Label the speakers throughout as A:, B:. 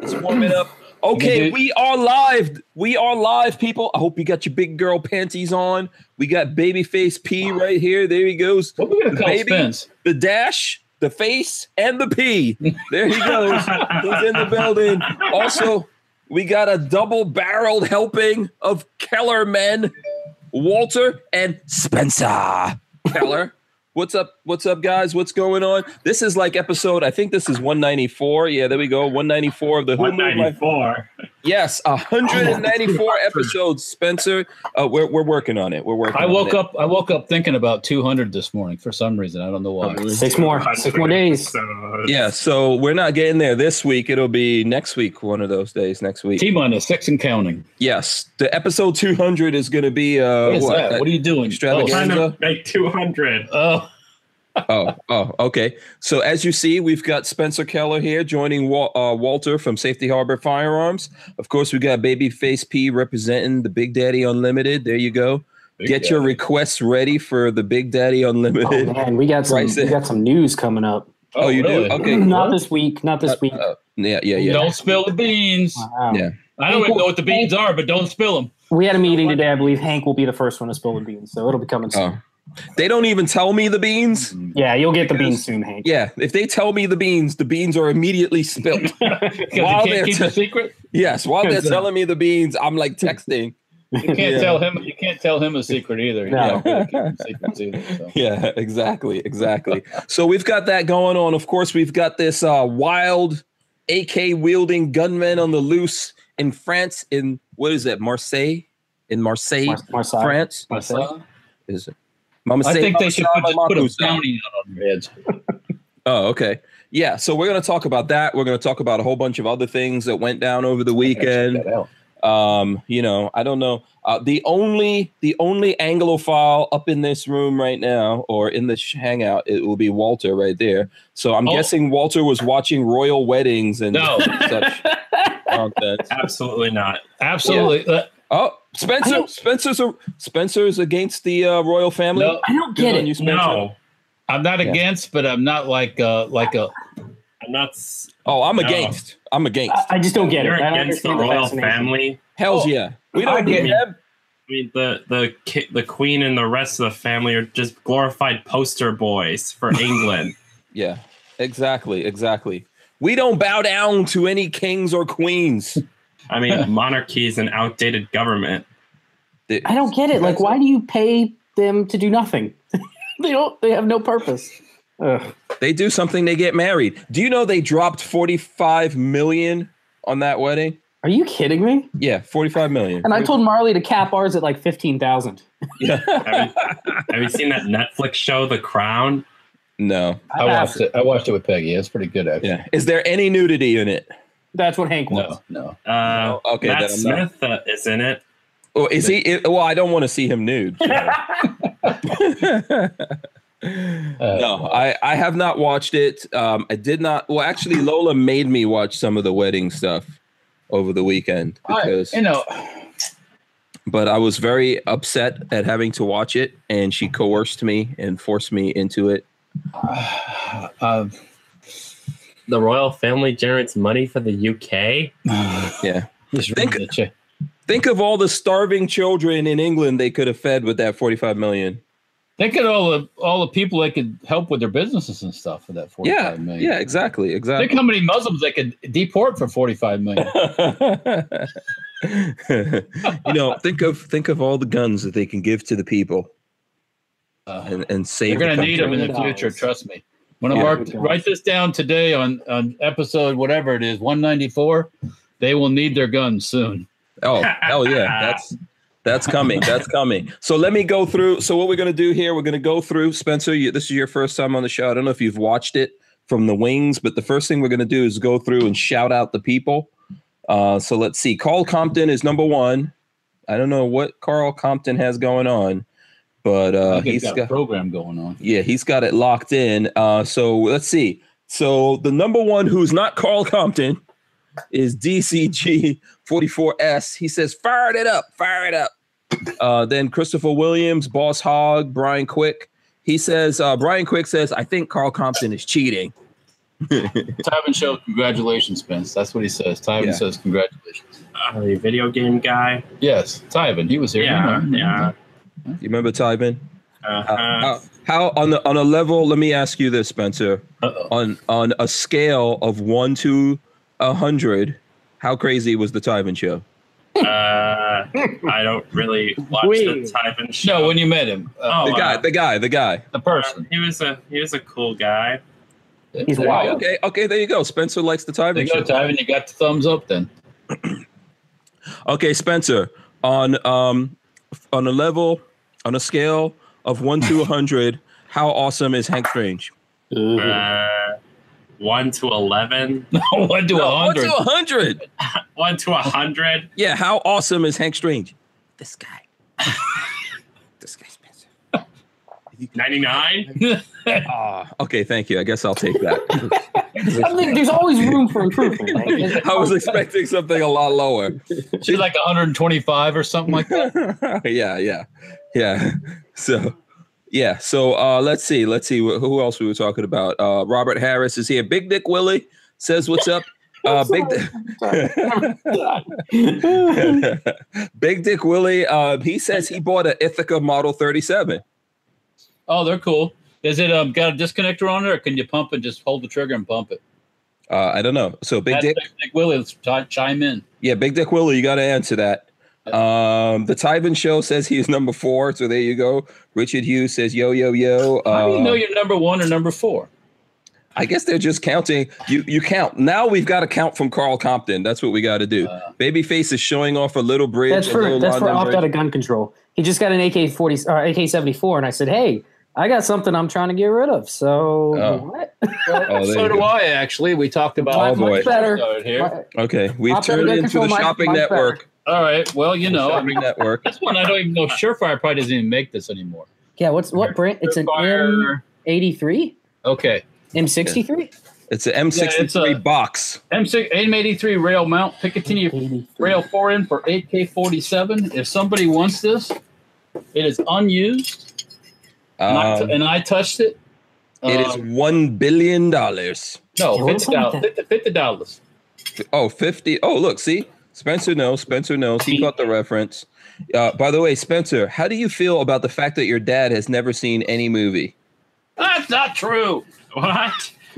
A: warm it up. Okay,
B: did-
A: we are live. We are live, people. I hope you got your big girl panties on. We got babyface P right here. There he goes.
B: What are we gonna call
A: Maybe.
B: Spence?
A: The dash, the face, and the P. There he goes. He's in the building. Also, we got a double-barreled helping of Keller men, Walter and Spencer Keller. What's up? What's up, guys? What's going on? This is like episode. I think this is 194. Yeah, there we go. 194 of the Who Moved My
C: 194.
A: Yes,
B: Oh,
A: 194 episodes, Spencer. Uh, we're, we're working on it. We're working.
B: I
A: on
B: woke
A: it.
B: up. I woke up thinking about 200 this morning for some reason. I don't know why.
D: Six more. Six more days.
C: So,
A: Yeah, so we're not getting there this week. It'll be next week, one of those days next week.
B: T minus six and counting.
A: Yes, the episode 200 is going to be. Uh,
B: What is that? What are you doing?
A: Extravaganza.
C: Trying to make 200.
B: Oh, oh,
A: oh, oh, okay. So as you see, we've got Spencer Keller here joining Wal- uh, Walter from Safety Harbor Firearms. Of course, we got Babyface P representing the Big Daddy Unlimited. There you go.
B: Big
A: Get your requests ready for the Big Daddy Unlimited.
D: Oh man, we got some.
A: Price
D: We
A: it.
D: got some news coming up.
A: Oh, you do?
B: really?
A: Okay.
D: Not
A: cool.
D: this week. Not this week.
A: Uh, yeah, yeah, yeah.
B: Don't spill the beans.
D: Wow.
A: yeah.
B: I don't even know what the beans are, but don't spill them.
D: We had a meeting today. I believe Hank will be the first one to spill the beans, so it'll be coming soon.
A: Oh. They don't even tell me the beans.
D: Yeah, you'll get the beans soon, Hank.
A: Yeah, if they tell me the beans, the beans are immediately spilt.
B: Because you
A: While they're
B: can't keep
A: t-
B: a secret.
A: yes, while they're
B: Exactly.
A: telling me the beans, I'm like texting.
B: You can't
A: Yeah.
B: tell him. You can't tell him a secret either. You
D: No.
B: can't really keep him secrets either, so.
A: Yeah, exactly, exactly. so we've got that going on. Of course, we've got this uh, wild AK wielding gunman on the loose in France. In what is it, Marseille? In Marseille,
D: Mar- Marseille.
A: France,
D: Marseille.
A: is it? Mama
B: I
A: say-
B: think they
A: Mama
B: should
A: say-
B: put, just put a
A: Mama say.
B: bounty out on their heads.
A: Oh, okay. Yeah, so we're going to talk about that. We're going to talk about a whole bunch of other things that went down over the weekend. Um, you know, I don't know. Uh, the only the only Anglophile up in this room right now or in this sh- hangout, it will be Walter right there. So I'm
B: Oh.
A: guessing Walter was watching royal weddings and
B: No.
A: such nonsense.
C: Absolutely not.
B: Absolutely. Uh,
A: Oh,
D: I
A: Spencer,
D: don't-
A: Spencer's a, Spencer's against the uh, royal family.
B: no,
D: I don't
A: Good
D: get
A: on you,
D: it.
A: Spencer.
C: No,
B: I'm not
A: Yeah.
B: against, but I'm not like uh like a
C: I'm not. s-
A: Oh, I'm
C: No.
A: against. I'm against.
D: I I just don't get it.
C: You're
D: I don't
C: against the
D: understand
C: royal
D: fascination.
C: family.
A: Hell's
B: Oh,
A: yeah. We
B: I
A: don't
B: get
A: get
C: it.
A: them.
C: I mean, the the ki- the queen and the rest of the family are just glorified poster boys for England.
A: Yeah, exactly, exactly. We don't bow down to any kings or queens.
C: I mean, monarchy is an outdated government.
A: The-
D: I don't get it. Like, why do you pay them to do nothing? they don't. They have no purpose. Ugh.
A: They do something, they get married. Do you know they dropped 45 million on that wedding?
D: Are you kidding me?
A: Yeah, 45 million.
D: And I told Marley to cap ours at like fifteen thousand.
A: Yeah.
C: Have you, have you seen that Netflix show, The Crown?
A: no.
B: I watched it. I watched it with Peggy. It's pretty good actually.
A: Yeah. Is there any nudity in it?
D: That's what Hank wants.
B: No, no.
C: Uh,
A: Oh, okay,
C: Matt
A: then I'm not.
C: Smith uh, is in it.
A: Or is he? i- Well, I don't want to see him nude.
B: Uh,
A: no, I, I have not watched it. Um, I did not. Well, actually, Lola made me watch some of the wedding stuff over the weekend
B: I-
A: because
B: you know,
A: but I was very upset at having to watch it, and she coerced me and forced me into it.
B: uh,
C: The royal family generates money for the UK.
A: Yeah.
B: just
A: Think-
B: reading the cha-
A: Think of all the starving children in England they could have fed with that 45 million.
B: think of all the all the people that could help with their businesses and stuff for that
A: Yeah.
B: forty-five million.
A: Yeah, exactly.
B: Think
A: Exactly.
B: how many Muslims they could deport for forty-five million.
A: you know, think of think of all the guns that they can give to the people
B: Uh,
A: and, and save
B: you're going to
A: the
B: need them in the
D: Dollars.
B: future. Trust me. When I
A: Yeah.
B: mark, write this down today on on episode whatever it is, one ninety-four. They will need their guns soon.
A: Oh, hell yeah. That's that's coming. That's coming. So let me go through. So what we're going to do here, we're going to go through Spencer, you, this is your first time on the show. I don't know if you've watched it from the wings, but the first thing we're going to do is go through and shout out the people. Uh, so let's see. Carl Compton is number 1. I don't know what Carl Compton has going on, but
B: I
A: uh
B: think
A: he's
B: got,
A: got
B: a program going on.
A: yeah, he's got it locked in. Uh, so let's see. So the number one who's not Carl Compton is DCG44S. He says, fire it up, fire it up. Uh, then Christopher Williams, Boss Hog, Brian Quick. He says, uh, Brian Quick says, I think Carl Compton is cheating.
B: Tywin show, congratulations, Spence. That's what he says. Tywin
A: Yeah.
B: says, congratulations.
C: Uh, the video game guy.
B: Yes, Tywin. He was here.
C: Yeah,
B: You know.
C: yeah.
A: You remember Tywin? How,
C: Uh-huh.
A: how, how on the on a level? Let me ask you this, Spencer.
B: Uh-oh.
A: On on a scale of one to a hundred, how crazy was the Tywin show?
C: Uh, I don't really watch
D: Wait.
C: the type and show.
B: No, when you met him, uh,
C: Oh,
A: The
C: wow.
A: guy, the guy, the guy.
B: the
C: Uh,
B: person.
C: he was a he was a cool guy.
D: He's
B: There you
D: wild.
B: go.
A: Okay, okay, there you go. Spencer likes the
B: There
A: Tywin
B: you go,
A: show.
B: Tywin. You got the thumbs up then.
A: Okay, Spencer, on um on a level on a scale of one to a hundred, how awesome is Hank Strange? Mm-hmm.
C: Uh, one to eleven.
B: One to a
A: One
B: hundred.
A: to a hundred.
C: One to a hundred.
A: Yeah, how awesome is Hank Strange? This guy. this guy, Spencer.
C: Ninety nine.
A: Ah, okay, thank you. I guess I'll take that.
D: I think there's always room for improvement. Like, it's-
A: I was expecting something a lot lower.
B: She's like 125 or something like that.
A: yeah, yeah, yeah. So, yeah. So uh, let's see. Let's see wh- who else we were talking about. Uh, Robert Harris is here. Big Dick Willie says, "What's up?" Uh, Big Dick. Big Dick Willie. Uh, he says he bought an Ithaca Model 37.
B: Oh, they're cool. Is it um got a disconnector on it, or can you pump it? Just hold the trigger and pump it.
A: Uh, I don't know. So Big
B: That's
A: Dick.
B: Big Dick Willie, let's chi- chime in.
A: Yeah, Big Dick Willie, you got to answer that. Um, the Tyven Show says he is number four, so there you go. Richard Hughes says, "Yo, yo, yo." Uh,
B: How do you know you're number one or number four?
A: I guess they're just counting. You you count now. We've got to count from Carl Compton. That's what we got to do.
B: Uh.
A: Babyface is showing off a little bridge.
D: that's
A: a
D: for
A: little
D: that's for
A: London
D: opt
A: bridge.
D: out of gun control. He just got an AK forty or AK seventy four, and I said, "Hey, I got something I'm trying to get rid of." So
A: Oh.
D: what?
A: Oh, there
B: so
A: you
B: do
A: go.
B: I. Actually, we talked about
A: Oh, boy.
D: Much better.
B: Started here.
D: My-
A: Okay, we've
D: Opt out of
A: turned
D: gun
A: into the
D: control, my-
A: shopping
D: my
A: network.
B: All right. Well, you know, I
A: shopping
B: mean,
A: network.
B: this one I don't even know. Surefire probably doesn't even make this anymore.
D: yeah, what's what brand? It's an M
B: Surefire.
D: eighty three,
B: Okay.
D: M sixty three,
A: It's an M63
B: Yeah, it's a-
A: box.
B: M6 M83 rail mount Picatinny
D: eighty
B: rail four in for 8K47. If somebody wants this, it is unused, and, I,
A: Um,
B: t- and I touched it.
A: it is
B: Um,
A: one billion dollars.
D: Yeah,
B: no
D: what's
B: fifty
D: up
B: dollars.
D: with
B: Fifty, fifty dollars.
A: Oh, 50. Oh, look, see? Spencer knows. Spencer knows. He caught the reference. Uh, by the way, Spencer, how do you feel about the fact that your dad has never seen any movie?
B: That's not true.
C: What?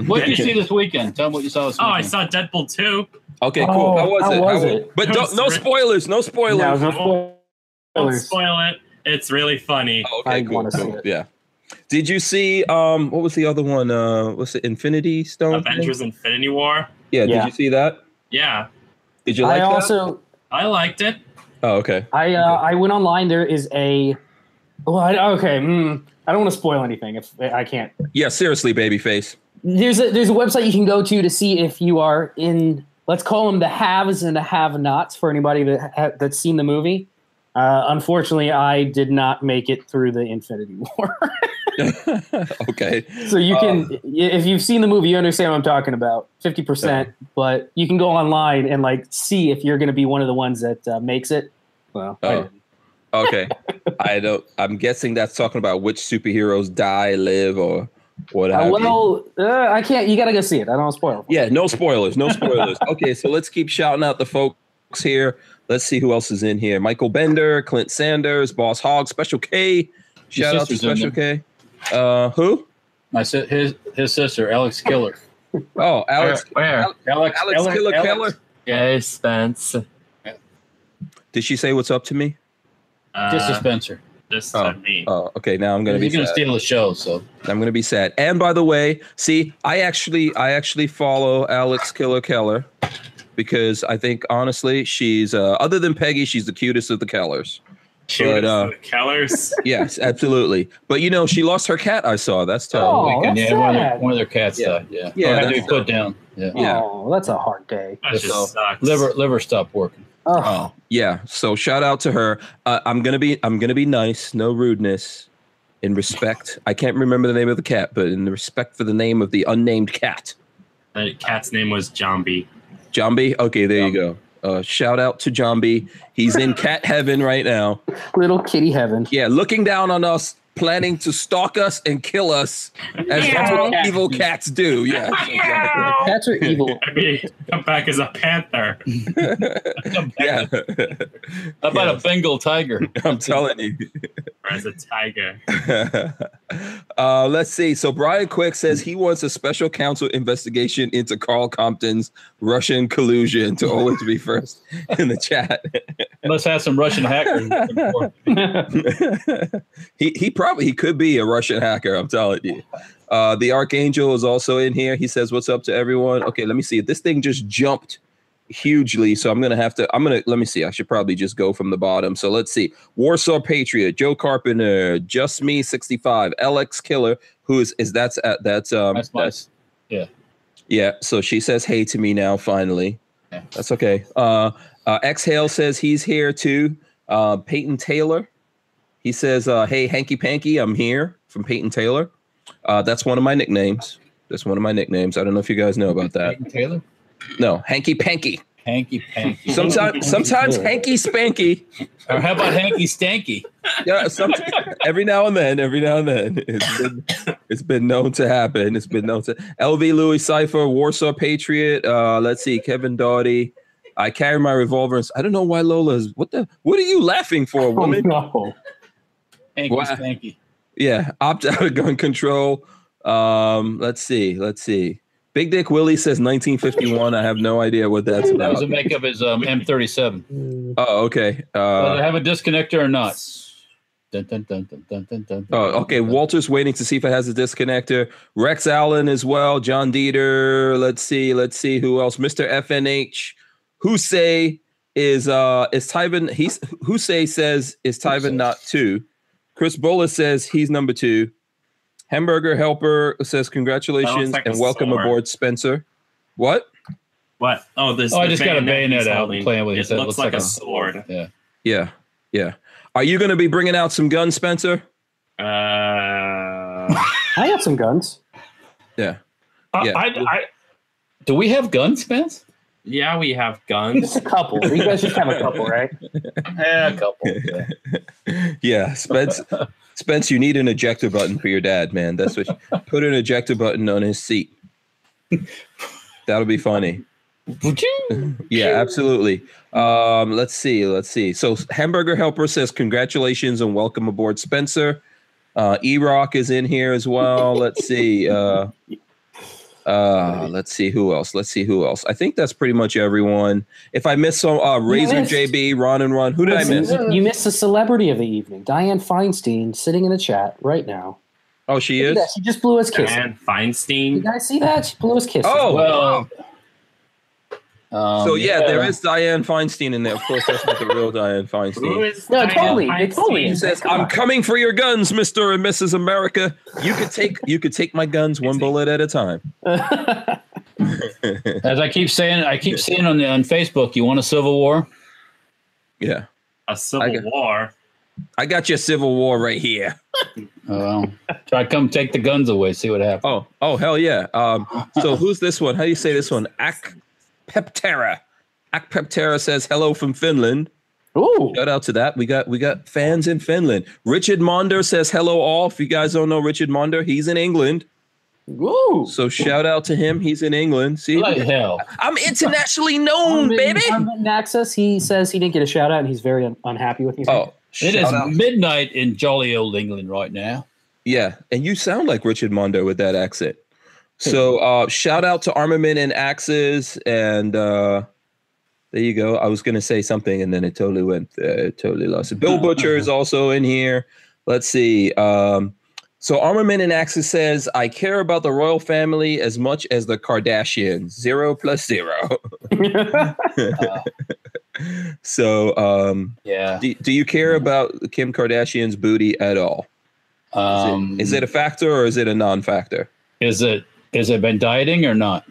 B: What did you see this weekend? Tell me what you saw this
C: Oh,
B: weekend.
C: I saw Deadpool two.
A: Okay, cool.
D: Oh,
A: how was
D: how
A: it?
D: was
A: wa-
D: it?
A: But
C: It
A: don't-
C: was
A: no
C: re-
A: spoilers. No spoilers.
D: No,
C: Don't
D: spoilers.
C: spoil it. It's really funny.
A: Oh,
D: I
A: okay, cool.
D: wanna see
A: cool.
D: it.
A: Yeah. Did you see um what was the other one? Uh what's it? Infinity Stone? thing?
C: Avengers: Infinity War.
A: Yeah,
D: Yeah.
A: did you see that?
C: Yeah,
A: Did you like
D: I
A: that?
D: also
C: I liked it.
A: oh, okay.
D: I uh, I went online. There is a well, I, okay. Mm, I don't want to spoil anything if I can't.
A: Yeah, seriously, babyface.
D: There's a there's a website you can go to to see if you are in. Let's call them the haves and the have-nots for anybody that ha- that's seen the movie. Uh, unfortunately, I did not make it through the Infinity War.
A: okay.
D: so you can, y if you've seen the movie, you understand what I'm talking about, fifty percent. But you can go online and like see if you're going to be one of the ones that uh, makes it. uh, Well, I
A: Oh.
D: didn't.
A: Okay. I don't I'm guessing that's talking about which superheroes die, live, or what
D: Uh,
A: have you.
D: well, uh, I can't. You got to go see it. I don't want to spoil.
A: Yeah, no spoilers, no spoilers. okay, so let's keep shouting out the folks here. Let's see who else is in here. Michael Bender, Clint Sanders, Boss Hog, Special K. Shout out to
B: sister's
A: Special
B: in
A: K. Uh, who?
B: My si- his his sister Alex Killer.
A: Oh, Alex.
C: Where?
B: Alex,
A: Alex Killer Keller.
C: Hey, Spence.
A: Did she say what's up to me?
C: Uh,
B: Just a Spencer.
C: just
A: Oh.
C: to me.
A: Oh, okay. Now I'm gonna be
B: He's gonna
A: sad.
B: steal the show. So
A: I'm gonna be sad. And by the way, see, I actually, I actually follow Alex Killer Keller because I think honestly, she's uh, other than Peggy, she's the cutest of the Kellers.
C: Shoot
A: But, uh,
C: the Kellers.
A: Yes, absolutely. But you know, she lost her cat. I saw. That's tough.
D: Oh,
B: Weekend,
D: that's
B: yeah, one of, their,
D: sad.
B: one of their cats
A: Yeah.
B: died. Yeah,
A: Yeah,
B: Or had to be
A: that's
B: put down. Yeah,
A: Yeah.
D: Oh, that's a hard day.
C: That
B: Just,
C: just
B: uh,
C: sucks.
B: liver liver stopped working.
D: Oh,
A: Yeah. So shout out to her. Uh, I'm gonna be I'm gonna be nice, no rudeness, in respect. I can't remember the name of the cat, but in respect for the name of the unnamed cat,
C: The cat's name was Jambi.
A: Jambi. Okay, there you go. Uh, shout out to Jambi. He's in cat heaven right now.
D: little kitty heaven.
A: Yeah, looking down on us planning to stalk us and kill us, as that's what
D: Meow.
A: evil cats do. Yeah.
D: Cats are evil.
C: I mean, come back as a panther.
A: Yeah.
B: How about a
A: Yes.
B: Bengal tiger?
A: I'm telling you.
C: Or as a tiger.
A: uh, let's see. So Brian Quick says he wants a special counsel investigation into Carl Compton's Russian collusion to always be first in the chat.
B: Let's have some Russian hackers.
A: he he probably he could be a Russian hacker. I'm telling you. Uh, the Archangel is also in here. He says, "What's up to everyone?" Okay, let me see. This thing just jumped hugely, so I'm gonna have to. I'm gonna let me see. I should probably just go from the bottom. So let's see. Warsaw Patriot, Joe Carpenter, Just Me, 65, LX Killer. Who is is that's uh, that's um
B: That's
A: that's-
B: nice.
A: yeah, so she says hey to me now, finally.
B: Yeah.
A: That's okay. Uh, uh, Exhale says he's here too. Uh, Peyton Taylor. He says, uh, hey, Hanky Panky, I'm here from Peyton Taylor. Uh, that's one of my nicknames. That's one of my nicknames. I don't know if you guys know about that.
B: Peyton Taylor?
A: No, Hanky Panky.
B: Hanky Panky.
A: Sometimes, sometimes Hanky Spanky.
B: or how about Hanky Stanky?
A: Yeah, some, every now and then, every now and then, it's been, it's been known to happen. It's been known to LV Louis Cipher, Warsaw Patriot. Uh, let's see, Kevin Doughty. I carry my revolver. and s- I don't know why Lola's. What the? What are you laughing for,
D: Oh,
A: woman?
D: no.
B: Hanky
A: Wow.
B: Stanky.
A: Yeah, opt out of gun control. Um, let's see, let's see. Big Dick Willie says 1951. I have no idea what that's
B: That was
A: about.
B: the makeup of his um, M37.
A: Oh, okay.
B: Does it
A: Uh,
B: have a disconnector or not? Dun, dun, dun, dun, dun, dun, dun,
A: oh, okay.
B: dun.
A: Walter's waiting to see if it has a disconnector. Rex Allen as well. John Dieter. Let's see. Let's see who else. Mr. FNH. Husey is uh is Tyven. He's Husey says is Tyven not two. Chris Bola says he's number two. Hamburger Helper says congratulations
C: like
A: and
C: a
A: welcome
C: sword.
A: aboard, Spencer. What?
C: What? Oh, this.
B: Oh, I
C: the
B: just got a bayonet
C: he's
B: out
C: holding.
B: playing with it.
C: it.
B: It looks
C: looks, like,
B: like
C: a
B: a-
C: sword.
B: Yeah.
A: Yeah, yeah. Are you going to be bringing out some guns, Spencer?
C: Uh,
D: I got some guns.
A: Yeah.
B: I-
A: Yeah.
B: I, I, do we have guns, Spence?
C: yeah, we have guns.
D: Just a couple. You guys just have a couple, right?
B: Yeah, a couple.
A: Yeah, Spence. Spence, you need an ejector button for your dad, man. That's what. put an ejector button on his seat. That'll be funny.
B: Would you?
A: Yeah, absolutely. Um, let's see. Let's see. So, Hamburger Helper says, "Congratulations and welcome aboard, Spencer." Uh, e Rock is in here as well. Let's see. Uh, uh, let's see who else. Let's see who else. I think that's pretty much everyone. If I miss some, uh, Razor
D: missed-
A: JB, Ron and Ron, who did I miss?
D: You missed the celebrity of the evening, Diane Feinstein, sitting in the chat right now.
A: Oh, she is.
D: Yeah, she just blew us kiss.
C: and
D: You
C: Feinstein.
D: guys see that? She blew us kiss.
A: Oh,
B: Well, um,
A: So yeah, there is Diane Feinstein in there. Of course, that's not the real Diane Feinstein.
C: is
D: No,
C: Diane
D: totally, it's totally-
A: She
C: Feinstein?
A: says, "I'm coming for your guns, Mister and Mrs. America. You could take you could take my guns one bullet at a time."
B: As I keep saying, I keep seeing on the on Facebook, you want a civil war?
A: yeah,
C: A
A: I
C: civil
A: got-
C: war.
A: I got your Civil War right here.
B: Oh, well, try to come take the guns away, see what happens.
A: Oh, oh, hell yeah. Um, so who's this one? How do you say this one? Ak Peptera. Ak Peptera says hello from Finland.
D: Ooh.
A: Shout out to that. We got we got fans in Finland. Richard Monder says hello all. If you guys don't know Richard Monder, he's in England.
D: Ooh.
A: So shout out to him. He's in England. See,
B: Like hell.
A: I'm internationally known, baby.
D: Access. He says he didn't get a shout out, and he's very un- unhappy with me.
A: Oh,
B: It is
A: shout out.
B: midnight in jolly old England right now.
A: yeah, and you sound like Richard Mondo with that accent. So uh, shout out to Armament and Axes, and uh, there you go. I was gonna say something, and then it totally went, uh, it totally lost it. Bill Butcher is also in here. Let's see. Um, so Armament and Axes says, "I care about the royal family as much as the Kardashians. Zero plus zero. Oh. so um,
B: Yeah.
A: do, do you care about Kim Kardashian's booty at all? Is,
B: Um,
A: it, is it a factor or is it a non-factor?
B: is it is it been dieting or not?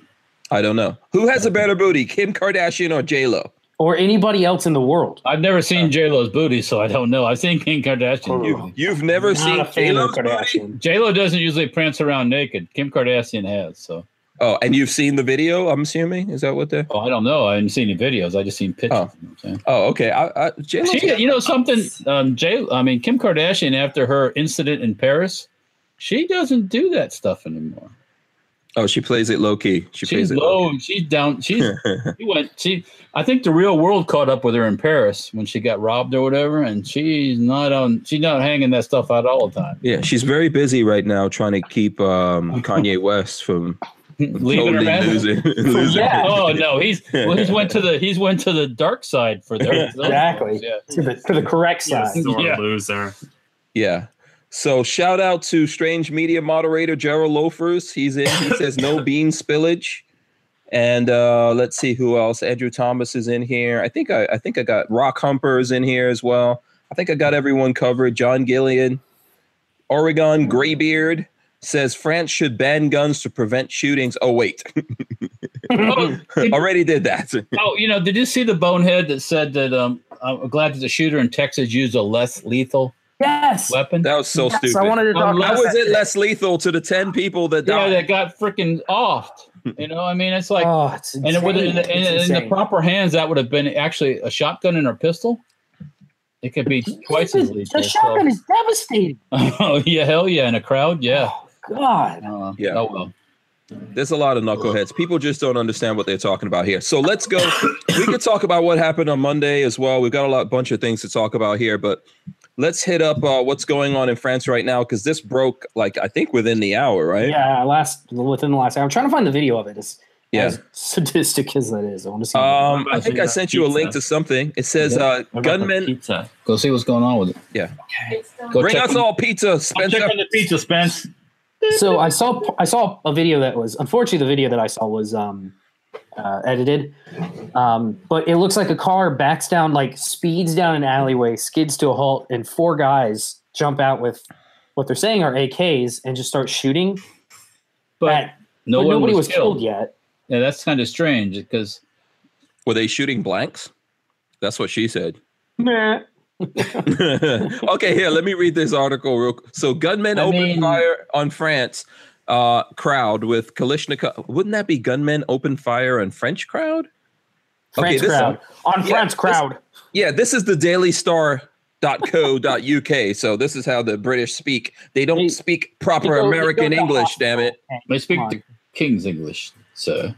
A: I don't know. Who has a better booty, Kim Kardashian or J Lo?
D: or anybody else in the world.
B: I've never
A: Uh.
B: seen J Lo's booty, so I don't know. I've seen Kim Kardashian.
D: You-
A: You've never
D: Not
A: seen
D: a fan
A: J
D: of
A: Lo's booty.
D: Kardashian.
B: J Lo doesn't usually prance around naked. Kim Kardashian has, so
A: Oh, and you've seen the video, I'm assuming? Is that what the?
B: Oh, I don't know. I haven't seen any videos. I just seen pictures.
A: Oh.
B: you know what I'm saying?
A: Oh, okay. I, I, J-Lo's
B: She, you know something, um, Jay. I mean, Kim Kardashian after her incident in Paris, she doesn't do that stuff anymore.
A: oh, she plays it low key. She
B: She's
A: plays it
B: low. and She's down. She's she went. She. I think the real world caught up with her in Paris when she got robbed or whatever, and she's not on. She's not hanging that stuff out all the time.
A: Yeah, she's very busy right now trying to keep um, Kanye West from
B: Leaving her
A: totally
B: ass-
A: losing. losing.
D: Yeah.
B: Oh no, he's well, he's went to the he's went to the dark side for their
D: Exactly.
B: Yeah.
D: To the, to the correct
C: You're a
D: side.
C: sore
B: Yeah.
C: loser.
A: Yeah. So shout out to Strange Media moderator Gerald Loafers. He's in. He says no bean spillage. And uh, let's see who else. Andrew Thomas is in here. I think I, I think I got Rock Humpers in here as well. I think I got everyone covered. John Gillian, Oregon Graybeard says France should ban guns to prevent shootings. Oh wait,
B: Oh, did-
A: already did that.
B: oh, you know, did you see the bonehead that said that? Um, I'm glad that the shooter in Texas used a less lethal
D: Yes.
B: weapon.
A: That was so
D: yes,
A: stupid.
D: I wanted to talk
B: Um,
A: How
D: about
A: is
D: that.
A: it less lethal to the ten people that
B: yeah,
A: died?
B: that got freaking offed. You know, I mean, it's like.
D: oh, it's
B: And it would,
D: insane.
B: in, the, in, in
D: It's
B: the
D: insane.
B: proper hands, that would have been actually a shotgun and a pistol. It could be twice as lethal.
D: The shotgun is devastating.
B: so- oh yeah, hell yeah, in a crowd, yeah.
D: Oh. God.
B: Uh,
A: Yeah.
B: Oh well.
A: There's a lot of knuckleheads. People just don't understand what they're talking about here. So let's go. we could talk about what happened on Monday as well. We've got a lot bunch of things to talk about here, but let's hit up uh, what's going on in France right now because this broke like I think within the hour, right?
D: Yeah, last within the last hour. I'm trying to find the video of it. It's
A: Yeah.
D: as sadistic as that is. I want to see.
A: Um, I
C: about
A: think I sent you a link to something. It says uh,
C: What about the
A: gunmen
C: pizza.
B: Go see what's going on with it. Go
A: bring
B: check
A: us
B: them-
A: all pizza,
B: I'm
A: Spencer.
B: checking the pizza, Spence.
D: so I saw I saw a video that was unfortunately the video that I saw was um, uh, edited, um, but it looks like a car backs down like speeds down an alleyway, skids to a halt, and four guys jump out with what they're saying are AKs and just start shooting.
B: But
D: at,
B: no
D: but
B: one
D: nobody
B: was, killed.
D: yet.
B: Yeah, that's kind of strange because
A: Were they shooting blanks? That's what she said.
D: Nah.
A: okay, here, let me read this article real qu- So, gunmen
B: I
A: open
B: mean-
A: fire on France uh, crowd with Kalishnikov. Wouldn't that be gunmen open fire on French crowd?
D: French
A: this-
D: crowd on
A: yeah,
D: French
A: this-
D: crowd.
A: Yeah, this is the Daily Star. .co.uk. So this is how the British speak. They don't
D: They-
A: speak proper
D: they go- they
A: American
D: go to
A: English,
D: hospital.
A: damn it.
B: they speak
D: Come on.
B: the King's English, so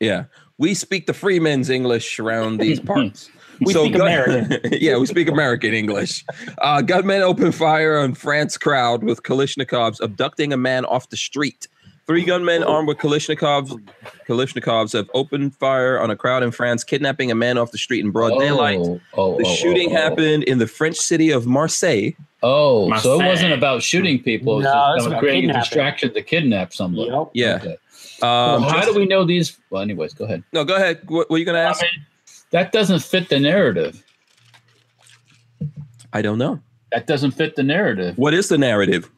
A: Yeah. We speak the Freeman's English around these parts.
D: We speak American.
A: yeah, we speak American English. Uh, gunmen open fire on France crowd with Kalishnikovs, abducting a man off the street. Three gunmen
B: Oh.
A: armed with Kalishnikovs, Kalishnikovs have opened fire on a crowd in France, kidnapping a man off the street in broad daylight.
B: Oh, oh,
A: The
B: oh,
A: shooting
B: oh, oh.
A: happened in the French city of Marseille.
B: Oh, so it
C: Marseille.
B: wasn't about shooting people. It was
D: No,
B: just
D: it's
B: about
D: about
B: creating a
D: kidnapping.
B: distraction to kidnap somebody.
D: Yep.
A: Yeah.
B: Okay.
A: Um,
B: Well, how
A: just-
B: do we know these? Well, anyways, go ahead.
A: no, go ahead. What were you going to
B: I
A: ask?
B: mean, that doesn't fit the narrative.
A: I don't know.
B: That doesn't fit the narrative.
A: What is the narrative?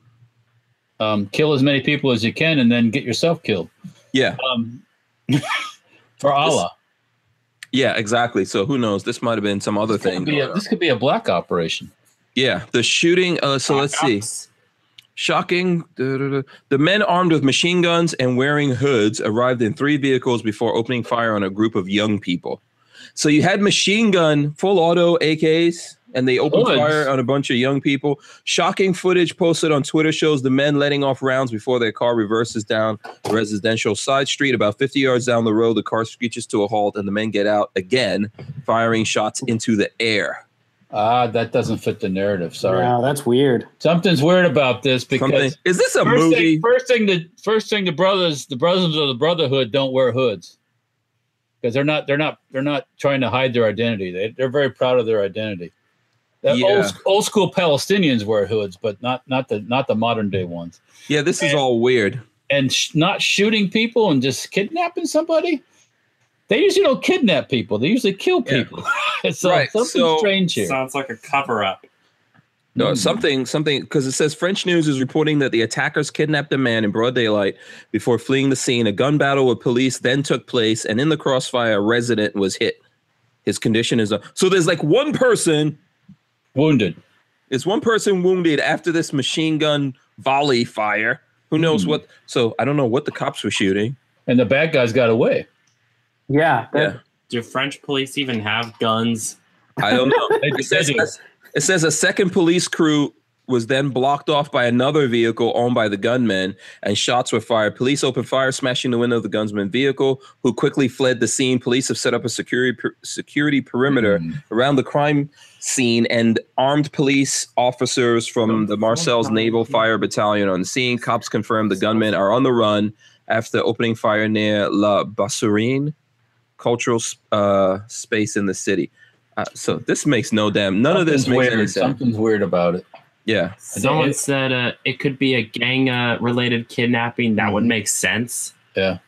B: Um, kill as many people as you can and then get yourself killed.
A: Yeah.
B: Um, for Allah.
A: Yeah, exactly. So who knows? This might have been some other
B: This
A: thing.
B: could, be a,
A: going on.
B: this could be a black operation.
A: yeah, the shooting. Uh, so let's see. Shocking. Da-da-da. The men armed with machine guns and wearing hoods arrived in three vehicles before opening fire on a group of young people. So you had machine gun, full auto AKs, and they opened
B: Hoods.
A: fire on a bunch of young people. Shocking footage posted on Twitter shows the men letting off rounds before their car reverses down a residential side street. About 50 yards down the road, the car screeches to a halt, and the men get out again, firing shots into the air.
B: Ah, that doesn't fit the narrative. Sorry.
D: No, that's weird.
B: Something's weird about this
A: Something.
B: because
A: Is this a
B: first
A: movie?
B: thing, first thing the first thing the brothers the brothers of the brotherhood don't wear hoods because they're not they're not they're not trying to hide their identity. They they're very proud of their identity. The
A: Yeah.
B: old, old school Palestinians wear hoods, but not not the not the modern day ones.
A: yeah, this is all weird.
B: And sh- not shooting people and just kidnapping somebody. They usually don't kidnap people. They usually kill
A: Yeah.
B: people. so
A: Right,
B: something's
A: so-
B: strange here.
C: Sounds like a cover up.
A: No,
B: Mm.
A: something, something, because it says French news is reporting that the attackers kidnapped a man in broad daylight before fleeing the scene. A gun battle with police then took place, and in the crossfire, a resident was hit. His condition is uh, so. There's like one person.
B: Wounded.
A: It's one person wounded after this machine gun volley fire. Who knows
B: Hmm.
A: what? So I don't know what the cops were shooting.
B: and the bad guys got away.
D: Yeah, that-
A: Yeah.
C: Do French police even have guns?
A: I don't know.
B: They,
A: It
B: they
A: says,
B: do.
A: it says a second police crew was then blocked off by another vehicle owned by the gunmen, and shots were fired. Police opened fire, smashing the window of the gunman vehicle, who quickly fled the scene. Police have set up a security per- security perimeter
B: Mm.
A: around the crime scene, and armed police officers from the Marcel's Naval Fire Battalion on the scene. Cops confirmed the gunmen are on the run after opening fire near La Bassourine cultural s- uh, space in the city. Uh, so this makes no damn. None of this
B: Something's
A: makes
B: weird.
A: any sense.
B: Something's weird about it.
A: Yeah,
C: Someone
B: it-
C: said uh, it could be a gang uh, related kidnapping. That would make sense.
A: yeah.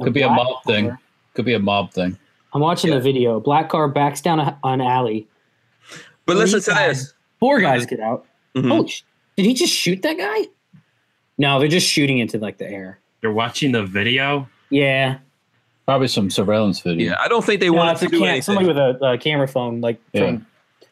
B: Could be a
D: black
B: mob thing.
D: car-
B: Could be a mob thing.
D: I'm watching a video. A black car backs down a, an alley.
A: But listen
D: Police
A: to this.
D: Four guys get out.
B: Hmm.
A: Mhm.
D: Oh, sh- did he just shoot that guy? No, they're just shooting into like the air.
C: You're watching the video.
D: Yeah,
B: Probably some surveillance video.
A: Yeah, I don't think they
D: No,
A: wanted
D: it's
A: to
D: a
A: do
D: cam-
A: anything.
D: somebody with a, a camera phone, like from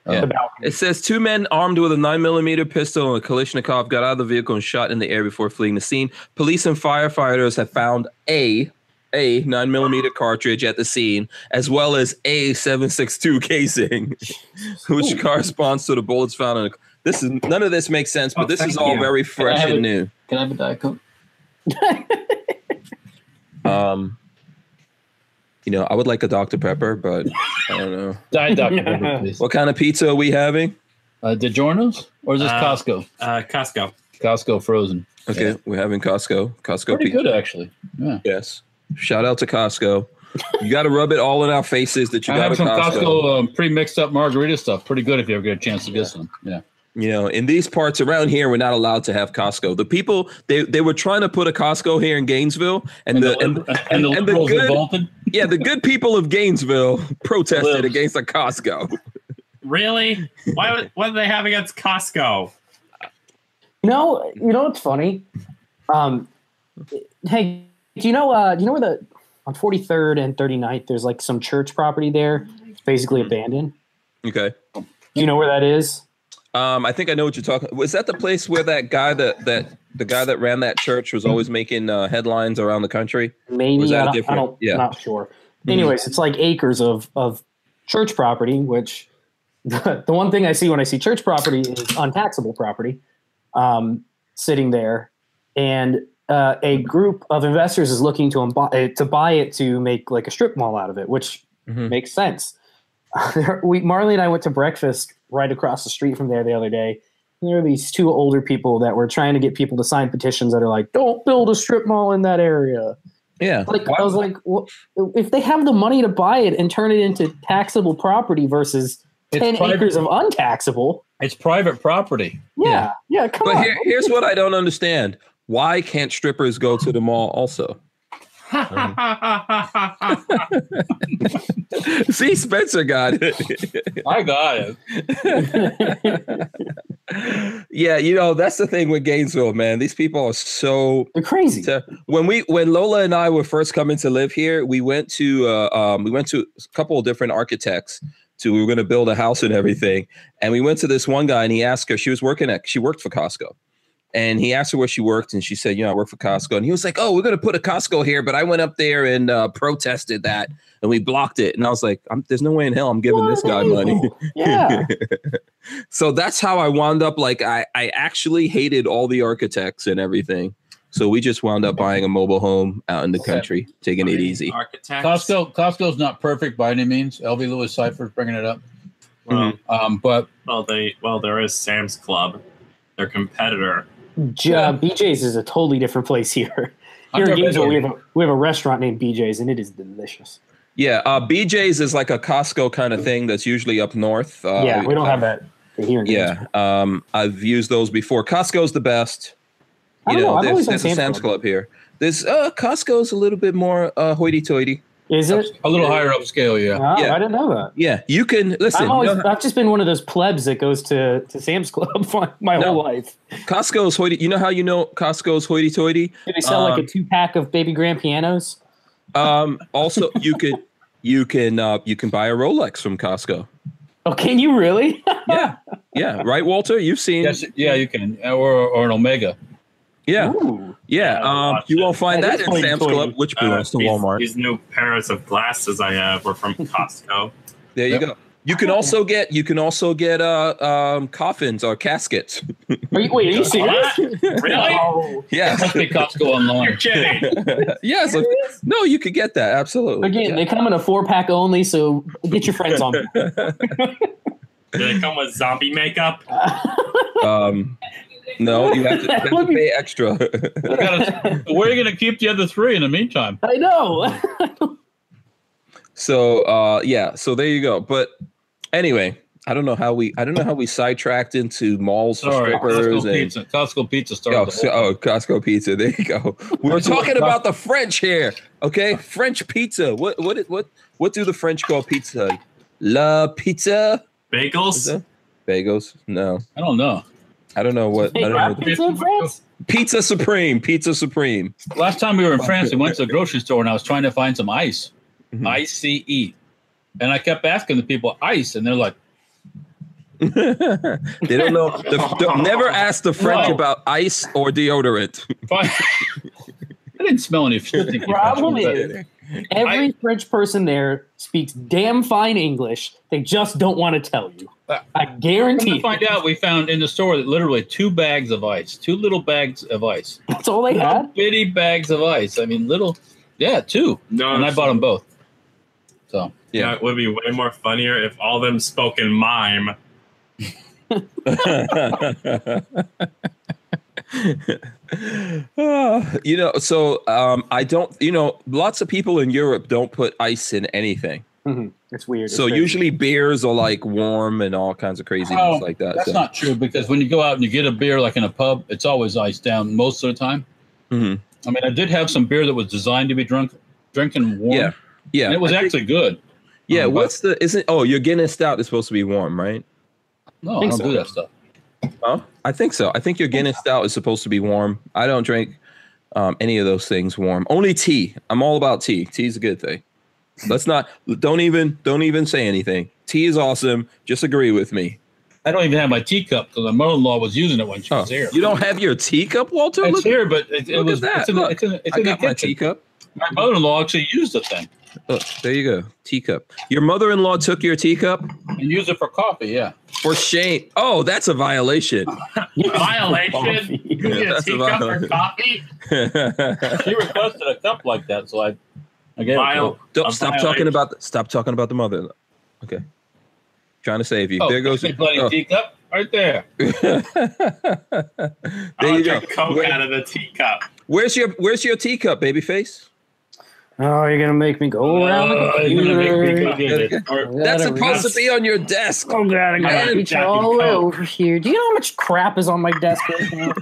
B: Yeah.
D: the balcony.
A: It says two men armed with a 9mm pistol and a Kalashnikov got out of the vehicle and shot in the air before fleeing the scene. Police and firefighters have found a a 9mm cartridge at the scene, as well as a 762 casing, which corresponds to the bullets found in the. This is none of this makes sense, but
C: Oh,
A: this is
C: thank
A: all
C: you.
A: very fresh
B: have
A: and
B: it?
A: new.
B: Can I have a diet coke?
A: Um, you know, I would like a Dr Pepper, but I don't know
B: Diet Dr Pepper, please.
A: what kind of pizza are we having.
B: Uh, DiGiorno's or is this
C: Uh,
B: Costco?
C: Uh, Costco.
B: Costco frozen.
A: Okay,
B: Yeah.
A: we're having Costco. Costco
B: Pretty
A: pizza.
B: good actually. Yeah.
A: Yes. Shout out to Costco. You got to rub it all in our faces that you
B: I
A: got
B: have
A: to
B: some
A: Costco.
B: Costco, um, pre-mixed up margarita stuff. Pretty good if you ever get a chance to get some. Yeah.
A: You know, in these parts around here, we're not allowed to have Costco. The people they they were trying to put a Costco here in Gainesville, and, the, and,
B: lib-
A: and- and the
B: liberals
A: good-
B: revolted.
A: yeah, the good people of Gainesville protested
B: Libs.
A: against a Costco.
C: Really? Why? would- What do they have against Costco?
D: You know, you know what's funny? Um, hey, do you know? Uh, do you know where the on 43rd and 39th? There's like some church property there, it's basically
B: Hmm.
D: abandoned.
A: Okay.
D: Do you know where that is?
A: Um, I think I know what you're talking. Was that the place where that guy that that the guy that ran that church was always making uh, headlines around the country?
D: Maybe
A: Was that
D: I don't, I
A: different?
D: don't
A: Yeah. Mm-hmm.
D: not sure. Anyways, it's like acres of of church property, which the, one thing I see when I see church property is untaxable property um, sitting there, and uh, a group of investors is looking to imbi- uh, to buy it to make like a strip mall out of it, which
A: Mhm.
D: makes sense. we Marley and I went to breakfast right across the street from there the other day. and There were these two older people that were trying to get people to sign petitions that are like, "Don't build a strip mall in that area."
A: Yeah.
D: Like I was like, well, if they have the money to buy it and turn it into taxable property versus ten
B: It's private,
D: acres of untaxable,
B: it's private property.
D: yeah, yeah, come
A: But
D: on.
A: here, here's what I don't understand: Why can't strippers go to the mall also? See, Spencer got it.
B: I got it.
A: yeah, you know that's the thing with Gainesville, man. These people are so.
D: They're crazy.
A: ter- When we, when Lola and I were first coming to live here, we went to, uh, um, we went to a couple of different architects. To we were going to build a house and everything, and we went to this one guy, and he asked her. She was working at, she worked for Costco, and he asked her where she worked, and she said, "You know, I work for Costco." And he was like, "Oh, we're going to put a Costco here," but I went up there and uh, protested that, and we blocked it. And I was like, I'm, "There's no way in hell I'm giving this guy money."
D: yeah,
A: so that's how I wound up. Like I, I actually hated all the architects and everything. So we just wound up buying a mobile home out in the country, taking it easy.
C: Architects.
B: Costco Costco's not perfect by any means. LV Lewis Cypher's bringing it up.
A: Mm-hmm.
C: Well,
B: Um, but
C: well, they well there is Sam's Club, their competitor.
D: J- uh, BJ's is a totally different place here. Here in
B: never
D: Gainesville,
B: been
D: we
B: there.
D: have a we have a restaurant named BJ's, and it is delicious.
A: Yeah, uh, BJ's is like a Costco kind of thing that's usually up north. Uh,
D: yeah, we don't have that here in Gainesville.
A: Yeah, um, I've used those before. Costco's the best.
D: I don't know. I've
A: there's,
D: always been
A: there's a
D: Sam's,
A: Sam's Club here. There's uh, Costco's a little bit more uh, hoity-toity.
D: Is it?
B: a little higher upscale, yeah.
D: Oh,
A: Yeah.
D: I didn't know that.
A: Yeah, you can listen.
D: I've, always,
A: you know-
D: I've just been one of those plebs that goes to, to Sam's Club for my
A: No.
D: whole life.
A: Costco's hoity. You know how you know Costco's hoity-toity?
D: Do they sell like
A: Um,
D: a two pack of baby grand pianos?
A: Um, also, you could you can uh, you can buy a Rolex from Costco.
D: Oh, can you really?
A: Yeah, yeah, right, Walter. You've seen
B: Yes, yeah, you can, or or an Omega.
A: Yeah,
D: Ooh.
A: yeah.
C: Yeah, I
A: Um,
C: watched
A: you
C: it.
A: won't find
D: At
A: that
D: this
A: in
D: point,
A: Sam's
D: Tony,
A: Club, which belongs to
C: Uh, these-
A: Walmart.
C: These new pairs of glasses I have were from Costco.
A: There you
B: Yep.
A: go. You can also get you can also get uh um coffins or caskets.
D: Are you, wait, are you serious?
C: really?
D: No.
A: Yes.
B: Must be Costco
C: You're
B: online.
C: kidding.
A: yes. of- No, you could get that. Absolutely.
D: Again, they come in a four pack only, so get your friends on.
C: Do they come with zombie makeup?
A: Um, no, you have to, you have to pay extra.
B: You gotta- Where are you going to keep the other three in the meantime?
D: I know.
A: so uh, yeah. So there you go. But anyway, I don't know how we I don't know how we sidetracked into malls for
B: Sorry,
A: strippers
B: Costco
A: and
B: pizza. Costco pizza started.
A: Oh,
B: the
A: so,
B: whole-
A: oh, Costco pizza. There you go. We were talking about the French here, okay? French pizza. What what what what do the French call pizza? La pizza? Is
C: Bagels?
A: that- Bagels? No,
B: I don't know.
A: I don't know what. I
D: Hey,
A: don't know.
D: crap,
A: what-
D: pizza in France?
A: Pizza supreme. Pizza supreme.
B: Last time we were in France, we went to the grocery store and I was trying to find some ice,
A: Mhm.
B: I C E, and I kept asking the people ice, and they're like,
A: they don't know. The, the- never ask the French
B: No.
A: about ice or deodorant.
B: "Fine." I didn't smell any filthy.
D: Problem is, every French person there speaks damn fine English. They just don't want to tell you. I
B: Come
D: guarantee.
B: to find
D: it.
B: out, we found in the store that literally two bags of ice, two little bags of ice,
D: That's all they had.
B: bitty bags of ice. I mean, little, yeah, two,
C: No,
B: and I bought them both. So
C: Yeah.
A: Yeah.
C: it would be way more funnier if all them spoke in mime.
A: Ah, you know, so um, I don't. You know, lots of people in Europe don't put ice in anything.
D: It's weird. It's
A: So
D: crazy.
A: usually beers are like warm and all kinds of craziness
B: Oh,
A: like that.
B: that's
A: so.
B: not true because when you go out and you get a beer, like in a pub, it's always iced down most of the time.
A: Mhm.
B: I mean, I did have some beer that was designed to be drunk, drinking warm.
A: Yeah, yeah,
B: and it was
A: I think-
B: actually good.
A: yeah.
B: um, but-
A: what's the isn't? Oh, your Guinness stout is supposed to be warm, right?
B: No, I
D: Think
B: don't
D: so.
B: do that stuff.
A: Huh? I think so. I think your Guinness stout is supposed to be warm. I don't drink um, any of those things warm. Only tea. I'm all about tea. Tea's a good thing. Let's not. Don't even. Don't even say anything. Tea is awesome. Just agree with me.
B: I don't even have my teacup because my mother-in-law was using it when she
A: Oh,
B: was here.
A: you don't have your teacup, Walter?
B: it's
A: Look-
B: here, but it, it
A: look at
B: was.
A: that.
B: It's in, the-
A: Look,
B: it's in, it's
A: I
B: in the
A: got my
B: kitchen.
A: teacup.
B: My mother-in-law actually used the thing
A: Look, there you go. Teacup. Your mother-in-law took your teacup
B: and used it for coffee. Yeah,
A: for shame. Oh, that's a violation.
C: Violation?
D: Coffee.
C: You need a
A: That's a
C: teacup for
A: violation.
C: coffee?
B: she requested a cup like that, so I, I gave it. to her.
C: Viol-
A: Don't
C: a
A: stop
C: violation.
A: talking about the, stop talking about the mother. Okay. Trying to save you.
B: Oh,
A: there goes
B: there's my bloody
A: oh.
B: teacup right there.
C: I
A: there
C: wanna
A: you go.
C: drink Coke
A: Where-
C: out of the teacup.
A: where's your where's your teacup, babyface?
D: Oh, you're gonna make me go around the
B: Uh, you're gonna make me
D: computer.
B: go get it. Or-
D: I
A: That's
D: gotta
A: supposed
D: reach-
A: to be on your desk.
C: Um,
D: Oh god, I
C: Man,
D: gotta reach
C: Jack and
D: all
C: Coke.
D: over here. Do you know how much crap is on my desk right now?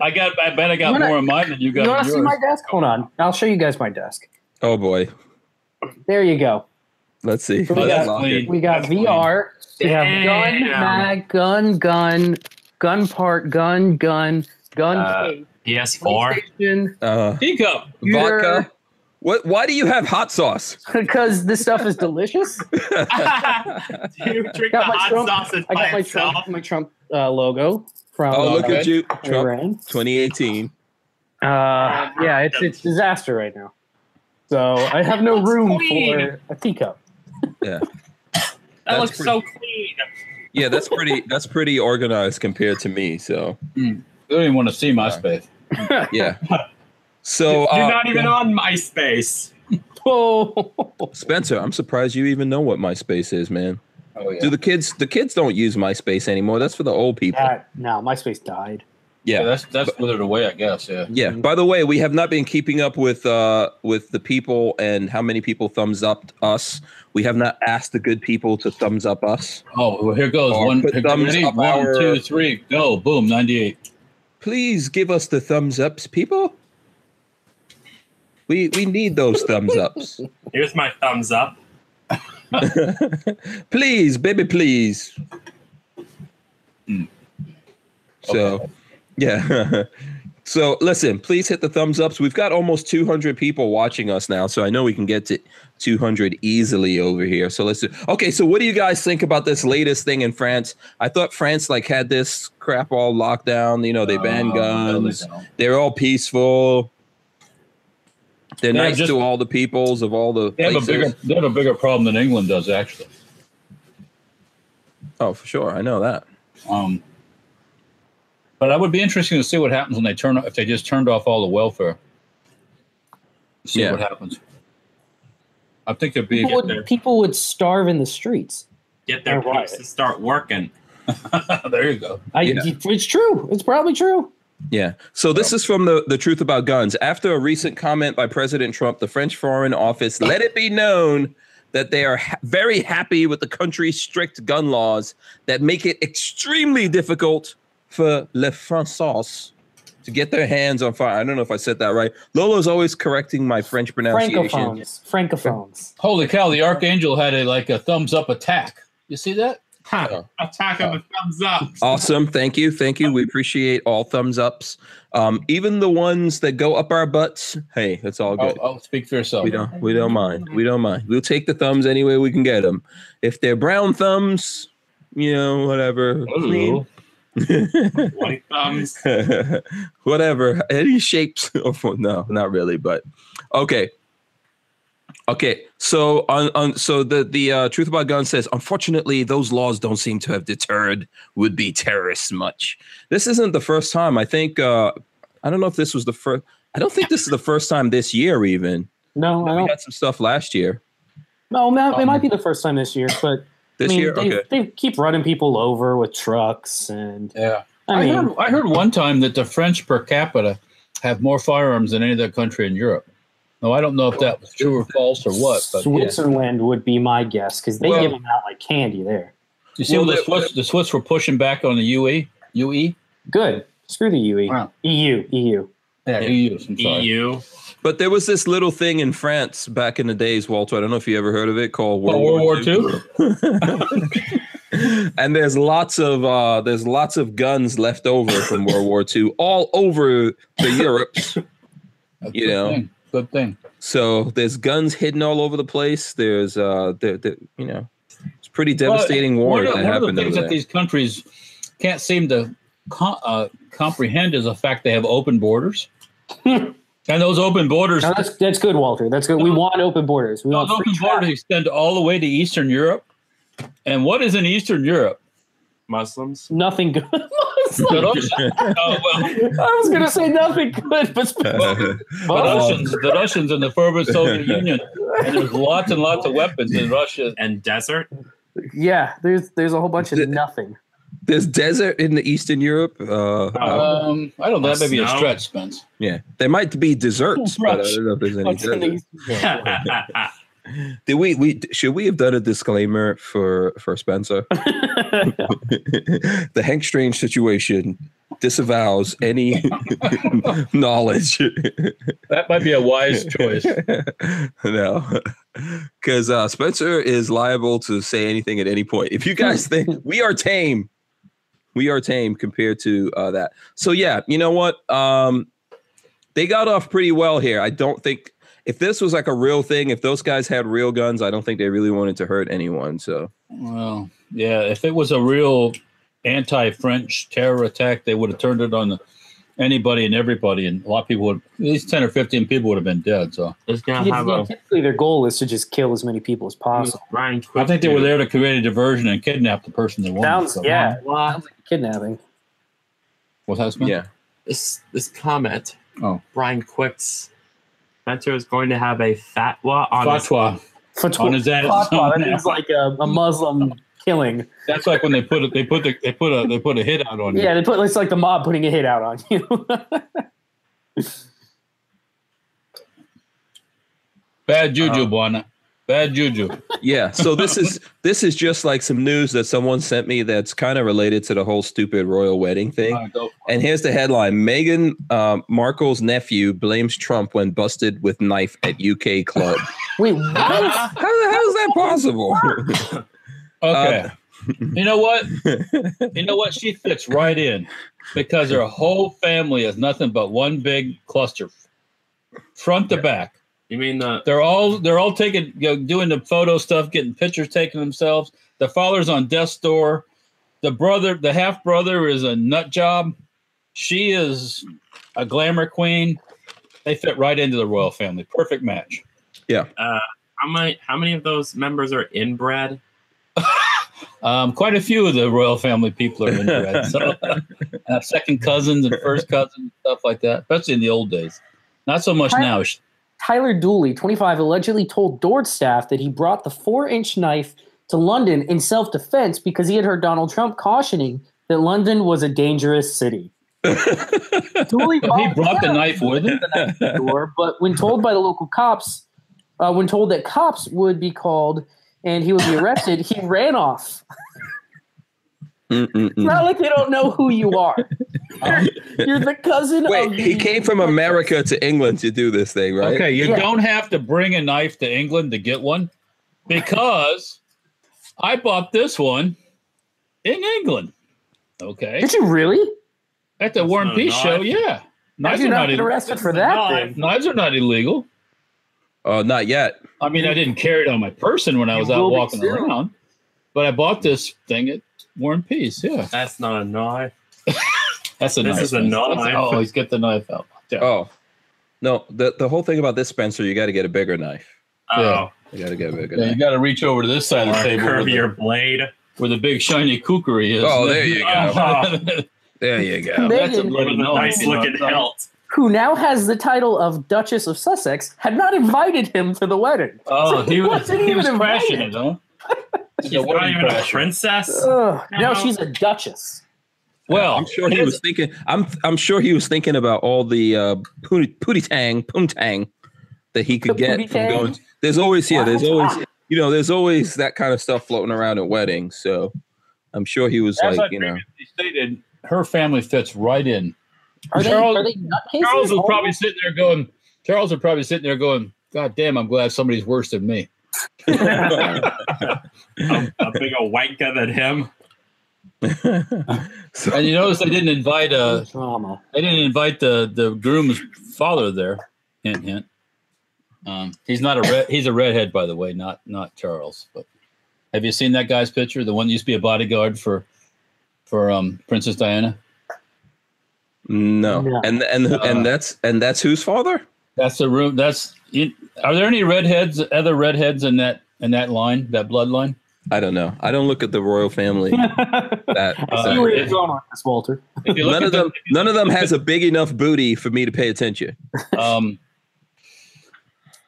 B: I got. I bet I got
D: You wanna-
B: more in mine than you
D: you
B: got
D: wanna
B: in
D: see
B: yours.
D: my desk? Hold on, I'll show you guys my desk.
A: Oh boy.
D: There you go.
A: Let's see.
D: Oh, that's
A: Lock it.
B: clean.
D: We got
B: That's
D: VR. We have gun,
C: Damn.
D: mag, gun, gun, gun part, gun, gun, gun
C: Uh,
D: case,
C: PS4?
D: PlayStation,
A: Uh,
B: teacup.
A: vodka. What why do you have hot sauce? Oh,
D: because this stuff is delicious.
C: Do you drink the
D: Got my
C: hot
D: Trump-
C: sausage
D: I got
C: by
D: my
C: itself?
D: Trump, my Trump uh, logo from.
A: Oh, look
D: uh,
A: at you. Trump
D: Iran.
A: 2018.
D: Uh, yeah, it's it's disaster right now. So I have no room for a teacup.
A: Yeah.
C: That
A: That's
C: looks so clean.
A: Yeah, that's pretty that's pretty organized compared to me. So
B: They don't even want to see MySpace.
A: yeah. So
C: You're
A: uh,
C: not even on MySpace.
D: Oh,
A: Spencer, I'm surprised you even know what MySpace is, man.
B: Oh yeah.
A: Do the kids the kids don't use MySpace anymore. That's for the old people.
D: that, no, MySpace died.
B: Yeah,
A: yeah.
B: that's that's withered away, I guess. Yeah.
A: Yeah. By the way, we have not been keeping up with uh with the people and how many people thumbs up us. We have not asked the good people to thumbs up us.
B: Oh, well, here goes
A: Or
B: one.
A: put
B: Here,
A: thumbs
B: ready?
A: up
B: One,
A: our-
B: two, three, go! Boom, ninety-eight.
A: Please give us the thumbs ups, people. We we need those thumbs ups.
C: Here's my thumbs up.
A: please, baby, please.
B: Mm.
A: So, yeah, So listen, please hit the thumbs ups. We've got almost 200 people watching us now, so I know we can get to 200 easily over here. So let's do. Okay, so what do you guys think about this latest thing in France? I thought France like had this crap all locked down. You know, Oh, they banned guns. They're all peaceful. They're
B: Yeah,
A: nice
B: just-
A: to all the peoples of all the
B: They have a
A: places.
B: bigger they have a bigger problem than England does actually.
A: oh, for sure, I know that.
B: Um, but I would be interesting to see what happens when they turn if they just turned off all the welfare. See
A: Yeah.
B: what happens. I think it'd be
D: People
C: there.
D: would, people would starve in the streets.
C: Get their
D: All right.
C: pipes to start working.
B: there. You go.
D: I,
A: Yeah.
D: It's true. It's probably true.
A: Yeah. So this is from the, the truth about guns. After a recent comment by President Trump, the French Foreign Office let it be known that they are ha- very happy with the country's strict gun laws that make it extremely difficult for les Français to get their hands on fire. I don't know if I said that right. Lolo's always correcting my French pronunciation.
D: Francophones. Francophones.
B: Holy cow! The archangel had a like a thumbs up attack. You see that?
C: Ha, attack him with thumbs up.
A: Awesome. Thank you. Thank you. We appreciate all thumbs ups. Um, even the ones that go up our butts. Hey, that's all good.
B: Oh, oh, speak for yourself.
A: We don't. We don't mind. We don't mind. We'll take the thumbs any way we can get them. If they're brown thumbs, you know, whatever,
B: Ooh.
C: White thumbs.
A: whatever, any shapes. Or no, not really. But okay, okay. So on, on so the the uh, truth about guns says, unfortunately, those laws don't seem to have deterred would be terrorists much. This isn't the first time. I think. Uh, I don't know if this was the first. I don't think this is the first time this year. Even
D: No, I
A: we
D: don't.
A: had some stuff last year.
D: No, ma- it
B: Um,
D: might be the first time this year, but
A: This
D: I mean,
A: year,
D: they,
A: okay.
D: they keep running people over with trucks, and
B: Yeah.
D: I
B: I
D: mean,
B: heard I heard one time that the French per capita have more firearms than any other country in Europe. Now I don't know if that was true or false or what, but yeah.
D: Switzerland would be my guess because they
B: Well-
D: give them out like candy there.
B: You see,
A: Well,
B: when the
A: that-
B: Swiss, the Swiss were pushing back on the E, UE, UE,
D: Good. Screw the E. UE.
B: Wow.
D: EU. EU.
B: yeah, EU. E I'm sorry.
A: E
C: EU.
A: But there was this little thing in France back in the days, Walter. I don't know if you ever heard of it called
B: But World
A: World,
B: War
A: Two.
B: II.
A: And there's lots of uh, there's lots of guns left over from World War II all over the Europe.
B: Good
A: You know.
B: thing. good thing.
A: So there's guns hidden all over the place. There's uh, there, there, you know, it's pretty devastating
B: Well,
A: war
B: one of-
A: that
B: one of the
A: happened over
B: things
A: there.
B: that these countries can't seem to co- uh, comprehend is the fact they have open borders, and those open borders,
D: No, that's that's good, Walter. That's good. We want open borders. We
B: those
D: want free
B: open borders
D: trade.
B: extend all the way to Eastern Europe. And what is in Eastern Europe?
C: Muslims.
D: Nothing good. I
B: The Russians, oh, well,
D: was gonna say nothing good, but
B: the
D: Oh,
B: Russians, the Russians, and the former Soviet Union. And there's lots and lots of weapons in Russia.
C: And desert.
D: yeah. There's there's a whole bunch of
A: Th-
D: nothing.
A: there's desert in the Eastern Europe. Uh, uh,
B: Um, I don't know. That may be a
C: Snow.
B: stretch, Spence.
A: yeah, there might be deserts, but I don't know if there's any
D: What's
A: desert.
D: in these-
A: Did we we should we have done a disclaimer for for Spencer? the Hank Strange situation disavows any knowledge.
B: That might be a wise choice.
A: no, because uh, Spencer is liable to say anything at any point. If you guys think we are tame, we are tame compared to uh, that. So yeah, you know what? Um, they got off pretty well here. I don't think if this was like a real thing, if those guys had real guns, I don't think they really wanted to hurt anyone. So
B: Well, yeah. If it was a real anti-French terror attack, they would have turned it on the, anybody and everybody, and a lot of people would. At least ten or fifteen people would have been dead. So
C: It's gonna
D: Yeah,
C: have a
D: typically, their goal is to just kill as many people as possible.
C: Ryan
B: I
C: Quick
B: think they were
C: dude.
B: there to create a diversion and kidnap the person they wanted.
D: Sounds
B: so.
D: yeah, sounds like kidnapping.
B: Was that Spence?
A: yeah,
C: This this comment.
B: Oh.
C: Brian Quick's mentor is going to have a fatwa on his
B: Fatwa
D: Fatwa.
B: on his ass.
D: Fatwa, that is like um, a, a Muslim killing.
B: That's like when they put it. They put the. They put a. They put a hit out on you.
D: Yeah, they put it's like the mob putting a hit out on you.
B: Bad juju,
A: Uh,
B: Buana. Bad juju.
A: yeah. So this is this is just like some news that someone sent me that's kind of related to the whole stupid royal wedding thing.
B: Uh, go-
A: And here's the headline: Meghan uh, Markle's nephew blames Trump when busted with knife at UK club.
D: Wait, what?
A: How the hell is that possible? Uh,
B: Okay. you know what? You know what? She fits right in. because her whole family is nothing but one big cluster, front to back.
C: You mean the
B: They're all they're all taking you know, doing the photo stuff, getting pictures taken themselves. The father's on death's door. The brother, the half brother, is a nut job. She is a glamour queen. They fit right into the royal family. Perfect match.
C: how many how many of those members are inbred?
B: Um, quite a few of the royal family people are inbred. So, uh, second cousins and first cousins, stuff like that, especially in the old days. Not so much now. She-
D: Tyler Dooley, 25, allegedly told Dord staff that he brought the four inch knife to London in self defense because he had heard Donald Trump cautioning that London was a dangerous city.
A: Uh,
D: Dooley
B: But he brought the knife with him.
D: the door, but when told by the local cops, uh, when told that cops would be called and he would be arrested, he ran off.
A: Mm,
D: It's
A: Mm-mm-mm.
D: not like they don't know who you are. You're, you're the cousin
A: Wait,
D: of.
A: he
D: the-
A: came from America to England to do this thing, right?
B: Okay, you
D: Yeah.
B: don't have to bring a knife to England to get one because I bought this one in England. Okay,
D: Did you really?
B: at the
C: That's
B: War and
C: not a
B: Peace
C: knife.
B: show, yeah.
D: How'd
B: Knives
D: you
B: are
D: not
B: not
D: get
B: illegal.
D: arrested for
C: It's
D: that
C: not.
D: then?
B: Knives are not illegal.
A: Oh, not yet.
B: I mean, I didn't carry it on my person when I
D: You
B: was out
D: will be
B: walking
D: soon.
B: around, but I bought this thing at War and Peace. Yeah,
C: That's not a knife.
B: that's a
C: This
B: knife.
C: is a
B: That's-
C: knife.
B: Oh, he's get the knife out. Yeah.
A: Oh, no. The the whole thing about this, Spencer, you got to get a bigger knife.
C: Oh,
B: Yeah.
A: You got to get a bigger
B: Yeah, you
A: knife.
B: got to reach over to this side
C: or
B: of
C: a
B: the table where the,
C: curvier blade.
B: where the big shiny kookery is.
A: Oh, there you
C: go.
A: There you go.
B: Oh, That's a
D: Megan-
B: bloody
C: With a
B: knife,
C: nice
B: you know,
C: looking
B: it's not-
C: hilt.
D: who now has the title of Duchess of Sussex, had not invited him to the wedding.
B: Oh, he
D: He
B: was
D: wasn't
B: he was
D: even
B: crashing it,
D: invited.
B: huh?
C: She's
B: Yeah, what
C: not
B: a
C: even a
B: impression.
C: princess.
D: Ugh, now
C: No.
D: she's a duchess.
B: Well,
A: I'm sure he was thinking. I'm I'm sure he was thinking about all the uh, pooty pooty tang poontang that he could
D: The
A: get
D: pooty
A: from
D: tang?
A: going. There's always yeah. There's
D: Wow.
A: always you know. There's always that kind of stuff floating around at weddings. So I'm sure he was
B: as
A: like
B: I
A: you know.
B: previously stated, her family fits right in.
D: Are they,
B: Charles-
D: are they nutcases?
B: Charles was
D: Oh,
B: probably sitting there going. Charles was probably sitting there going, "God damn, I'm glad somebody's worse than me."
C: a, a bigger wanker than him.
A: so,
B: And you notice they didn't invite uh
D: drama.
B: they didn't invite the the groom's father there. Hint, hint. Um, he's not a red, he's a redhead, by the way, not not Charles. But have you seen that guy's picture? The one that used to be a bodyguard for for um Princess Diana.
A: no,
D: Yeah.
A: and and
B: Uh,
A: and that's and that's whose father?
B: That's the room. That's you, are there any redheads, other redheads in that in that line, that bloodline?
A: I don't know. I don't look at the royal family. That
B: Uh,
D: See where
B: it-
A: that-
D: you're going with this, Walter.
B: If you look
A: none
B: at
A: of them.
B: them,
A: None of them has a big enough booty for me to pay attention.
B: um,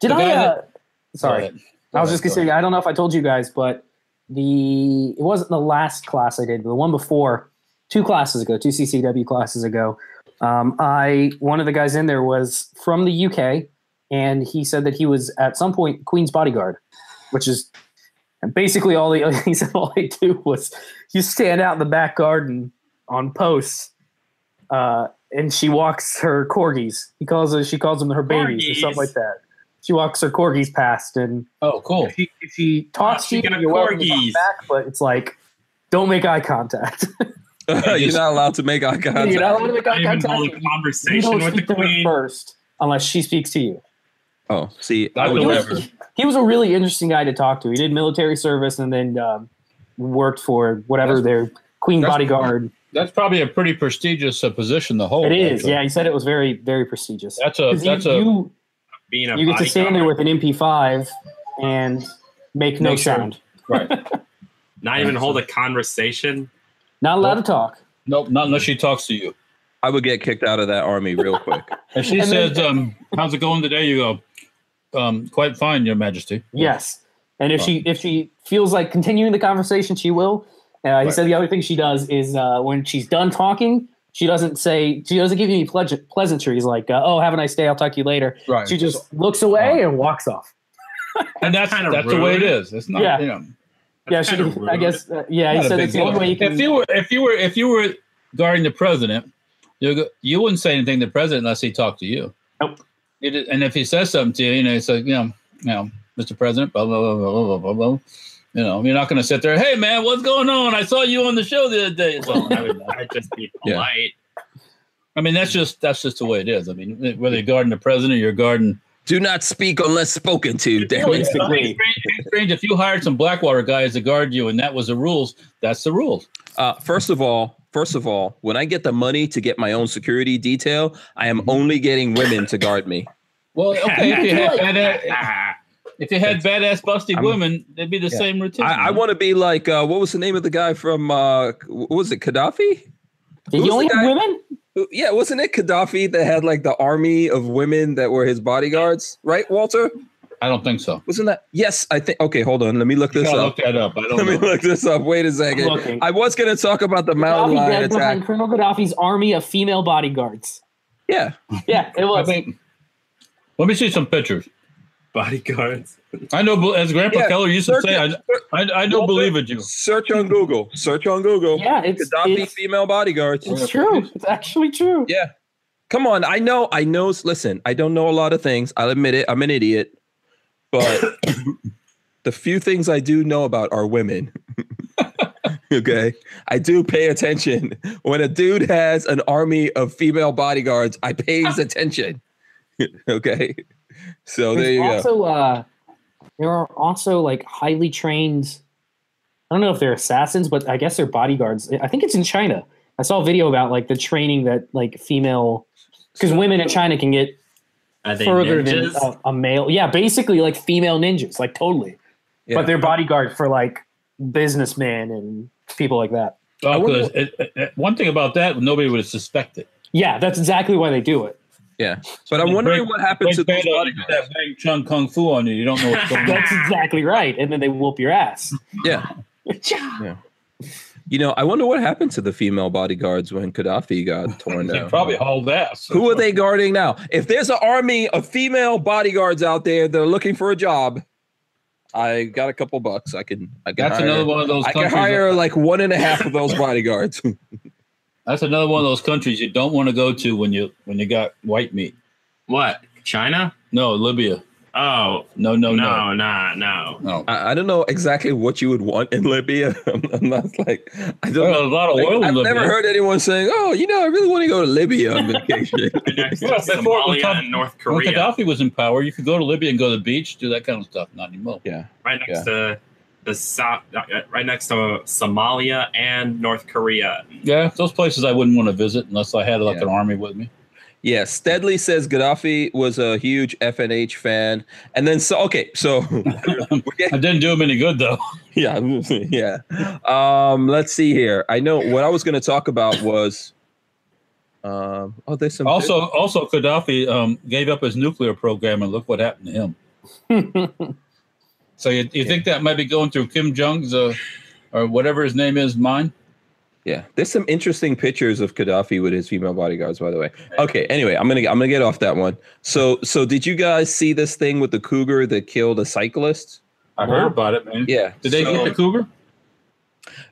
D: Did
B: The
D: I?
B: guy
D: Uh,
B: go
D: sorry,
B: ahead.
D: I was just gonna say I don't know if I told you guys, but the it wasn't the last class I did, but the one before, two classes ago, two CCW classes ago. Um, I one of the guys in there was from the UK, and he said that he was at some point Queen's bodyguard, which is basically all he, he said. All I do was you stand out in the back garden on posts, uh, and she walks her corgis. He calls her, she calls them her babies or something
C: Corgis.
D: like that. She walks her corgis past, and
B: Oh, cool.
D: if she, if she talks
C: She
D: to you,
C: got
D: you're welcome to talk
C: corgis.
D: back, but it's like. Don't make eye contact.
A: You're
B: just-
A: not allowed to make eye contact.
D: You're not allowed to make
C: Not
D: eye
C: even
D: contact.
C: hold a
D: You don't
C: conversation with the
D: speak to her
C: queen.
D: first unless she speaks to you.
A: Oh, see,
B: I
A: I
B: would
A: would
D: he
A: never.
D: was, he was a really interesting guy to talk to. He did military service and then um, worked for whatever
B: That's-
D: their queen
B: that's-
D: bodyguard.
B: That's probably a pretty prestigious uh, position to hold.
D: it is.
B: actually.
D: Yeah, he said it was very, very prestigious.
B: That's a
D: 'Cause you-
B: that's a
D: you,
C: Being a
D: you get to stand there
C: bodyguard.
D: with an MP5 and make no
B: Make sure-
D: sound.
B: right.
C: Not even hold a conversation.
D: Not allowed to talk.
B: Nope, not unless she talks to you.
A: I would get kicked out of that army real quick.
B: If she
D: And then-
B: says, um, "How's it going today?" You go, um, "Quite fine, Your Majesty."
D: Yes. And if she if she feels like continuing the conversation, she will. Uh, He
B: Right.
D: said the other thing she does is uh, when she's done talking, she doesn't say she doesn't give you any pleas- pleasantries like uh, "Oh, have a nice day. I'll talk to you later."
B: Right.
D: She just looks away and walks off.
B: and that's
C: Kinda
B: that's the way it
C: rude.
B: is. It's not.
D: Yeah.
B: You know,
D: yeah,
C: That's
D: she.
C: kinda rude.
D: I guess. Uh, yeah, he
B: Not a
D: said
B: big
D: it's the only
B: deal.
D: way you
B: If
D: can.
B: you were, if you were, if you were guarding the president, you go, you wouldn't say anything to the president unless he talked to you.
D: Nope.
B: You did- and if he says something to you, you know, it's like, you know, you know, Mr. President, blah blah blah blah blah blah blah. blah. You know, you're not going to sit there. Hey, man, what's going on? I saw you on the show the other day. It's all-
C: I'd just be
A: Yeah.
C: polite.
B: I mean, that's just that's just the way it is. I mean, whether you're guarding the president or you're guarding
A: Do not speak unless spoken to. Damn
D: Really?
A: it.
B: It's strange- it's strange if you hired some Blackwater guys to guard you and that was the rules, that's the rules.
A: Uh, first of all, first of all, when I get the money to get my own security detail, I am only getting women to guard me.
B: Well, okay, if you had badass,
C: Ah,
B: if you had badass busty
A: I'm-
B: women, it'd be the
A: Yeah.
B: same routine.
A: I, I want to be like uh, what was the name of the guy from uh, what was it Gaddafi?
D: Did
A: Who's
D: you only
A: the
D: have
A: guy-
D: women?
A: Who- Yeah, wasn't it Gaddafi that had like the army of women that were his bodyguards? Right, Walter?
B: I don't think so.
A: Wasn't that? Yes, I think. Okay, hold on. Let me look
B: You
A: this
B: gotta
A: up.
B: look that up. I
A: Let
B: don't
A: me
B: know.
A: look this up. Wait a second.
D: looking.
A: I was going to talk about the mountain
D: Gaddafi
A: lion
D: dead behind
A: attack.
D: Colonel Gaddafi's army of female bodyguards.
A: Yeah,
D: Yeah, it
B: I
D: was.
B: think. Let me see some pictures.
C: bodyguards.
B: I know, as Grandpa
A: Yeah,
B: Keller used to say, I, I, I don't
A: Walter-
B: believe in you.
A: search on Google. Search on Google.
D: Yeah, it's
A: Gaddafi
D: it's,
A: female bodyguards.
D: it's true. It's actually true.
A: Yeah. Come on, I know, I know. Listen, I don't know a lot of things. I'll admit it. I'm an idiot, but the few things I do know about are women. okay, I do pay attention. When a dude has an army of female bodyguards, I pays attention. okay, so Oh, there
D: There's
A: you go.
D: also, uh, there are also like highly trained. I don't know if they're assassins, but I guess they're bodyguards. I think it's in China. I saw a video about like the training that like female, because women in China can get
C: Are they
D: further
C: ninjas?
D: than a, a male. Yeah, basically like female ninjas, like totally.
A: Yeah.
D: But they're bodyguard for like businessmen and people like that.
B: Oh,
A: wonder-
B: 'cause it- it- it- one thing about that, nobody would suspect it.
D: Yeah, that's exactly why they do it.
A: But I'm
B: Break-
A: wondering what happened to
B: Like,
A: those
B: bad on you,
A: bodyguards.
B: that Wang Chung Kung Fu on you. You don't know what's going on.
D: That's exactly right. And then they whoop your ass.
A: Yeah. yeah. You know, I wonder what happened to the female bodyguards when Gaddafi got torn
B: They
A: down.
B: probably hauled ass.
A: Who are they guarding now? If there's an army of female bodyguards out there that are looking for a job, I got a couple bucks. I can. I can
B: That's
A: hire,
B: another one of those
A: I can
B: countries.
A: hire like one and a half of those bodyguards.
B: That's another one of those countries you don't want to go to when you when you got white meat.
C: What? China?
B: No, Libya.
C: Oh
B: No, no, no,
C: no, no, no.
B: no.
A: I, I don't know exactly what you would want in Libya. I'm, I'm not like I don't.
B: There
A: know.
B: are a lot of
A: Like,
B: oil in
A: I've
B: Libya.
A: never heard anyone saying, "Oh, you know, I really want to go to Libya on vacation."
C: Next
B: Well,
C: is
B: before it was
C: Somalia
B: tough-
C: and North
B: when
C: Korea,
B: Gaddafi was in power, you could go to Libya and go to the beach, do that kind of stuff. Not anymore.
A: yeah,
C: right next to the South, uh, right next to Somalia and North Korea.
B: Yeah, those places I wouldn't want to visit unless I had like
A: Yeah.
B: an army with me.
A: yeah. Steadley says Gaddafi was a huge FNH fan, and then so okay, so we're getting
B: I didn't do him any good though.
A: yeah yeah um let's see here i know what i was going to talk about was um oh there's some
B: Also, also Gaddafi um, gave up his nuclear program, and look what happened to him. So you, you think that might be going through Kim Jong's uh, or whatever his name is, mine?
A: yeah there's some interesting pictures of gaddafi with his female bodyguards by the way okay anyway i'm gonna i'm gonna get off that one so so did you guys see this thing with the cougar that killed a cyclist
B: I
D: No.
B: heard about it, man.
A: yeah
B: Did they
A: so,
B: get the cougar?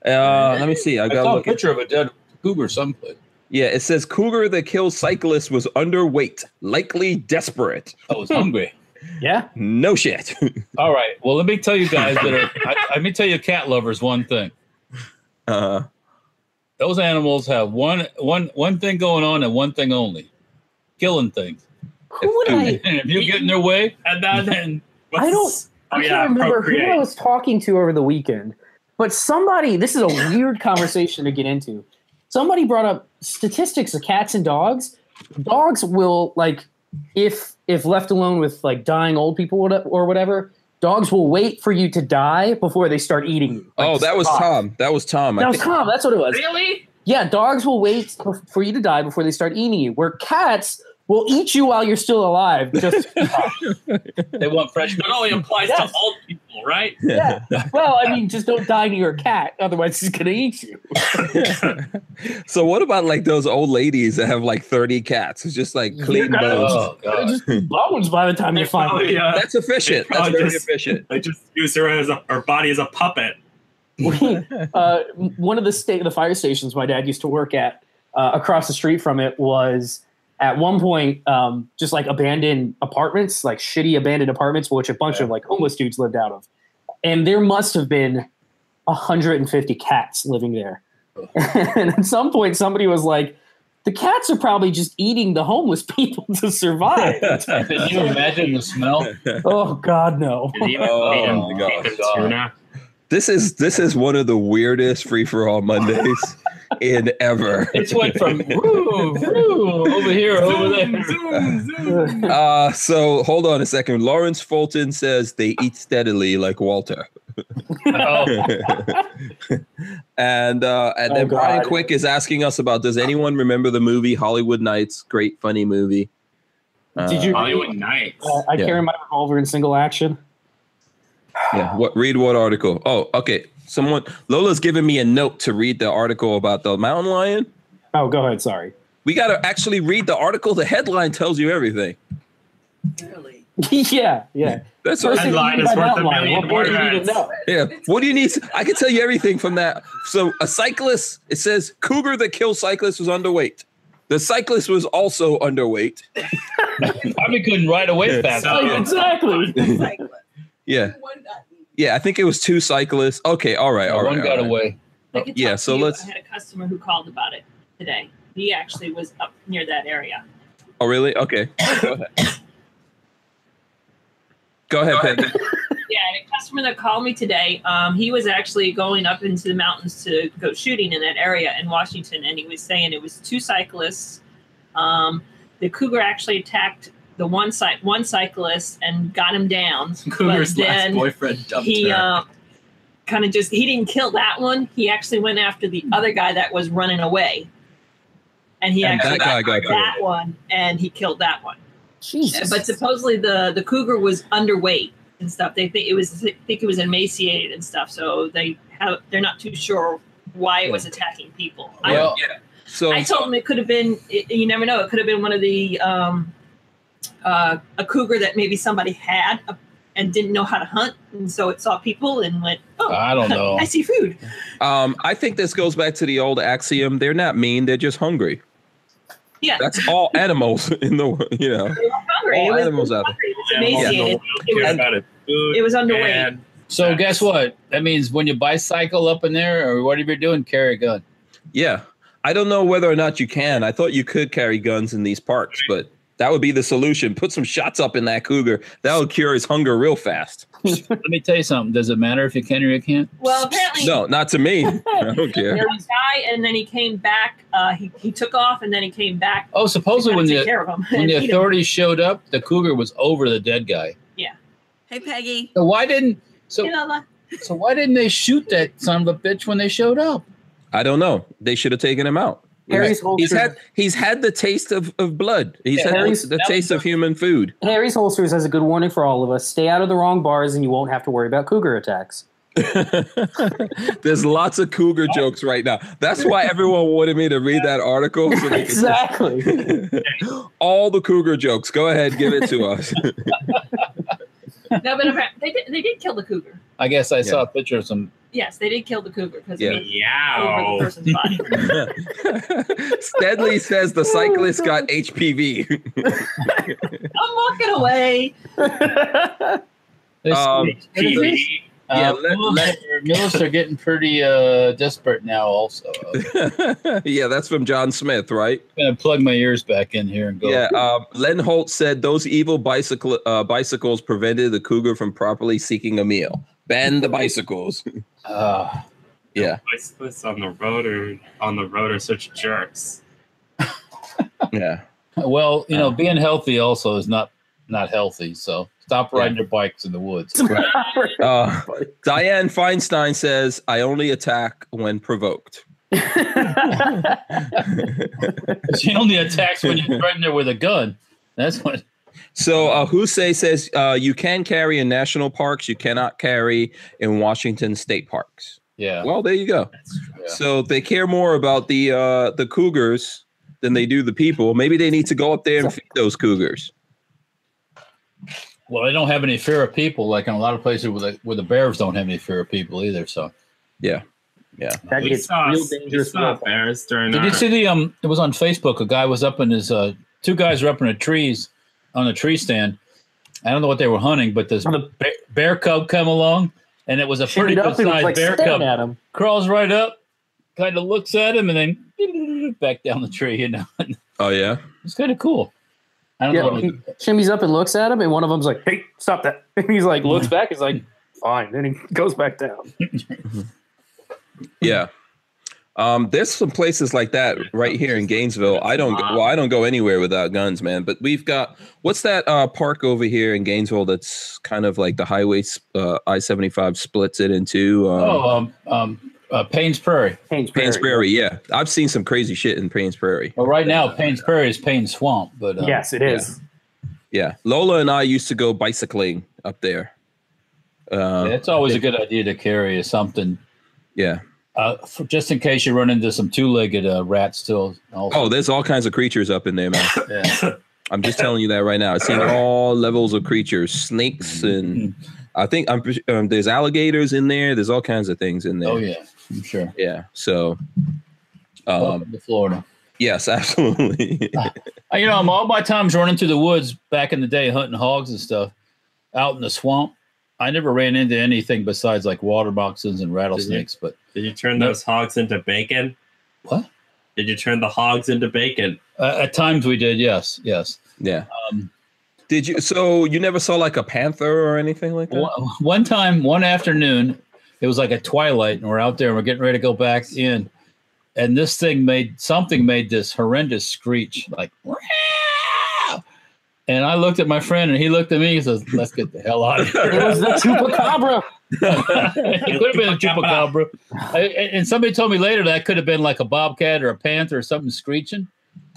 A: uh let me see i
B: I
A: gotta
B: saw a
A: look at,
B: picture of a dead cougar someplace.
A: yeah it says cougar that kills cyclist was underweight likely desperate
B: I was hungry.
D: Yeah.
A: no shit
B: All right. Well, let me tell you guys that are, I, let me tell you cat lovers one thing.
A: uh
B: Those animals have one one one thing going on and one thing only, killing things.
D: Who would I?
B: And if you get in their way,
C: And then,
B: then
C: what's-
D: I don't-
C: oh,
D: I
C: yeah,
D: can't remember who
C: procreate.
D: I was talking to over the weekend, but somebody, this is a weird conversation to get into. Somebody brought up statistics of cats and dogs. Dogs will like if if left alone with like dying old people what- or whatever, dogs will wait for you to die before they start eating you. Like,
A: oh that was
D: stop.
A: tom that was tom I
D: That was
A: think-
D: Tom. That's what it was.
C: Really?
D: Yeah, dogs will wait for you to die before they start eating you. Where cats will eat you while you're still alive. Just
B: they want fresh
C: It only applies
D: Yes.
C: to old people, right?
D: yeah. Well, I mean, just don't die to your cat, otherwise he's gonna eat you.
A: So what about like those old ladies that have like 30 cats? It's just like clean
D: Yeah.
A: bones.
B: Oh
D: It'll
B: god.
D: just be bones by the time you
C: They
A: Oh,
D: find
C: probably,
D: it.
C: uh,
A: That's efficient. That's
C: Oh,
A: very
C: just-
A: efficient.
C: they just use her as a, her body as a puppet.
D: uh, one of the state, the fire stations my dad used to work at uh, across the street from it was at one point um, just like abandoned apartments, like shitty abandoned apartments, which a bunch of like homeless dudes lived out of, and there must have been
A: Oh.
D: 150 cats living there. and at some point, somebody was like, The cats are probably just eating the homeless people to survive.
B: Can you imagine the smell?
D: oh God, no.
C: Did he even
A: Oh,
C: feed him-
A: my gosh.
C: feed him tuna?
A: This is this is one of the weirdest free for all Mondays in ever.
B: It's went from woo, woo, over here, over there.
A: Uh, so hold on a second. Lawrence Fulton says they eat steadily like Walter.
B: Oh,
A: And uh, and
D: Oh,
A: then Brian
D: God.
A: Quick is asking us about does anyone remember the movie Hollywood Nights? Great funny movie. Uh,
D: Did you-
C: Hollywood Nights.
D: Uh, I
A: Yeah.
D: carry my revolver in single action.
A: Yeah. What read what article? Oh, okay. Someone Lola's giving me a note to read the article about the mountain lion.
D: Oh, go ahead. Sorry.
A: We got to actually read the article. The headline tells you everything.
E: Really?
D: yeah, yeah.
A: That's
D: First
A: what.
D: thing you
C: Headline
D: need
C: is
D: by
C: worth a
D: outline,
C: million
D: what more do you need to
C: words.
D: know?
A: Yeah. What do you need? I can tell you everything from that. So a cyclist. It says cougar that killed cyclist was underweight. The cyclist was also underweight.
B: probably couldn't ride away fast.
A: Oh,
C: So-
B: enough.
D: Exactly.
E: Like,
A: Yeah.
E: one,
A: Yeah. I think it was two cyclists. Okay. All right. All right.
B: One got
A: all right.
B: away.
E: I could
A: Yeah,
E: talk to
A: so
E: you.
A: let's-
E: I had a customer who called about it today. He actually was up near that area.
A: Oh, really? Okay. Go ahead. Go ahead, Peggy.
E: Yeah, and a customer that called me today, um, he was actually going up into the mountains to go shooting in that area in Washington, and he was saying it was two cyclists. Um, the cougar actually attacked the one cy- one cyclist and got him down.
F: Cougar's
E: But
F: last
E: then
F: boyfriend dumped
E: he
F: her.
E: uh, kind of just he didn't kill that one. He actually went after the other guy that was running away, and he
A: And
E: actually
A: that guy got killed.
E: that one and he killed that one.
D: Jesus.
E: But supposedly the the cougar was underweight and stuff. They think it was they think it was emaciated and stuff. So they have they're not too sure why it was attacking people. I,
B: Well,
A: So
E: I told them it could have been it, you never know. It could have been one of the um, uh, a cougar that maybe somebody had uh, and didn't know how to hunt, and so it saw people and went, oh,
B: I don't know.
E: I see food.
A: Um, I think this goes back to the old axiom: they're not mean; they're just hungry.
E: Yeah.
A: that's all animals in the world. You know,
E: It was hungry.
A: all
E: it was
A: animals out
E: hungry. It was
C: Animals in the
E: emaciated.
C: world
E: It
C: care
E: was
C: about it. Food
E: it was underweight.
C: and-
B: So guess what? That means when you bicycle up in there or whatever you're doing, carry a gun.
A: there. Yeah, I don't know whether or not you can. I thought you could carry guns in these parks, but that would be the solution. Put some shots up in that cougar. That will cure his hunger real fast.
B: Let me tell you something. Does it matter if you can or you can't?
E: Well, apparently
A: No, not to me. I don't care.
E: There was a guy, and then he came back. Uh, he, he took off, and then he came back.
B: Oh, supposedly when
E: Gotta take
B: the
E: care of him
B: when
E: and
B: the
E: eat him.
B: authorities showed up, the cougar was over the dead guy.
E: Hey, Peggy.
B: So why didn't so
E: Hey, Lola.
B: so why didn't they shoot that son of a bitch when they showed up?
A: I don't know. They should have taken him out.
D: Harry's whole
A: He's
D: truth.
A: had he's had the taste of, of blood. He's
D: Yeah,
A: had
D: Harry's-
A: the taste of human food.
D: Harry's holsters has a good warning for all of us: stay out of the wrong bars, and you won't have to worry about cougar attacks.
A: There's lots of cougar jokes right now. That's why everyone wanted me to read that article. so they could-
D: exactly.
A: All the cougar jokes. Go ahead, give it to us.
E: No, but apparent- they did, they did kill the cougar.
B: I guess I saw a picture of some
E: Yes, they did kill the cougar because
A: Yeah.
E: it was over the
C: Yow.
E: person's body.
A: Steadley says the cyclist got HPV.
E: I'm walking away.
B: this-
A: Um,
C: TV.
B: uh,
A: yeah, let-
B: milfs
A: let-
B: are- milfs are getting pretty uh desperate now also. I'm
A: yeah, that's from John Smith, right?
B: gonna plug my ears back in here and go.
A: Yeah. Um, Len Holt said those evil bicycle uh, bicycles prevented the cougar from properly seeking a meal. Ban the bicycles.
B: Uh,
A: Yeah.
C: bicyclists on the road are on the road are such jerks.
A: Yeah.
B: uh, well,
A: uh.
B: you know, being healthy also is not not healthy. So stop
A: Yeah.
B: riding your bikes in the woods.
A: Uh, Diane Feinstein says, I only attack when provoked.
B: She only attacks when you threaten her with a gun. That's what.
A: So uh, Husey says, uh, you can carry in national parks, you cannot carry in Washington state parks.
B: Yeah.
A: Well, there you go.
B: Yeah.
A: So they care more about the uh, the cougars than they do the people. Maybe they need to go up there and feed those cougars.
B: Well, they don't have any fear of people, like in a lot of places where the, where the bears don't have any fear of people either. So
D: that
C: We
D: gets
C: saw,
D: real
C: we
D: dangerous.
C: saw
D: real fast.
C: bears during
B: did
C: our,
B: you see the um? It was on Facebook. A guy was up in his uh, two guys were up in the trees on a tree stand. I don't know what they were hunting, but this
D: On the-
B: bear, bear cub come along, and it was a pretty
D: Shoot
B: good
D: up, and it was
B: sized
D: like
B: bear
D: staring
B: cub.
D: at him.
B: Crawls right up, kind of looks at him, and then it back down the tree. You know,
A: Oh yeah.
B: it's kind of cool. I don't
D: Yeah,
B: know.
D: he shimmies up and looks at him, and one of them's like, "Hey, stop that!" And he's
C: Mm-hmm.
D: like, looks back, is like, "Fine." Then he goes back down.
A: Yeah. Um, there's some places like that right here in Gainesville. I don't well, I don't go anywhere without guns, man. But we've got what's that uh, park over here in Gainesville that's kind of like the highway s- uh, I-75 splits it into. Um,
B: Oh, um, um, uh, Payne's Prairie.
D: Payne's
A: Payne's Prairie, yeah. I've seen some crazy shit in Payne's Prairie.
B: Well, right now Payne's Prairie is Payne Swamp, but uh,
D: Yes, it is.
A: Yeah, Lola and I used to go bicycling up there.
B: yeah,
A: Uh, yeah.
B: it's always a good idea to carry something uh, for, just in case you run into some two-legged uh, rats. Still, also.
A: Oh, there's all kinds of creatures up in there, man.
B: Yeah.
A: I'm just telling you that right now. I've seen all levels of creatures, snakes,
B: Mm-hmm.
A: and I think I'm pres- um, there's alligators in there. There's all kinds of things in there.
B: oh yeah, I'm sure.
A: Yeah. So, um,
B: Welcome to Florida.
A: yes, absolutely.
B: Uh, You know, I'm all my times running through the woods back in the day, hunting hogs and stuff, out in the swamp. I never ran into anything besides like water boxes and rattlesnakes. But
C: Did you turn those hogs into bacon?
B: What?
C: Did you turn the hogs into bacon?
B: uh, at times we did, yes, yes.
A: yeah.
B: Um,
A: Did you? So you never saw like a panther or anything like that?
B: one, one time, one afternoon, it was like a twilight, and we're out there, and we're getting ready to go back in, and this thing made something made this horrendous screech, like, "Meow!" and I looked at my friend, and he looked at me, he says, "Let's get the hell out of here."
D: It was the chupacabra.
B: it could have been a chupacabra. I, and and somebody told me later that could have been like a bobcat or a panther or something screeching.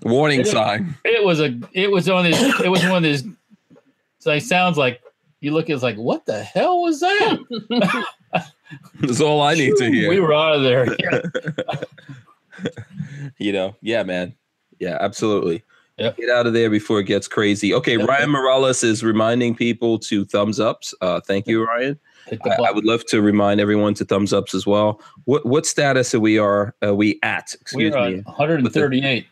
A: Warning sign.
B: It was a. It was on his. It was one of his. So it sounds like you look. It's like what the hell was that?
A: That's all I need to hear.
B: We were out of there. Yeah.
A: you know yeah man yeah absolutely
B: Yep.
A: get out of there before it gets crazy okay
B: Yep.
A: ryan morales is reminding people to thumbs ups uh thank you ryan
B: Hit the
A: I, I
B: button.
A: would love to remind everyone to thumbs ups as well what what status are we are are we at
B: we
A: excuse
B: were uh,
A: me
B: on 138.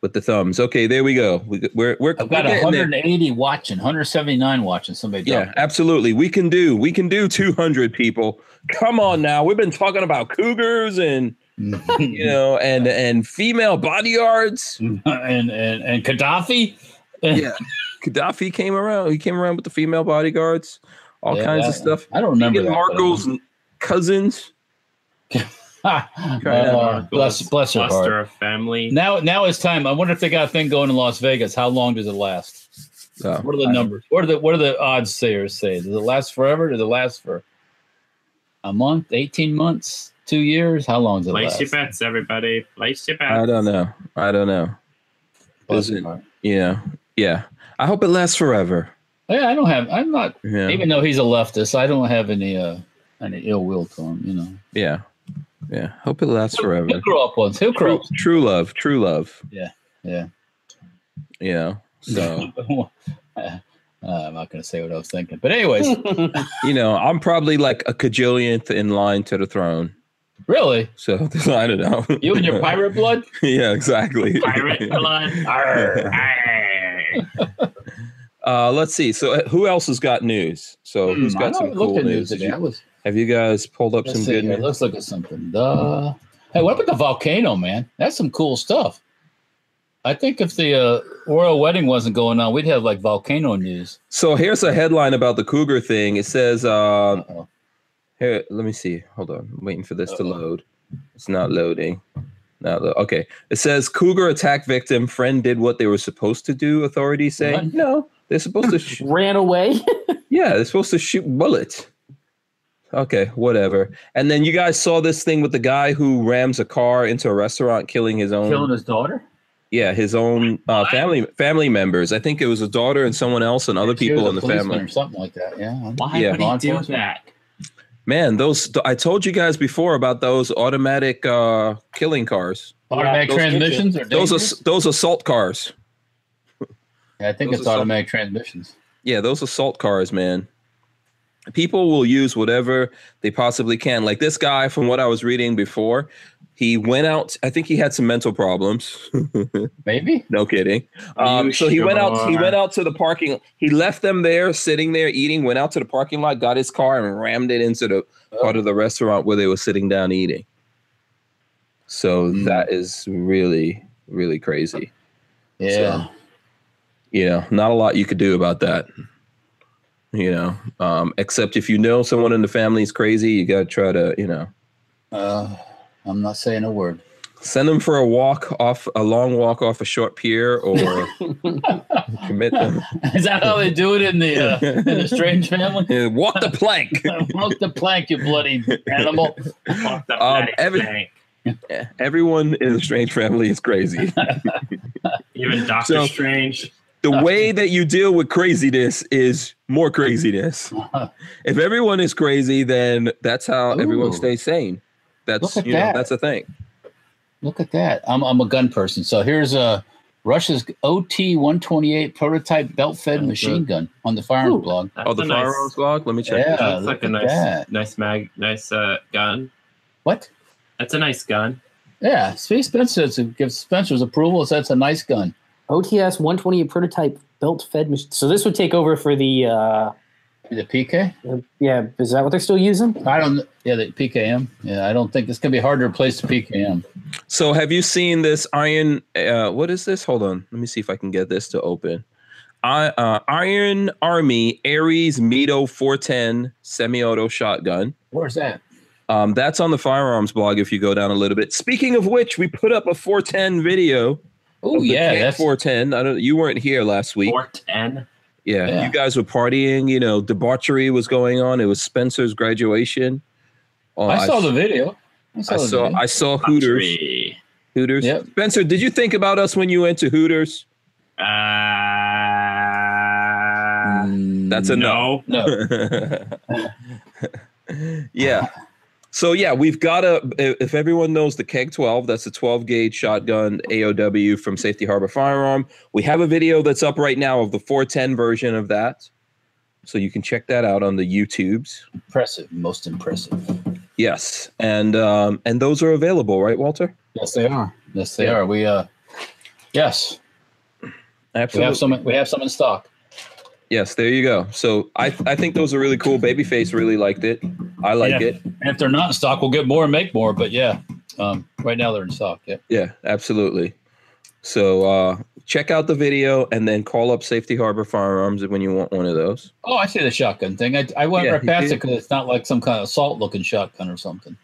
A: with the thumbs okay there we go we, we're we're,
B: I've got
A: we're getting there.
B: 180 watching, 179 watching. Somebody.
A: yeah
B: dropped-
A: absolutely we can do we can do 200 people come on now we've been talking about cougars and you know and and female body arts
B: and and and Gaddafi.
A: yeah. Gaddafi came around. He came around with the female bodyguards, all
B: Yeah,
A: kinds
B: that-
A: of stuff.
B: I don't remember.
A: Meghan
B: that, but I
A: Markle's cousins.
B: Ha!
A: Try that
B: Uh,
C: Or
B: bless, bless her heart.
C: cluster of family.
B: Now, now it's time. I wonder if they got a thing going in Las Vegas. How long does it last?
A: So,
B: What are the numbers? What are the what are the odds sayers say? Does it last forever? Does it last for a month, eighteen months, two years? How long does it
C: Place
B: last?
C: your bets, everybody. Place your bets.
A: I don't know. I don't know.
B: Bless her
A: Doesn't-
B: heart.
A: Yeah. Yeah. I hope it lasts forever.
B: Yeah, I don't have. I'm not.
A: Yeah.
B: Even though he's a leftist, I don't have any uh any ill will to him. You know,
A: Yeah. Yeah. Hope it lasts
B: he'll
A: forever.
B: grow up once. He'll grow.
A: True, true love. True love.
B: Yeah, yeah.
A: You know. So,
B: up. Uh, I'm not going to say what I was thinking, but anyways,
A: you know, I'm probably like a cajillionth in line to the throne.
B: really,
A: So I don't know.
B: you and your pirate blood.
A: yeah, exactly.
C: Pirate blood. Arr, arr.
A: Uh, let's see. So, uh, who else has got news? So,
B: Hmm,
A: who's
B: I
A: got some
B: don't- looked
A: cool
B: at
A: news?
B: today.
A: Did you-
B: I was
A: have you guys pulled up
B: Let's
A: some
B: see
A: good
B: here.
A: news?
B: Let's look at something. Duh. Hey, what about the volcano, man? That's some cool stuff. I think if the uh, royal wedding wasn't going on, we'd have like volcano news.
A: So, here's a headline about the cougar thing. It says, uh,
B: Uh-oh.
A: here, let me see. Hold on. I'm waiting for this to
B: Uh-oh.
A: load. It's not loading. Not lo- okay. It says, Cougar attack victim friend did what they were supposed to do, authorities say.
B: What?
A: No, they're supposed to, sh-
D: Ran away.
A: yeah, they're supposed to shoot bullets. Okay, whatever. And then you guys saw this thing with the guy who rams a car into a restaurant, killing his own.
B: Killing his daughter?
A: Yeah, his own uh, family family members. I think it was a daughter and someone else and other
B: She was
A: people
B: a
A: in the
B: policeman
A: family.
B: Or something like that. Yeah.
C: Why
A: Yeah.
C: would he do
B: Enforcement.
C: that?
A: Man, those I told you guys before about those automatic uh, killing cars.
B: Automatic
A: those
B: transmissions or
A: Those
B: dangerous?
A: ass- those assault cars.
B: Yeah, I think
A: those
B: it's
A: are some-
B: automatic transmissions.
A: Yeah, those assault cars, man. People will use whatever they possibly can. Like this guy, from what I was reading before, he went out. I think he had some mental problems.
B: Maybe.
A: No kidding.
C: Are
A: Um,
C: you
A: so he went out. He
C: sure?
A: went out to the parking. He left them there, sitting there eating. Went out to the parking lot, got his car, and rammed it into the part of the restaurant where they were sitting down eating. So
B: Mm.
A: that is really, really crazy.
B: Yeah.
A: You know, not a lot you could do about that. You know, um, except if you know someone in the family is crazy, you gotta try to, you know,
B: Uh, I'm not saying a word.
A: send them for a walk off a long walk off a short pier or commit them.
B: Is that how they do it in the uh, in the strange family?
A: Yeah, walk the plank.
B: Walk the plank, you bloody animal.
C: Fuck the
A: Um,
C: fatty
A: Evan-
C: tank.
A: Everyone in the strange family is crazy.
C: Even Doctor
A: So-
C: Strange.
A: The way that you deal with craziness is more craziness. If everyone is crazy, then that's how everyone
B: Ooh.
A: stays sane. That's
B: Look at
A: you know,
B: that.
A: that's a thing.
B: Look at that. I'm, I'm a gun person. So here's uh, Russia's OT 128 prototype belt fed
C: That's
B: machine gun on the firearms
D: Ooh.
B: blog.
C: That's
A: Oh, the
C: a nice,
A: fireworks log. Let me check.
B: Yeah,
A: this out.
C: That's like a
B: look at
C: nice,
B: that.
C: nice mag, nice uh, gun.
B: What?
C: That's a nice gun.
B: Yeah. See, Spencer says it gives Spencer's approval. So that's a nice gun.
D: OTS 128 prototype belt fed machine. So this would take over for the. Uh,
B: The PK?
D: yeah, is that what they're still using?
B: I don't. Yeah, the PKM. Yeah, I don't think it's gonna be hard to replace the PKM.
A: So have you seen this iron? Uh, what is this? Hold on. Let me see if I can get this to open. I, uh, iron Army Ares Mito 410 semi-auto shotgun.
B: Where's that?
A: Um, that's on the firearms blog. If you go down a little bit. Speaking of which, we put up a 410 video.
B: Oh
A: of the
B: yeah,
A: Camp
B: that's
A: 410. I don't. You weren't here last week.
C: Four ten.
A: Yeah,
B: Yeah.
A: you guys were partying. You know, debauchery was going on. It was Spencer's graduation. Oh,
B: I saw the video.
A: I
B: the
A: saw.
B: video.
A: I saw Hooters. Hooters.
B: Yep.
A: Spencer, did you think about us when you went to Hooters?
B: Ah,
C: Uh,
A: That's a no.
C: no.
B: no.
A: yeah. So yeah, we've got a. If everyone knows the Keg 12, that's a 12 gauge shotgun AOW from Safety Harbor Firearm. We have a video that's up right now of the 410 version of that, so you can check that out on the YouTubes.
B: Impressive. Most impressive.
A: Yes, and um, and those are available, right, Walter?
B: Yes, they are. Yes, they
A: Yeah.
B: are. We uh, yes, we
A: Absolutely.
B: have some. We have some in stock.
A: yes, there you go. So I I think those are really cool. Babyface really liked it. I like
B: Yeah.
A: it.
B: And if they're not in stock, we'll get more and make more. But yeah, um, right now they're in stock. Yeah.
A: Yeah, absolutely. So uh, check out the video and then call up Safety Harbor Firearms when you want one of those.
B: Oh, I see the shotgun thing. I, I went
A: Yeah,
B: right
A: you
B: past it
A: did.
B: because it's not like some kind of assault looking shotgun or something.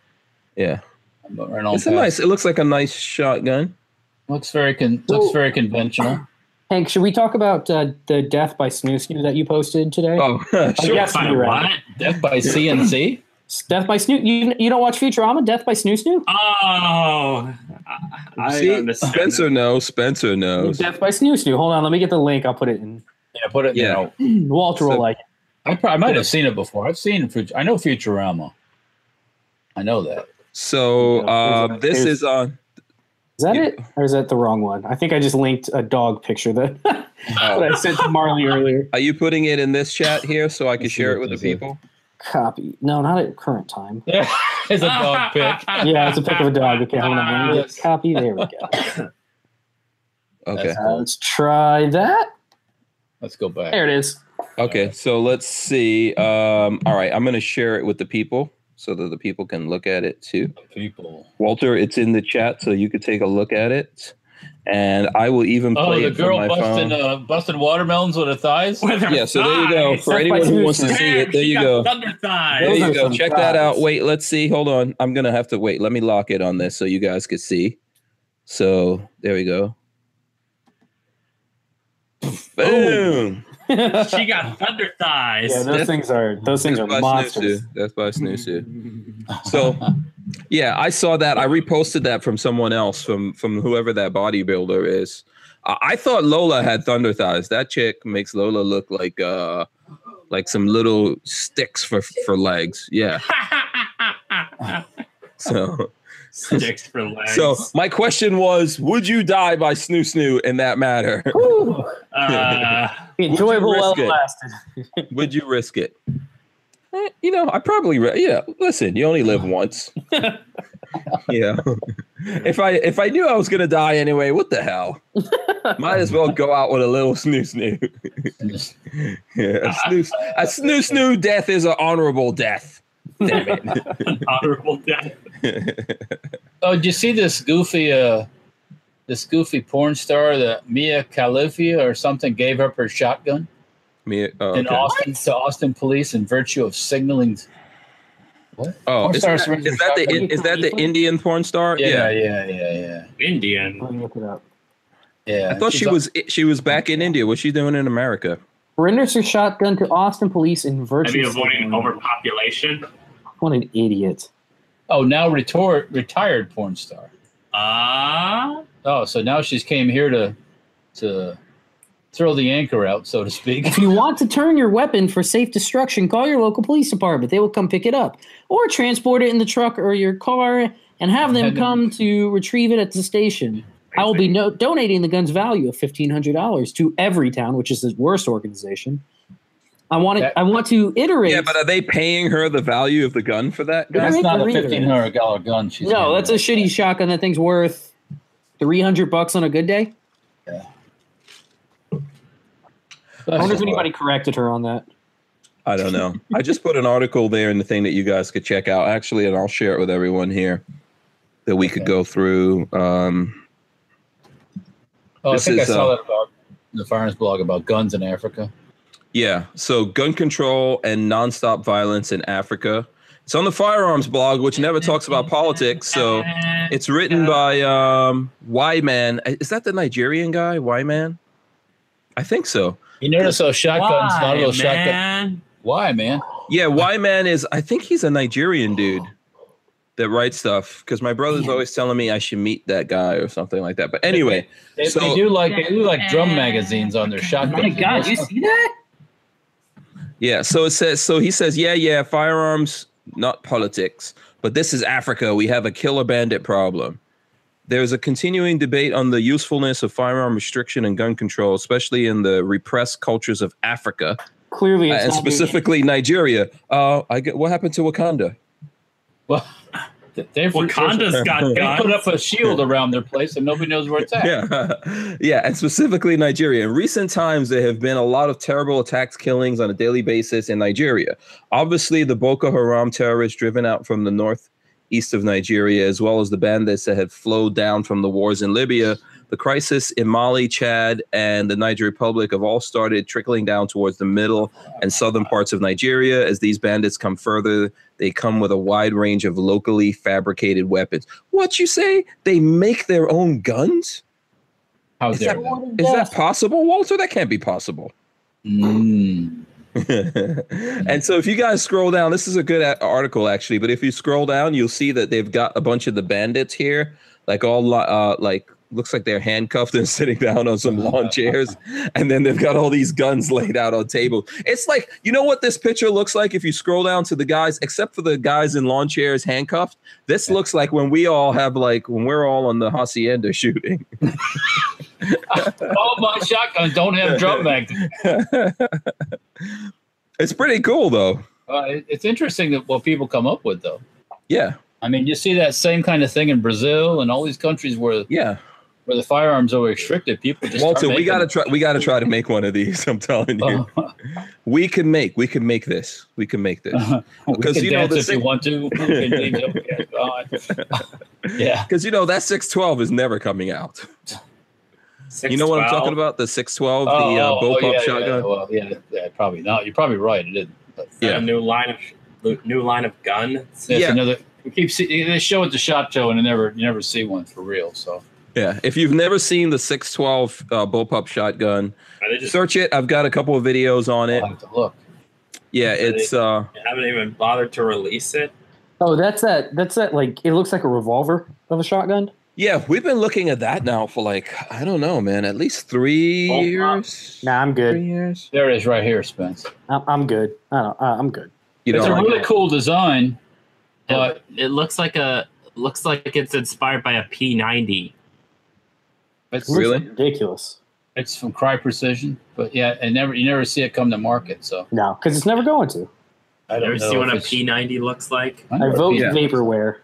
A: Yeah,
B: I'm not running all
A: it's a
B: past-
A: nice. It looks like a nice shotgun.
B: Looks very con-
D: Well-
B: looks very conventional.
D: Hank, should we talk about uh, the death by Snoosky that you posted today?
A: Oh,
D: Oh,
A: sure.
D: yes,
C: By
D: you're right.
C: what?
B: Death by CNC.
D: Death by Snoo. You, you don't watch Futurama? Death by Snoo Snoo?
C: Oh, I, I
A: See,
C: understand.
A: Spencer knows. Spencer knows.
D: Death by Snoo Snoo. Hold on, let me get the link. I'll put it in.
B: Yeah, put it.
A: Yeah.
B: Yeah. You know,
D: Walter
A: So-
D: will like. it.
B: I, probably, I might have seen it before. I've seen Fut- I know Futurama. I know that.
A: So uh, this is on.
D: Is that
A: Yeah.
D: it, or is that the wrong one? I think I just linked a dog picture that, that
B: Oh.
D: I sent to Marley earlier.
A: Are you putting it in this chat here so I can
B: Let's see
A: share it
B: what
A: with the
B: this is.
A: people?
D: Copy. No, not at current time.
B: it's a dog pic.
D: Yeah, it's a pic of a dog. Okay, hold on. Let me get- Copy. There we go.
A: Okay.
B: That's-
D: Uh, let's try that.
B: Let's go back.
D: There it is.
A: Okay. So let's see. Um, all right. I'm going to share it with the people so that the people can look at it too.
B: People.
A: Walter, it's in the chat, so you could take a look at it. And I will even play
B: Oh, the
A: it from
B: girl
A: my
B: busting
A: phone.
B: uh, busting watermelons with her thighs.
C: With her
A: yeah, so there you go.
C: thighs.
A: For
D: That's
A: anyone
D: my
A: who wants to
D: Tuesday.
A: see it, there
C: She
A: you
C: got
A: go.
C: Thunder thighs.
A: There you
D: Those are
A: go.
D: some
A: Check that out.
D: thighs.
A: Wait, let's see. Hold on. I'm gonna have to wait. Let me lock it on this so you guys could see. So there we go. Boom.
C: she got thunder thighs.
D: Yeah, those things are those things are
A: That's by Snoosu.
D: monsters.
A: That's by Snoosu. So yeah, I saw that. I reposted that from someone else, from from whoever that bodybuilder is. I, I thought Lola had thunder thighs. That chick makes Lola look like uh like some little sticks for for legs. Yeah. So
C: Sticks for legs.
A: so my question was, would you die by Snoo Snoo in that matter?
D: Woo!
C: uh,
D: Enjoyable,
A: risk
D: well
A: it?
D: lasted.
A: would you risk it? Eh, You know, I probably re- yeah. Listen, you only live once. yeah. If I if I knew I was gonna die anyway, what the hell? Might as well go out with a little snoo snoo. yeah, a snoo a snoo snoo death is an honorable death. Damn it.
C: honorable death.
B: Oh, did you see this goofy, uh, this goofy porn star that Mia Khalifa or something gave up her shotgun
A: Me, oh,
B: in
A: okay.
B: Austin to Austin police in virtue of signaling?
A: oh,
B: porn
A: is,
B: stars
A: that-
B: surrender
A: is that the
B: shotgun.
A: in- is that the Indian porn star?
B: Yeah, yeah, yeah, yeah,
C: Indian.
D: Let me look it up.
B: yeah.
A: I thought she
B: She's-
A: was she was back in India. What's she doing in America?
D: Renders her shotgun to Austin police in
C: Maybe
D: virtue. of
C: avoiding
D: signaling.
C: overpopulation.
D: What an idiot.
B: Oh, now retor- retired porn star.
C: Ah,
B: Oh, so now she's came here to to throw the anchor out, so to speak.
D: If you want to turn your weapon for safe destruction, call your local police department. They will come pick it up or transport it in the truck or your car and have them
B: Had them-
D: come to retrieve it at the station. I will be no- donating the gun's value of fifteen hundred dollars to Everytown, which is the worst organization. I want
B: That-
D: to. I want to iterate.
A: Yeah, but are they paying her the value of the gun for that?
D: Yeah.
A: Guy?
B: That's
D: Right,
B: not
D: the
B: a
D: reader.
B: fifteen hundred dollar gun. She's
D: no,
B: handing
D: that's a
B: out.
D: shitty shotgun. That thing's worth three hundred bucks on a good day. I wonder if anybody corrected her on that.
A: I don't know. I just put an article there in the thing that you guys could check out actually, and I'll share it with everyone here that we could
B: Okay.
A: go through. Um,
B: Oh, I
A: This
B: think
A: is,
B: I saw
A: uh,
B: that about the Farns blog about guns in Africa.
A: yeah, so gun control and nonstop violence in Africa. It's on the firearms blog, which never talks about politics.
E: Uh,
A: So it's written by um, Y-Man. Is that the Nigerian guy, Y-Man? I think so.
B: You notice those shotguns, not a little shotgun.
C: man?
B: Why, man?
A: Yeah, Y Man is. I think he's a Nigerian dude that writes stuff. Because my brother's always telling me I should meet that guy or something like that. But anyway,
B: They,
A: So-
B: they do like they do like drum magazines on their shotguns.
D: see that?
A: yeah. So it says. So he says, yeah, yeah, firearms, not politics. But this is Africa. We have a killer bandit problem. There is a continuing debate on the usefulness of firearm restriction and gun control, especially in the repressed cultures of Africa
D: Clearly, it's
A: and
D: not being-
A: Uh, specifically Nigeria. Uh, I get, what happened to Wakanda?
B: Well, they've
C: Wakanda's got
B: They put
C: guns.
B: up a shield around their place, and nobody knows where it's at.
A: yeah, yeah, and specifically Nigeria. In recent times, there have been a lot of terrible attacks, killings on a daily basis in Nigeria. Obviously, the Boko Haram terrorists driven out from the northeast of Nigeria, as well as the bandits that had flowed down from the wars in Libya, the crisis in Mali, Chad, and the Niger Republic have all started trickling down towards the middle and southern parts of Nigeria. As these bandits come further, they come with a wide range of locally fabricated weapons. What you say? They make their own guns?
B: How
A: Is
B: dare
A: that-
B: them?
A: Is that possible, Walter? That can't be possible.
B: Mm.
A: and so, if you guys scroll down, this is a good a- article actually. But if you scroll down, you'll see that they've got a bunch of the bandits here, like all li- uh, like looks like they're handcuffed and sitting down on some lawn chairs, and then they've got all these guns laid out on tables. It's like you know what this picture looks like if you scroll down to the guys, except for the guys in lawn chairs handcuffed. This looks like when we all have like when we're all on the hacienda shooting.
B: All my shotguns don't have drum magazines.
A: It's pretty cool though.
B: Uh, it- it's interesting that what people come up with, though.
A: Yeah,
B: I mean, you see that same kind of thing in Brazil and all these countries where
A: yeah.
B: where the firearms are restricted. People just
A: Walter,
B: start
A: we
B: making
A: gotta
B: them.
A: try. We gotta try to make one of these. I'm telling you,
B: Uh,
A: we can make. We can make this. We can make this.
B: we
A: Because
B: can
A: you know
B: dance
A: the
B: if
A: thing-
B: you want to. We can leave them- yeah, God. yeah,
A: Because you know that 612 is never coming out. You know what I'm talking about? The 612, the uh,
B: oh,
A: bullpup
B: yeah, yeah,
A: shotgun.
B: Well, yeah, yeah, probably not. You're probably right. It is. But
A: Yeah.
C: A new line of new line of gun.
B: that's
A: Yeah.
B: another. We keep see, they show it to shot show and you never you never see one for real. So
A: Yeah. If you've never seen the 612 uh, bullpup shotgun,
C: Are they just
A: search it. I've got a couple of videos on it.
B: I'll have to look.
A: Yeah, it's. uh
C: haven't even bothered to release it?
D: Oh, that's that. That's that. Like it looks like a revolver of a shotgun.
A: Yeah, we've been looking at that now for like I don't know, man, at least three
C: Bullpup.
A: years.
D: Nah, I'm
A: Three
D: good.
A: years.
B: There it is right here, Spence.
D: I'm, I'm good. I don't. Uh, I'm good.
A: You
B: it's
A: don't
B: a
A: like
B: really
A: it?
B: cool design, but
C: Uh, it looks like a looks like it's inspired by a P90.
B: it's
D: Looks
A: Really?
D: ridiculous.
B: it's from Cry Precision. But yeah, and never you never see it come to market. So
D: No, because it's never going to.
B: I
C: Ever see
B: know
C: what
B: if
C: a
B: it's-
C: P90 looks like?
B: I
D: I
B: know if
D: vote
B: it's-
A: Yeah.
D: vaporware.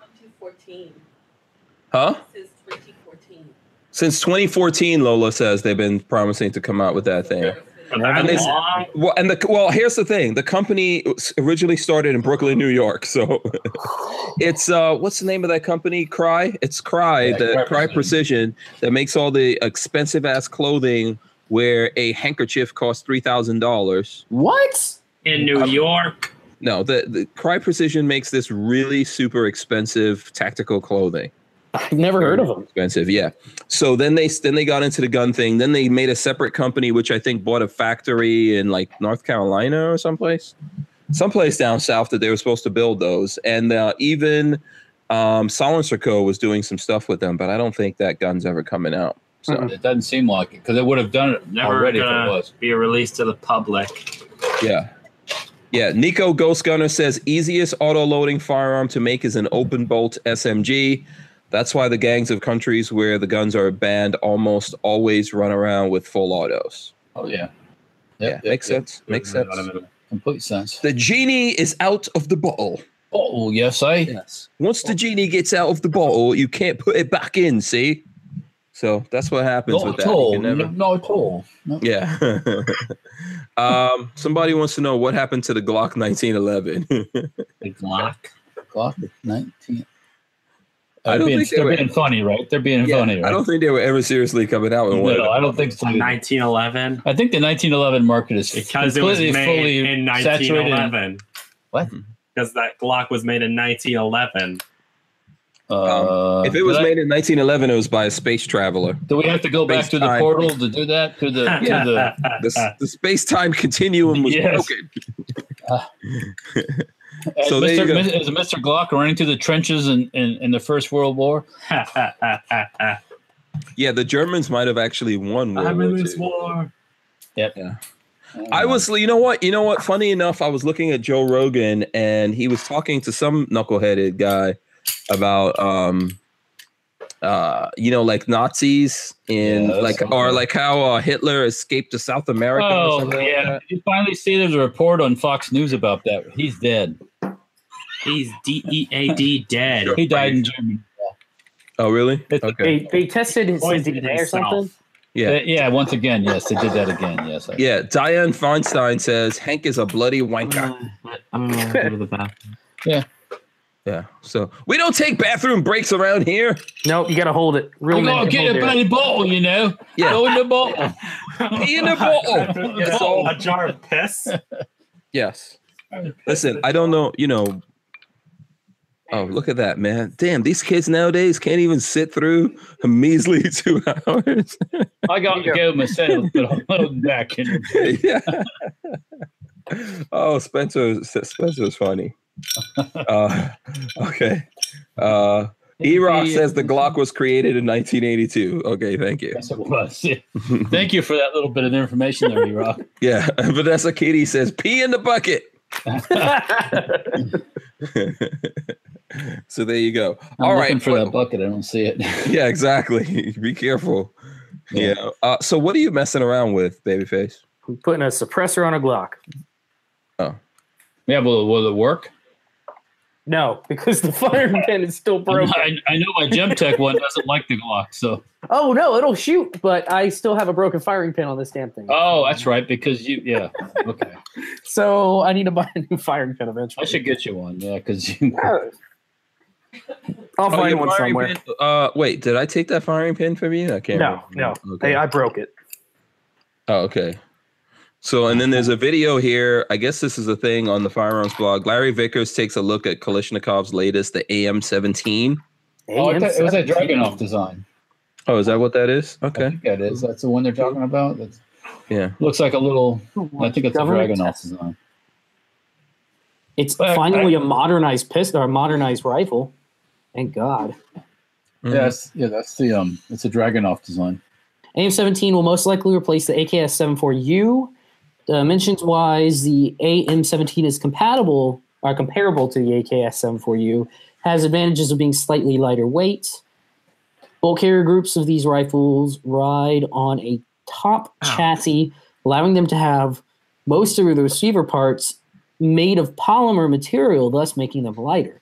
A: Huh?
F: Since 2014.
A: Since 2014, Lola says they've been promising to come out with that thing.
C: That's
A: And it's-
C: long.
A: Well, and the well, here's the thing: the company s- originally started in Brooklyn, New York. So it's uh, what's the name of that company? Cry. It's Cry.
B: Yeah,
A: the
B: Cry
A: Cry, Precision that makes all the expensive ass clothing where a handkerchief costs three thousand dollars.
D: What?
C: in New York.
A: No, the, the Cry Precision makes this really super expensive tactical clothing.
D: I've never heard of them.
A: expensive yeah so then they then they got into the gun thing then they made a separate company which i think bought a factory in like north carolina or someplace someplace down south that they were supposed to build those and uh, even um silencer co was doing some stuff with them but i don't think that gun's ever coming out so
D: Mm-mm.
B: uh, It doesn't seem like it because it would have done it
C: Never
B: already if it
C: gonna-
B: was.
C: Be released to the public.
A: yeah yeah nico ghost gunner says easiest auto loading firearm to make is an open bolt smg that's why the gangs of countries where the guns are banned almost always run around with full autos
B: Oh yeah.
A: yeah, makes sense. Makes sense.
B: Complete sense.
A: The genie is out of the bottle.
B: Oh yes, I.
A: Yes. Once the genie gets out of the bottle, you can't put it back in. See, so that's what
B: Not
A: happens with
B: at
A: that.
B: all.
A: You can never-
B: No- Not at all. No.
A: Yeah. um. Somebody wants to know what happened to the Glock 1911.
C: The Glock.
B: Clock at nineteen.
A: I
B: Uh, They're
A: don't
B: being,
A: think they
B: they're
A: were-
B: being funny, right? They're being
A: Yeah,
B: funny, right?
A: I don't think they were ever seriously coming out with one.
B: no, I don't think so. either.
C: 1911.
B: I think the 1911 market is
C: Because it was
B: completely fully
C: made in
B: saturated.
C: 1911.
B: What?
C: Because that Glock was made in 1911.
B: Uh,
A: Um, if it was
B: did I-
A: made in 1911, it was by a space traveler.
B: do we have to go back to the
A: Space-time.
B: portal to do that? To the to the
A: The, s- the space time continuum was
B: Yes.
A: broken.
B: as
A: So there you
B: Mr.
A: go.
B: Mis- as Mr. Glock running through the trenches in, in, in the First World War?
A: Yeah, the Germans might have actually won. World
C: I'm
A: War
C: in this
A: II.
C: war.
A: I
B: Uh,
A: was, you know what, you know what? Funny enough, I was looking at Joe Rogan, and he was talking to some knuckleheaded guy about, um, uh, you know, like Nazis in
B: Yeah, that's
A: like,
B: something.
A: or like how uh, Hitler escaped to South America. or
B: Oh
A: something like
B: yeah!
A: that.
B: Did you finally see there's a report on Fox News about that? He's dead.
C: He's D E A D dead.
B: He died in Germany.
A: Oh, really?
B: It's-
A: Okay.
D: They, they tested his
C: Poisoned
D: DNA or
C: himself.
D: something.
A: Yeah.
B: They- yeah. Once again, yes, they did that again. Yes. I-
A: Yeah. Diane Feinstein says Hank is a bloody wanker.
C: I'm gonna go to the bathroom.
A: Yeah. So we don't take bathroom breaks around here.
D: No, you got to hold it. Real
B: I'm gonna
D: minute,
B: get a
D: hold it.
B: bloody bottle, you know.
A: Yeah.
B: Go in the bottle.
A: Pee in the bottle.
B: Yeah.
A: That's all.
C: A jar of piss.
A: Yes. Listen, I don't know, you know. Oh, look at that, man. Damn, these kids nowadays can't even sit through a measly two hours.
B: I got to go myself, but I'm loading back in.
A: yeah. Oh, Spencer, S- Spencer's funny. Uh, okay. Uh, E Rock says the Glock was created in 1982. Okay, thank you.
B: Yes, it was. Yeah. Thank you for that little bit of information there, E-Rock.
A: Yeah, Vanessa Kitty says pee in the bucket. so there you go.
B: I'm
A: All right.
B: looking for
A: what-
B: that bucket. I don't see it.
A: yeah, exactly. Be careful.
B: Yeah.
A: Yeah. Uh, so what are you messing around with, babyface?
D: I'm putting a suppressor on a Glock.
B: Yeah, will, will it work?
D: No, because the firing pin is still broken.
B: I, I know my Gemtech one doesn't like the Glock, so
D: Oh no, it'll shoot, but I still have a broken firing pin on this damn thing.
B: oh, that's right because you yeah okay.
D: so I need to buy a new firing pin
B: I
D: eventually.
B: should get you one yeah because you
D: I'll
A: Oh,
D: find
A: your
D: one
A: firing
D: somewhere.
A: pin- uh, wait, did I take that firing pin from you? I can't.
D: No, no,
A: remember. Okay.
D: Hey, I broke it.
A: oh, okay. So, and then there's a video here. I guess this is a thing on the firearms blog. Larry Vickers takes a look at Kalishnikov's latest, the AM17.
B: oh I
D: AM
B: thought it was that
D: 17.
B: Dragunov design.
A: Oh, is that what that is?
B: I
A: Okay.
B: think that is that's the one they're talking about. That's,
A: Yeah.
B: looks like a little. I think it's a
D: Government
B: Dragunov
D: test.
B: design.
D: It's
B: Uh,
D: finally a modernized pistol or a modernized rifle. Thank God.
A: Mhm.
B: Yes, yeah, that's the um, it's a Dragunov design.
D: AM17 will most likely replace the AKS-74U. Dimensions-wise, Uh, the AM17 is compatible or comparable to the AKS-74U. Has advantages of being slightly lighter weight. Bulk carrier groups of these rifles ride on a top
C: Ow.
D: chassis, allowing them to have most of the receiver parts made of polymer material, thus making them lighter.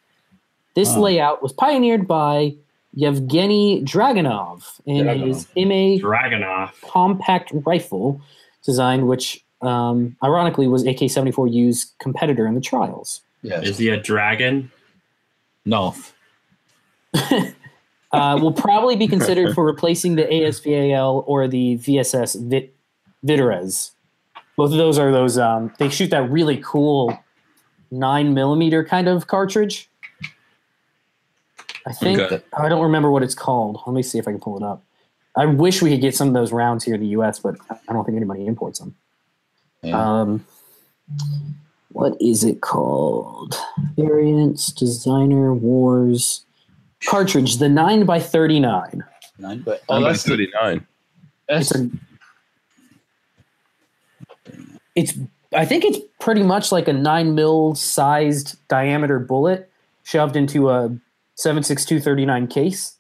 D: This
B: Wow.
D: layout was pioneered by Yevgeny Dragunov in his MA
C: Dragunov.
D: compact rifle, designed, which um, ironically was AK-74U's competitor in the trials.
B: Yes.
C: Is he a dragon?
B: No.
D: Uh, will probably be considered for replacing the ASVAL or the VSS Vit- Viterez. Both of those are those. Um, they shoot that really cool nine millimeter kind of cartridge. I think
A: Okay.
D: I don't remember what it's called. Let me see if I can pull it up. I wish we could get some of those rounds here in the U.S., but I don't think anybody imports them.
B: Yeah.
D: Um, what is it called? Variants, designer, wars, cartridge. The nine by thirty-nine.
B: Nine, but
A: Oh,
B: oh, that's,
A: that's
B: the-
A: 39.
B: that's
D: It's a. It's. I think it's pretty much like a nine mil sized diameter bullet shoved into a seven six two thirty nine case.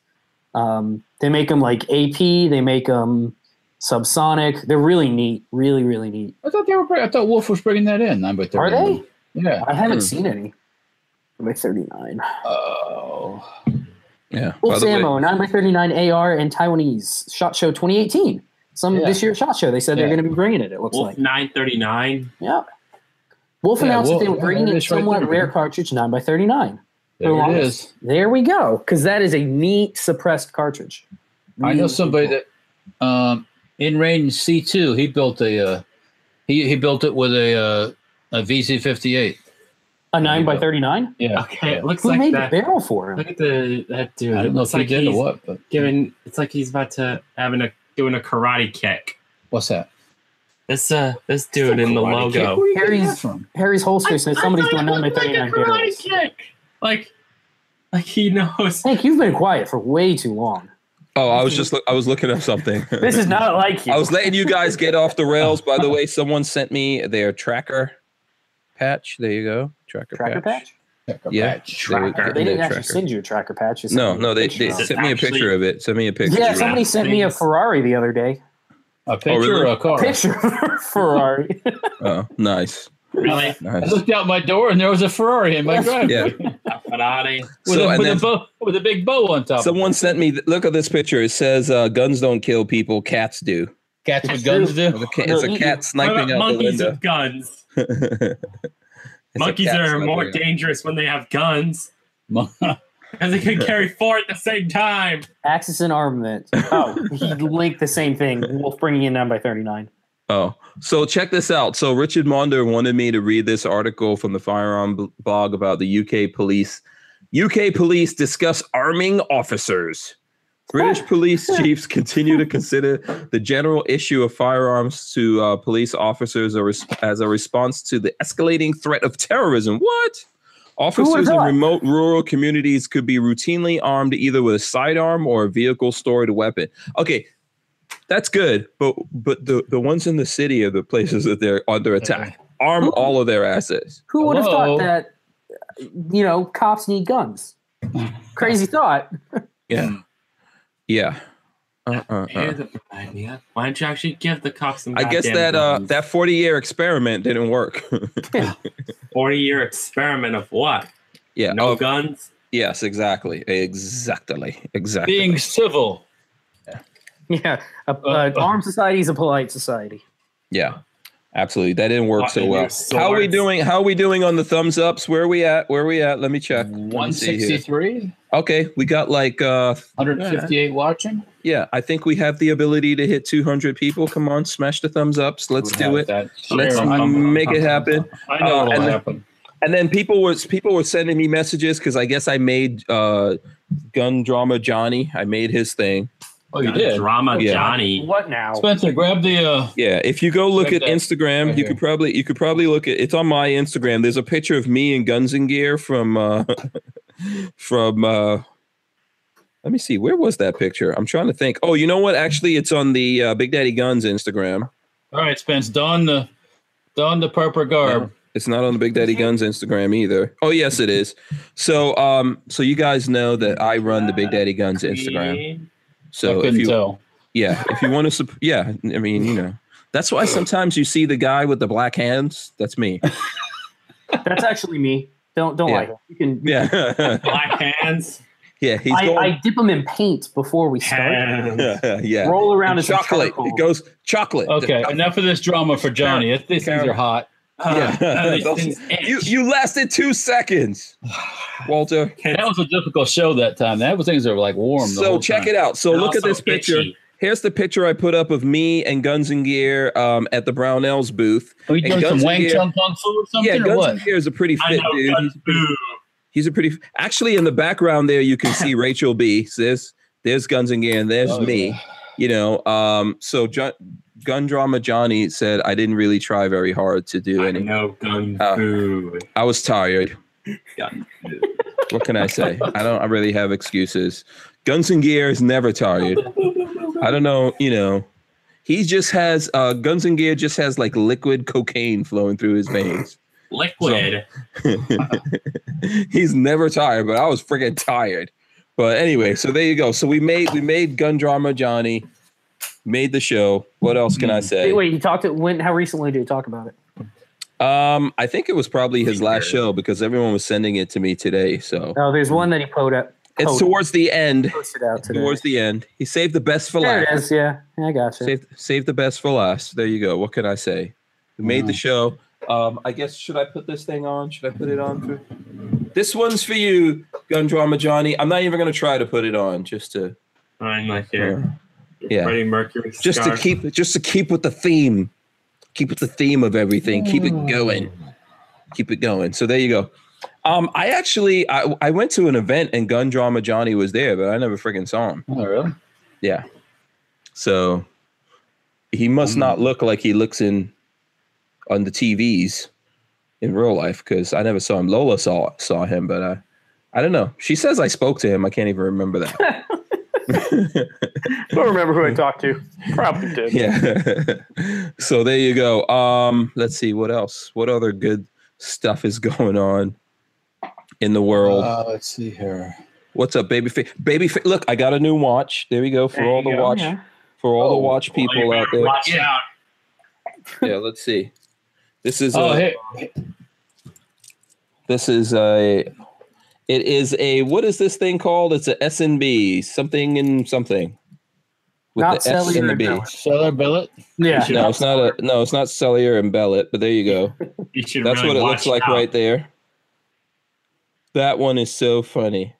D: Um, they make them like AP. They make them subsonic. They're really neat. Really, really neat.
B: I thought they were. Bring, I thought Wolf was bringing that in. Nine by
D: Are
B: thirty.
D: they?
B: Yeah.
D: I haven't
A: Hmm.
D: seen any. Nine by thirty nine.
B: Oh.
A: Yeah. By
D: Wolf's
A: the way,
D: ammo, nine by thirty nine AR, and Taiwanese Shot Show twenty eighteen. Some
B: Yeah.
D: this year's Shot Show. They said
B: Yeah.
D: they're going to be bringing it. It looks
C: Wolf
D: like.
C: 939.
D: Yeah. Wolf
B: Yeah,
D: announced
B: Wolf-
D: that they were
B: yeah,
D: bringing
B: there it
D: in
B: is right
D: somewhat
B: there.
D: rare cartridge 9x39.
B: There it is.
D: There we go, because that is a neat suppressed cartridge. Mm.
B: I know
D: Really
B: somebody
D: cool.
B: that um, in range C two. He built a uh, he he built it with a uh, a VC fifty eight.
D: a 9x39?
B: Yeah.
C: Okay,
B: Yeah.
C: it looks
D: Who
C: like
D: made
C: that.
D: the barrel for him?
C: Look at the that dude.
B: I
C: It
B: don't know
C: looks
B: if he
C: like
B: did
C: he's
B: or what, but
C: Giving it's like he's about to having a doing a karate kick.
B: what's that?
C: This uh this dude in the
B: Karate kick?
C: logo.
B: Where are you getting
D: Harry's-
B: that from?
D: Harry's holster says somebody's
C: thought
D: doing
C: it looked
D: 9x39 barrels.
C: kick. Like like he knows.
D: Hank, you've been quiet for way too long.
A: Oh, I was just look I was looking up something.
D: This is not like you.
A: I was letting you guys get off the rails. By the way, someone sent me their tracker patch. There you go, tracker,
D: tracker patch?
A: Yeah, They were
C: Tracker.
A: getting
D: They didn't
A: their
D: actually
A: tracker.
D: send you a tracker patch. just
A: No,
D: sent you
A: no,
D: a
A: they,
D: picture
A: they
D: of it.
A: sent me a
C: Actually-
A: picture of it. Sent me a picture.
D: Yeah,
C: you
D: somebody
C: have
D: sent me a
C: things.
D: Ferrari the other day.
B: A picture
A: oh, really?
B: or a car?
D: Picture of a Ferrari.
A: Oh, nice,
C: Really?
B: I
A: nice.
B: looked out my door and there was a Ferrari in my driveway
A: Yeah.
C: Karate.
B: with, a,
A: So and
B: with, a
A: then
B: bow, with a big bow on top.
A: someone sent me. Look at this picture. It says uh, "Guns don't kill people, cats do."
B: Cats with
D: That's
B: guns do.
A: It's a ca- it's a cat
C: What
A: sniping
C: about
A: out the
C: monkeys
A: window.
C: with guns?
A: It's a
C: monkeys
A: cat
C: are
A: sniping
C: more
A: out.
C: dangerous when they have guns
B: Mon-
C: because they can carry four at the same time.
D: Axis and armament. Oh, he linked the same thing. Wolf bringing in down by 39.
A: Oh, so check this out. So Richard Monder wanted me to read this article from the Firearm bl- blog about the UK police. UK police discuss arming officers. British police chiefs continue to consider the general issue of firearms to uh, police officers a res- as a response to the escalating threat of terrorism. What? Officers in
D: thought?
A: remote rural communities could be routinely armed either with a sidearm or a vehicle stored weapon. Okay, that's good, but but the the ones in the city are the places that they're under attack. Arm all of their assets.
D: Who would have
B: Hello?
D: thought that, you know, cops need guns? Crazy thought.
A: Yeah, yeah. Uh, uh, uh.
C: Why don't you actually give the cops some?
A: I guess that uh, that forty year experiment didn't work.
C: forty-year experiment of what?
A: yeah.
C: No
A: oh,
C: guns.
A: yes. Exactly. Exactly. Exactly.
B: Being civil.
D: Yeah. A,
A: Uh,
D: an armed society is a polite society.
A: yeah. Absolutely. That didn't work so
C: Fucking
A: well.
C: use
A: How are we
C: swords.
A: doing? How are we doing on the thumbs ups? Where are we at? Where are we at? Let me check. Let me see here.
B: 163,
A: Okay, we got like uh
B: 158 watching.
A: yeah, I think we have the ability to hit 200 people. Come on, smash the thumbs ups. Let's do it. Let's make it happen.
B: I know
A: Uh,
B: it'll
A: and-
B: happen.
A: And then people was people were sending me messages because I guess I made uh, gun drama Johnny. I made his thing.
B: Oh, you did.
C: Drama
A: Yeah.
C: Johnny.
D: What now?
B: Spencer, grab the uh,
A: Yeah, if you go look
B: Like
A: at
B: that.
A: Instagram,
B: Right
A: you
B: here.
A: could probably you could probably look at it's on my Instagram. There's a picture of me in guns and gear from uh, from. Uh, let me see, where was that picture? I'm trying to think. Oh, you know what? Actually, it's on the uh, Big Daddy Guns Instagram.
B: All right, Spence, don the don the purple garb.
A: It's not on the Big Daddy Guns Instagram either. Oh yes, it is. So um, so you guys know that I run the
D: Uh,
A: Big Daddy Guns Instagram.
B: I
A: So if
B: couldn't
A: you
B: tell.
A: yeah, if you want to sup- yeah, I mean you know that's why sometimes you see the guy with the black hands. That's me.
D: That's actually me. Don't don't
A: Yeah.
D: lie. You can.
A: Yeah.
C: Black hands.
A: Yeah, he's
D: I, I
A: going.
D: dip them in paint before we start.
A: yeah, yeah.
D: Roll around as
A: chocolate. It goes chocolate.
B: Okay,
A: The-
B: enough of this drama for Johnny. These things
A: Karen.
B: are hot.
A: Yeah.
C: Uh, these
A: Those-
C: things itch.
A: You you lasted two seconds, Walter.
B: That was a difficult show that time. That was things that were like warm. the
A: So
B: whole
A: check
B: time.
A: it out. So
C: They're
A: look at
C: also
A: this picture.
C: itchy.
A: Here's the picture I put up of me and Guns and Gear um, at the Brownells booth.
B: Are we
A: And
B: doing
A: Guns
B: some
A: N'
B: Wang
A: Gear-
B: Chung Kung Fu or something
A: yeah,
B: or
A: Guns
B: what?
A: and Gear is a pretty
C: I
A: fit
C: know,
A: dude.
C: guns, boo.
A: He's a pretty. Actually, in the background there, you can see Rachel B. Sis, there's Guns and Gear, and there's
B: Oh,
A: me.
B: yeah.
A: You know, um, so John, Gun Drama Johnny said I didn't really try very hard to do
C: I
A: any.
C: know, gun,
A: Uh,
C: boo.
A: I was tired.
C: Gun, boo.
A: What can I say? I don't. I really have excuses. Guns and Gear is never tired. I don't know. You know, he just has uh, Guns and Gear just has like liquid cocaine flowing through his veins.
C: Liquid.
A: He's never tired, but I was freaking tired. But anyway, so there you go. So we made we made Gun Drama Johnny, made the show. What else can I say?
D: Mm-hmm. Wait, wait, you talked it when? How recently did you talk about it?
A: Um, I think it was probably his last show because everyone was sending it to me today. So
D: Oh, there's one that he put up.
A: it's towards the end.
D: posted out today.
A: Towards the end, he saved the best for
D: there it
A: last.
D: is. Yeah, I got you.
A: Save, save the best for last. There you go. What can I say? We made
D: Mm.
A: the show. Um, I guess should I put this thing on? Should I put it on? For... This one's for you, Gun Drama Johnny. I'm not even gonna try to put it on, just to
C: I'm like here.
A: yeah,
C: Freddie Mercury.
A: just to
C: scarf.
A: keep just to keep with the theme, keep with the theme of everything, keep it
D: Mm.
A: going, keep it going. So there you go. Um, I actually I, I went to an event and Gun Drama Johnny was there, but I never freaking saw him.
B: Oh, really?
A: Yeah. So he must not look like he looks in on the TVs in real life because I never saw him. Lola saw saw him, but I I don't know. She says I spoke to him. I can't even remember that.
F: I don't remember who I talked to. Probably did.
A: yeah. so there you go. Um, let's see what else. What other good stuff is going on in the world?
B: Uh, let's see here.
A: What's up, babyface? Babyface. Look, I got a new watch. There we go for
F: There
A: all
F: you
A: the
F: go.
A: watch
D: Yeah.
A: for all the watch
C: Well, you
A: people out
C: better
A: there.
C: Watch out.
A: yeah let's see this is
B: Oh,
A: a,
B: hey,
A: this is a it is a what is this thing called it's a snb something and something with
D: Not
A: the s and the
D: cellular
A: b
D: network.
B: Seller Billet.
D: yeah,
A: no it's not a no it's not cellular and bellet but there you go
C: You should
A: that's
C: really
A: what it
C: watch
A: looks like
C: out.
A: right there that one is so funny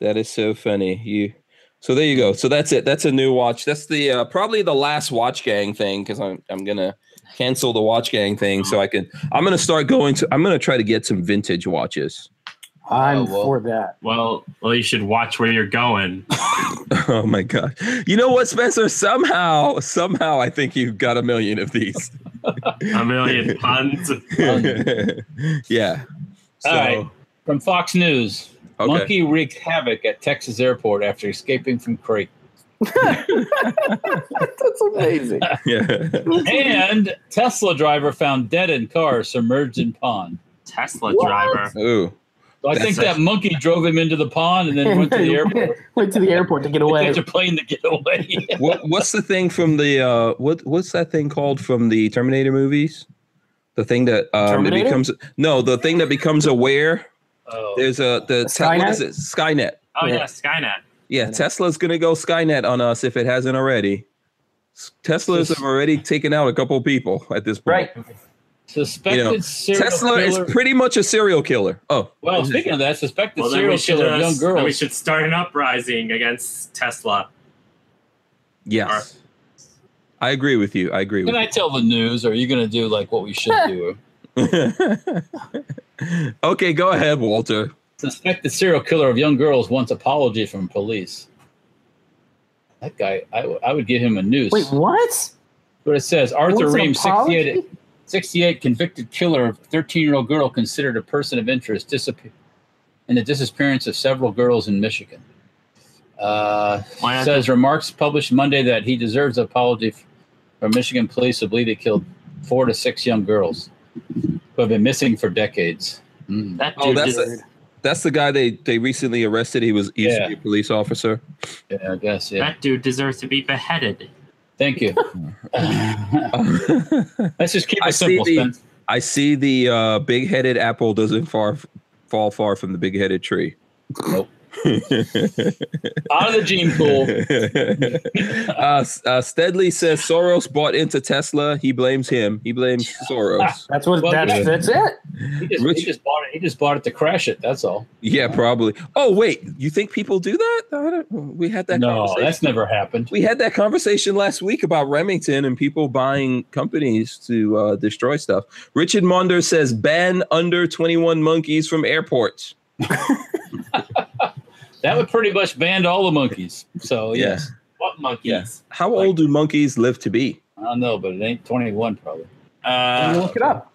A: that is so funny you so there you go so that's it that's a new watch that's the uh, probably the last watch gang thing because I'm, I'm gonna cancel the watch gang thing so i can i'm gonna start going to i'm gonna try to get some vintage watches
D: I'm
B: Oh, well.
D: for that.
C: Well, well, you should watch where you're going.
A: oh my god you know what spencer somehow somehow i think you've got a million of these
C: A million puns.
A: yeah so
B: All right. From Fox News,
A: okay
B: monkey wreaked havoc at Texas airport after escaping from crate.
D: That's amazing.
A: yeah
B: and Tesla driver found dead in car submerged in pond.
C: Tesla
E: What?
C: driver.
A: Ooh.
B: So I
A: That's
B: think
A: a-
B: that monkey drove him into the pond and then went to the airport.
D: Went to the airport to get
B: to
D: away.
B: Catch a plane to get away.
A: what what's the thing from the uh what what's that thing called from the Terminator movies? The thing that um that
D: Terminator?
A: becomes no, the thing that becomes aware.
B: Oh.
A: There's a the te- what is it? Skynet.
C: Oh
D: Yeah.
C: yeah, Skynet.
A: Yeah, Tesla's gonna go Skynet on us if it hasn't already. S- Tesla's have already taken out a couple people at this point.
D: Right.
B: Suspected
A: You know,
B: serial
A: Tesla
B: killer.
A: is pretty much a serial killer. Oh,
B: well, speaking of that, suspected
C: Well, then
B: serial
C: we should
B: killer of
C: uh,
B: young
C: then we
B: girls.
C: should start an uprising against Tesla.
A: yes. I agree with you. I agree with
B: Can I tell the news? Or are you going to do like what we should do?
A: you. okay, go ahead, Walter.
B: Suspected serial killer of young girls wants apology from police. That guy, I, w- I would give him a noose.
D: Wait, what?
B: But it says Arthur
D: What's an
B: Reams,
D: apology?
B: 68, 68, convicted killer of 13 year old girl considered a person of interest, disappear in the disappearance of several girls in Michigan. Uh,
C: Why not?
B: says remarks published Monday that he deserves an apology f- from Michigan police who believe he killed four to six young girls who have been missing for decades. Mm.
C: That
A: Oh,
C: dude
A: that's
C: just,
A: the, that's the guy they they recently arrested. He was he used to
B: Yeah.
A: be a police officer.
B: Yeah, I guess. Yeah.
C: that dude deserves to be beheaded.
B: Thank you. Let's just keep
A: I
B: it
A: see
B: simple,
A: the-
B: Spence.
A: I see the uh, big-headed apple doesn't far fall far from the big-headed tree.
B: Nope. Out of the gene pool.
A: uh, S- uh, Steadley says Soros bought into Tesla. He blames him. He blames Soros.
D: That's what
B: Well,
D: that's
B: yeah.
D: that's it.
B: He just,
A: Rich-
B: he just bought it. He just bought it to crash it. That's all.
A: Yeah, probably. Oh wait, you think people do that? I don't, we had that
B: no,
A: conversation.
B: that's never happened.
A: we had that conversation last week about Remington and people buying companies to uh, destroy stuff. Richard Monder says ban under 21 monkeys from airports.
B: That would pretty much ban all the monkeys. So
A: Oh, Yeah.
B: yes,
C: What monkeys?
A: Yes. How old do monkeys live to be?
B: I don't know, but it ain't twenty-one probably.
D: You
C: Uh,
D: look it up.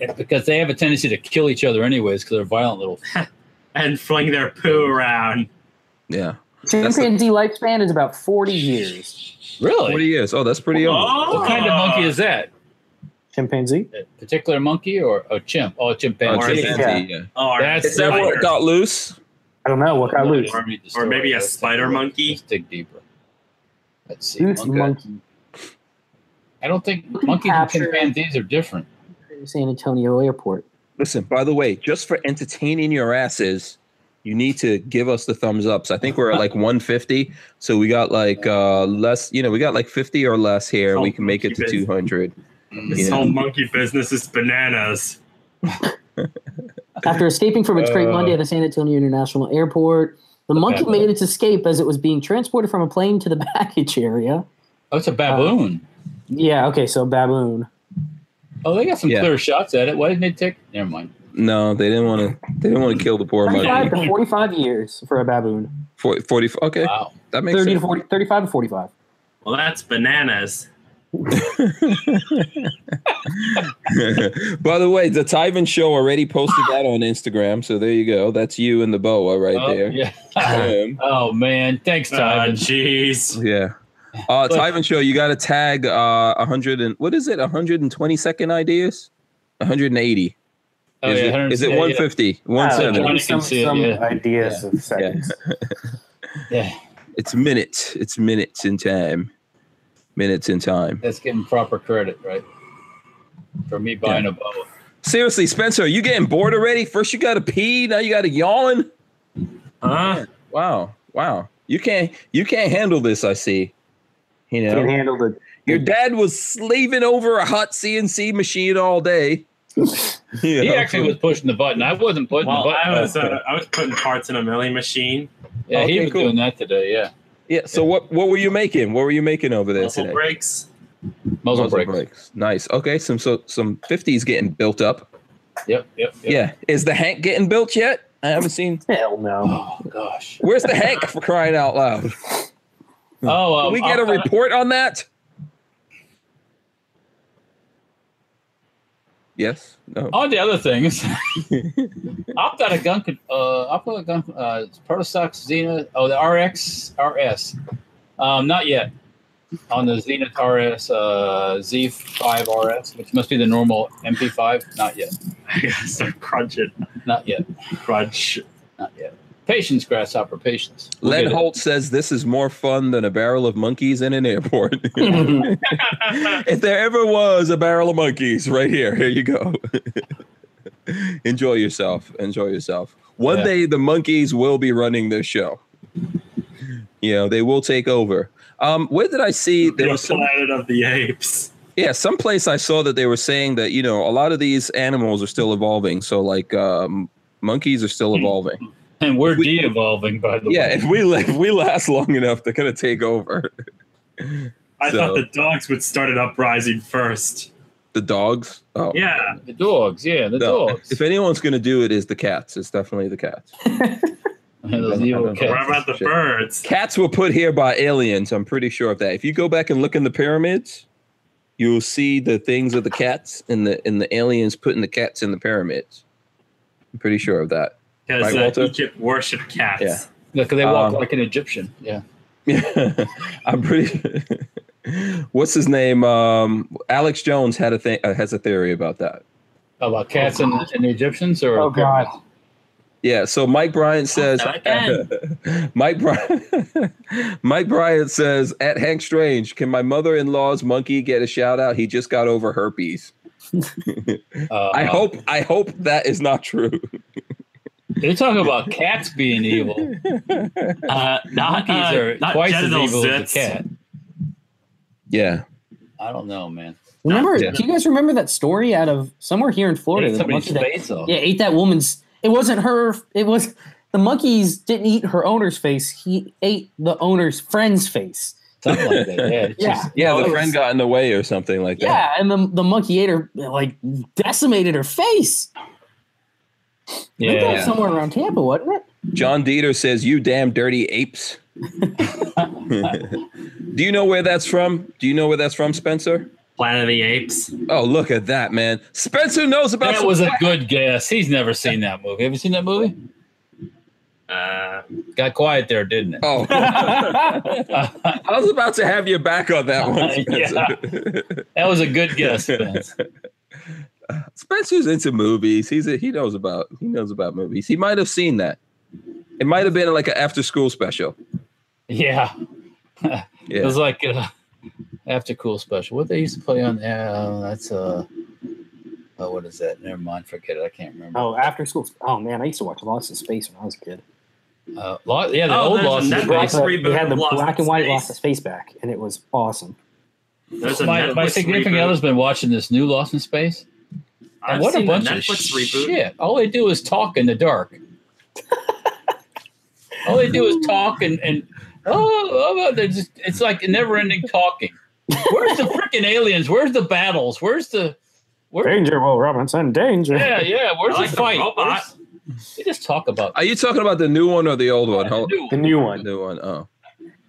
B: It's because they have a tendency to kill each other anyways because they're violent little.
C: and fling their poo around.
A: Yeah. That's the-
D: Chimpanzee lifespan is about forty years.
B: Really?
A: 40 years. Oh, that's pretty old.
C: Oh,
B: what kind of monkey is that?
D: Chimpanzee.
B: A particular monkey or a chimp? Oh, a
A: Oh,
B: chimpanzee.
A: chimpanzee,
D: Yeah.
A: yeah.
C: Or
B: That's
A: Is that what got loose?
D: I don't know what got loose.
B: Let me read the
C: Or
B: story.
C: maybe a
B: Let's take
C: spider
B: look.
C: monkey?
B: Let's dig deeper. Let's see.
D: Loose
B: Monkey.
D: monkey.
B: I don't think monkeys and
D: Capture.
B: chimpanzees are different.
D: San Antonio Airport.
A: Listen, by the way, just for entertaining your asses, you need to give us the thumbs ups. I think we're at like 150. So we got like uh less, you know, we got like 50 or less here. We can make it to 200.
F: Mm-hmm.
C: This
A: Yeah.
C: whole monkey business is bananas.
D: After escaping from its crate
B: Uh.
D: Monday at the San Antonio International Airport, the monkey
B: baboon.
D: made its escape as it was being transported from a plane to the baggage area.
B: Oh, it's a baboon.
D: Yeah, okay, so baboon.
B: oh, they got some
A: Yeah.
B: clear shots at it. Why didn't they take? Never mind.
A: No, they didn't want to. They didn't want to kill the poor
D: 35
A: monkey.
D: to 45 years for a baboon.
A: For- 40, Okay,
B: Wow.
A: that makes
D: 30 to
A: sense.
D: 40, 35 to 45.
C: Well, that's bananas.
A: By the way, the Tyven Show already posted that on Instagram. So there you go. That's you and the boa right
B: Oh,
A: there.
B: yeah.
A: Um,
B: oh man, thanks,
C: Ah,
B: Tyvin.
C: Jeez.
A: Yeah. Uh,
B: But-
A: Tyven Show, you got to tag uh, 100 and what is it? 120 second ideas? 180.
B: oh,
A: is,
B: yeah,
A: it, is it
B: 100 yeah,
A: 150? 170.
B: Johnny
F: some,
B: can see it,
F: some
B: yeah.
F: ideas of seconds.
B: Yeah. Yeah.
A: It's minutes. It's minutes in time. Minutes in time.
B: Let's give him proper credit, right? For me buying a boa.
A: Seriously, Spencer, are you getting bored already? First you got to pee, now you got to yawn.
C: Huh?
A: Wow, wow. You can't you can't handle this, I see. You know.
D: Can't handle the
A: Your dad was slaving over a hot CNC machine all day. You
B: He
A: know?
B: actually was pushing the button. I wasn't pushing
C: Well,
B: the button.
C: I was uh, I was putting parts in a milling machine.
B: yeah, he
A: Okay,
B: was
A: cool.
B: doing that today. Yeah,
A: Yeah. So what what were you making? What were you making over there
C: Muzzle
A: today?
C: brakes.
B: muzzle,
A: Muzzle
B: break.
A: brakes. Nice. Okay. Some so some fifties getting built up.
B: Yep, yep, yep.
A: Yeah. Is the Hank getting built yet? I haven't seen.
D: hell no.
B: Oh gosh.
A: Where's the Hank for crying out loud?
B: Oh,
A: Can
B: um,
A: Hmm. we get a
B: I'll-
A: report on that? Yes. No.
B: All the other things. I've got a gun. con- Uh, I've got a gun. Uh, Protosox Xena. Oh, the RX RS. Um, not yet. On the Zenith RS uh, Z5 RS, which must be the normal MP5. Not yet.
C: I gotta start crunching.
B: Not yet.
C: Crunch.
B: Not yet. Patience, grasshopper. Patience. We'll
A: Len
B: get it.
A: Holt says this is more fun than a barrel of monkeys in an airport. if there ever was a barrel of monkeys, right here, here you go. Enjoy yourself. Enjoy yourself. One
B: Yeah.
A: day the monkeys will be running this show. You know, they will take over. Um, where did I see there
C: The
A: was some
C: Planet of the Apes.
A: yeah, someplace I saw that they were saying that, you know, a lot of these animals are still evolving. So like um, monkeys are still
B: Mm-hmm.
A: evolving.
B: And we're de-evolving, by the
A: Yeah,
B: way.
A: if we la- if we last long enough, they're gonna take over.
C: I thought
A: So-
C: the dogs would start an uprising first.
A: The dogs. Oh,
C: Yeah.
B: The dogs. Yeah, the
A: No,
B: dogs.
A: If anyone's gonna do it, is the cats. It's definitely the cats.
B: Those evil
A: I don't know.
C: What
B: cats.
C: about the
A: Shit.
C: birds?
A: Cats were put here by aliens. I'm pretty sure of that. If you go back and look in the pyramids, you'll see the things of the cats and the and the aliens putting the cats in the pyramids. I'm pretty sure of that.
C: Because
A: Right, Walter?
C: uh, Egypt worshipped cats.
A: Yeah.
B: Look, they walk
A: Um,
B: like an Egyptian. Yeah.
A: I'm pretty. What's his name? Um, Alex Jones had a thing. Uh, has a theory about that.
B: About cats and, and the Egyptians, or
D: Oh, God.
A: Yeah, so Mike Bryant says
C: that again.
A: Mike Bryant Mike Bryant says at Hank Strange, can my mother-in-law's monkey get a shout out? He just got over herpes.
B: Uh,
A: I hope I hope that is not true.
B: They talk about cats being evil.
C: Uh, not,
B: Monkeys
C: uh,
B: are
C: not
B: twice as
C: genital
B: evil
C: zits.
B: as a cat.
A: Yeah.
B: I don't know, man.
D: Remember?
A: Yeah.
D: Do you guys remember that story out of somewhere here in Florida?
B: Ate
D: The
B: somebody's
D: monkey that-
B: face off.
D: yeah, ate that woman's. It wasn't her. It was the monkeys didn't eat her owner's face. He ate the owner's friend's face.
B: Something like that. Yeah. it's
D: Yeah.
B: just-
A: Yeah, the
D: Well,
A: friend got in the way or something like
D: Yeah,
A: that.
D: and the the monkey ate her like decimated her face. I think that was
B: yeah.
D: somewhere around Tampa, wasn't it?
A: John Dieter says, You damn dirty apes. Do you know where that's from? Do you know where that's from, Spencer?
C: Planet of the Apes.
A: Oh, look at that, man. Spencer knows about
B: That
A: some-
B: was a good guess. He's never seen that movie. Have you seen that movie?
C: Uh,
B: Got quiet there, didn't it?
A: Oh, I was about to have your back on that one, Spencer.
B: That was a good guess, Spence.
A: Spencer's into movies. He's a, he knows about he knows about movies. He might have seen that. It might have been like an after school special.
B: Yeah. It
A: Yeah.
B: was like uh, after cool special. What they used to play on uh, that's uh oh what is that? Never mind, forget it. I can't remember.
D: Oh, after school. Oh man, I used to watch Lost in Space when I was a kid.
B: Uh, lo- yeah, the
C: Oh,
B: old
C: there's
B: Lost
C: a
B: in
C: Netflix.
B: Space.
D: Black, we
C: reboot
D: had the
C: of Lost
D: black
C: in
D: and white
C: Space.
D: Lost in Space back, and it was awesome.
C: there's a
B: My,
C: my,
B: my significant other's been watching this new Lost in Space. And
C: I've
B: what a
C: seen the
B: bunch of
C: Netflix reboot.
B: shit! All they do is talk in the dark. All they do is talk and and oh, oh, they're just it's like a never-ending talking. Where's the freaking aliens? Where's the battles? Where's the where?
D: Danger, Will Robinson, danger.
B: Yeah, yeah. Where's
C: I like
B: the
C: the
B: fight?
C: robot.
B: Where's- they just talk about
A: Are you talking about the new one or the old one?
B: the
A: Hold-
B: new,
D: The new
A: the
D: one.
A: new one. Oh,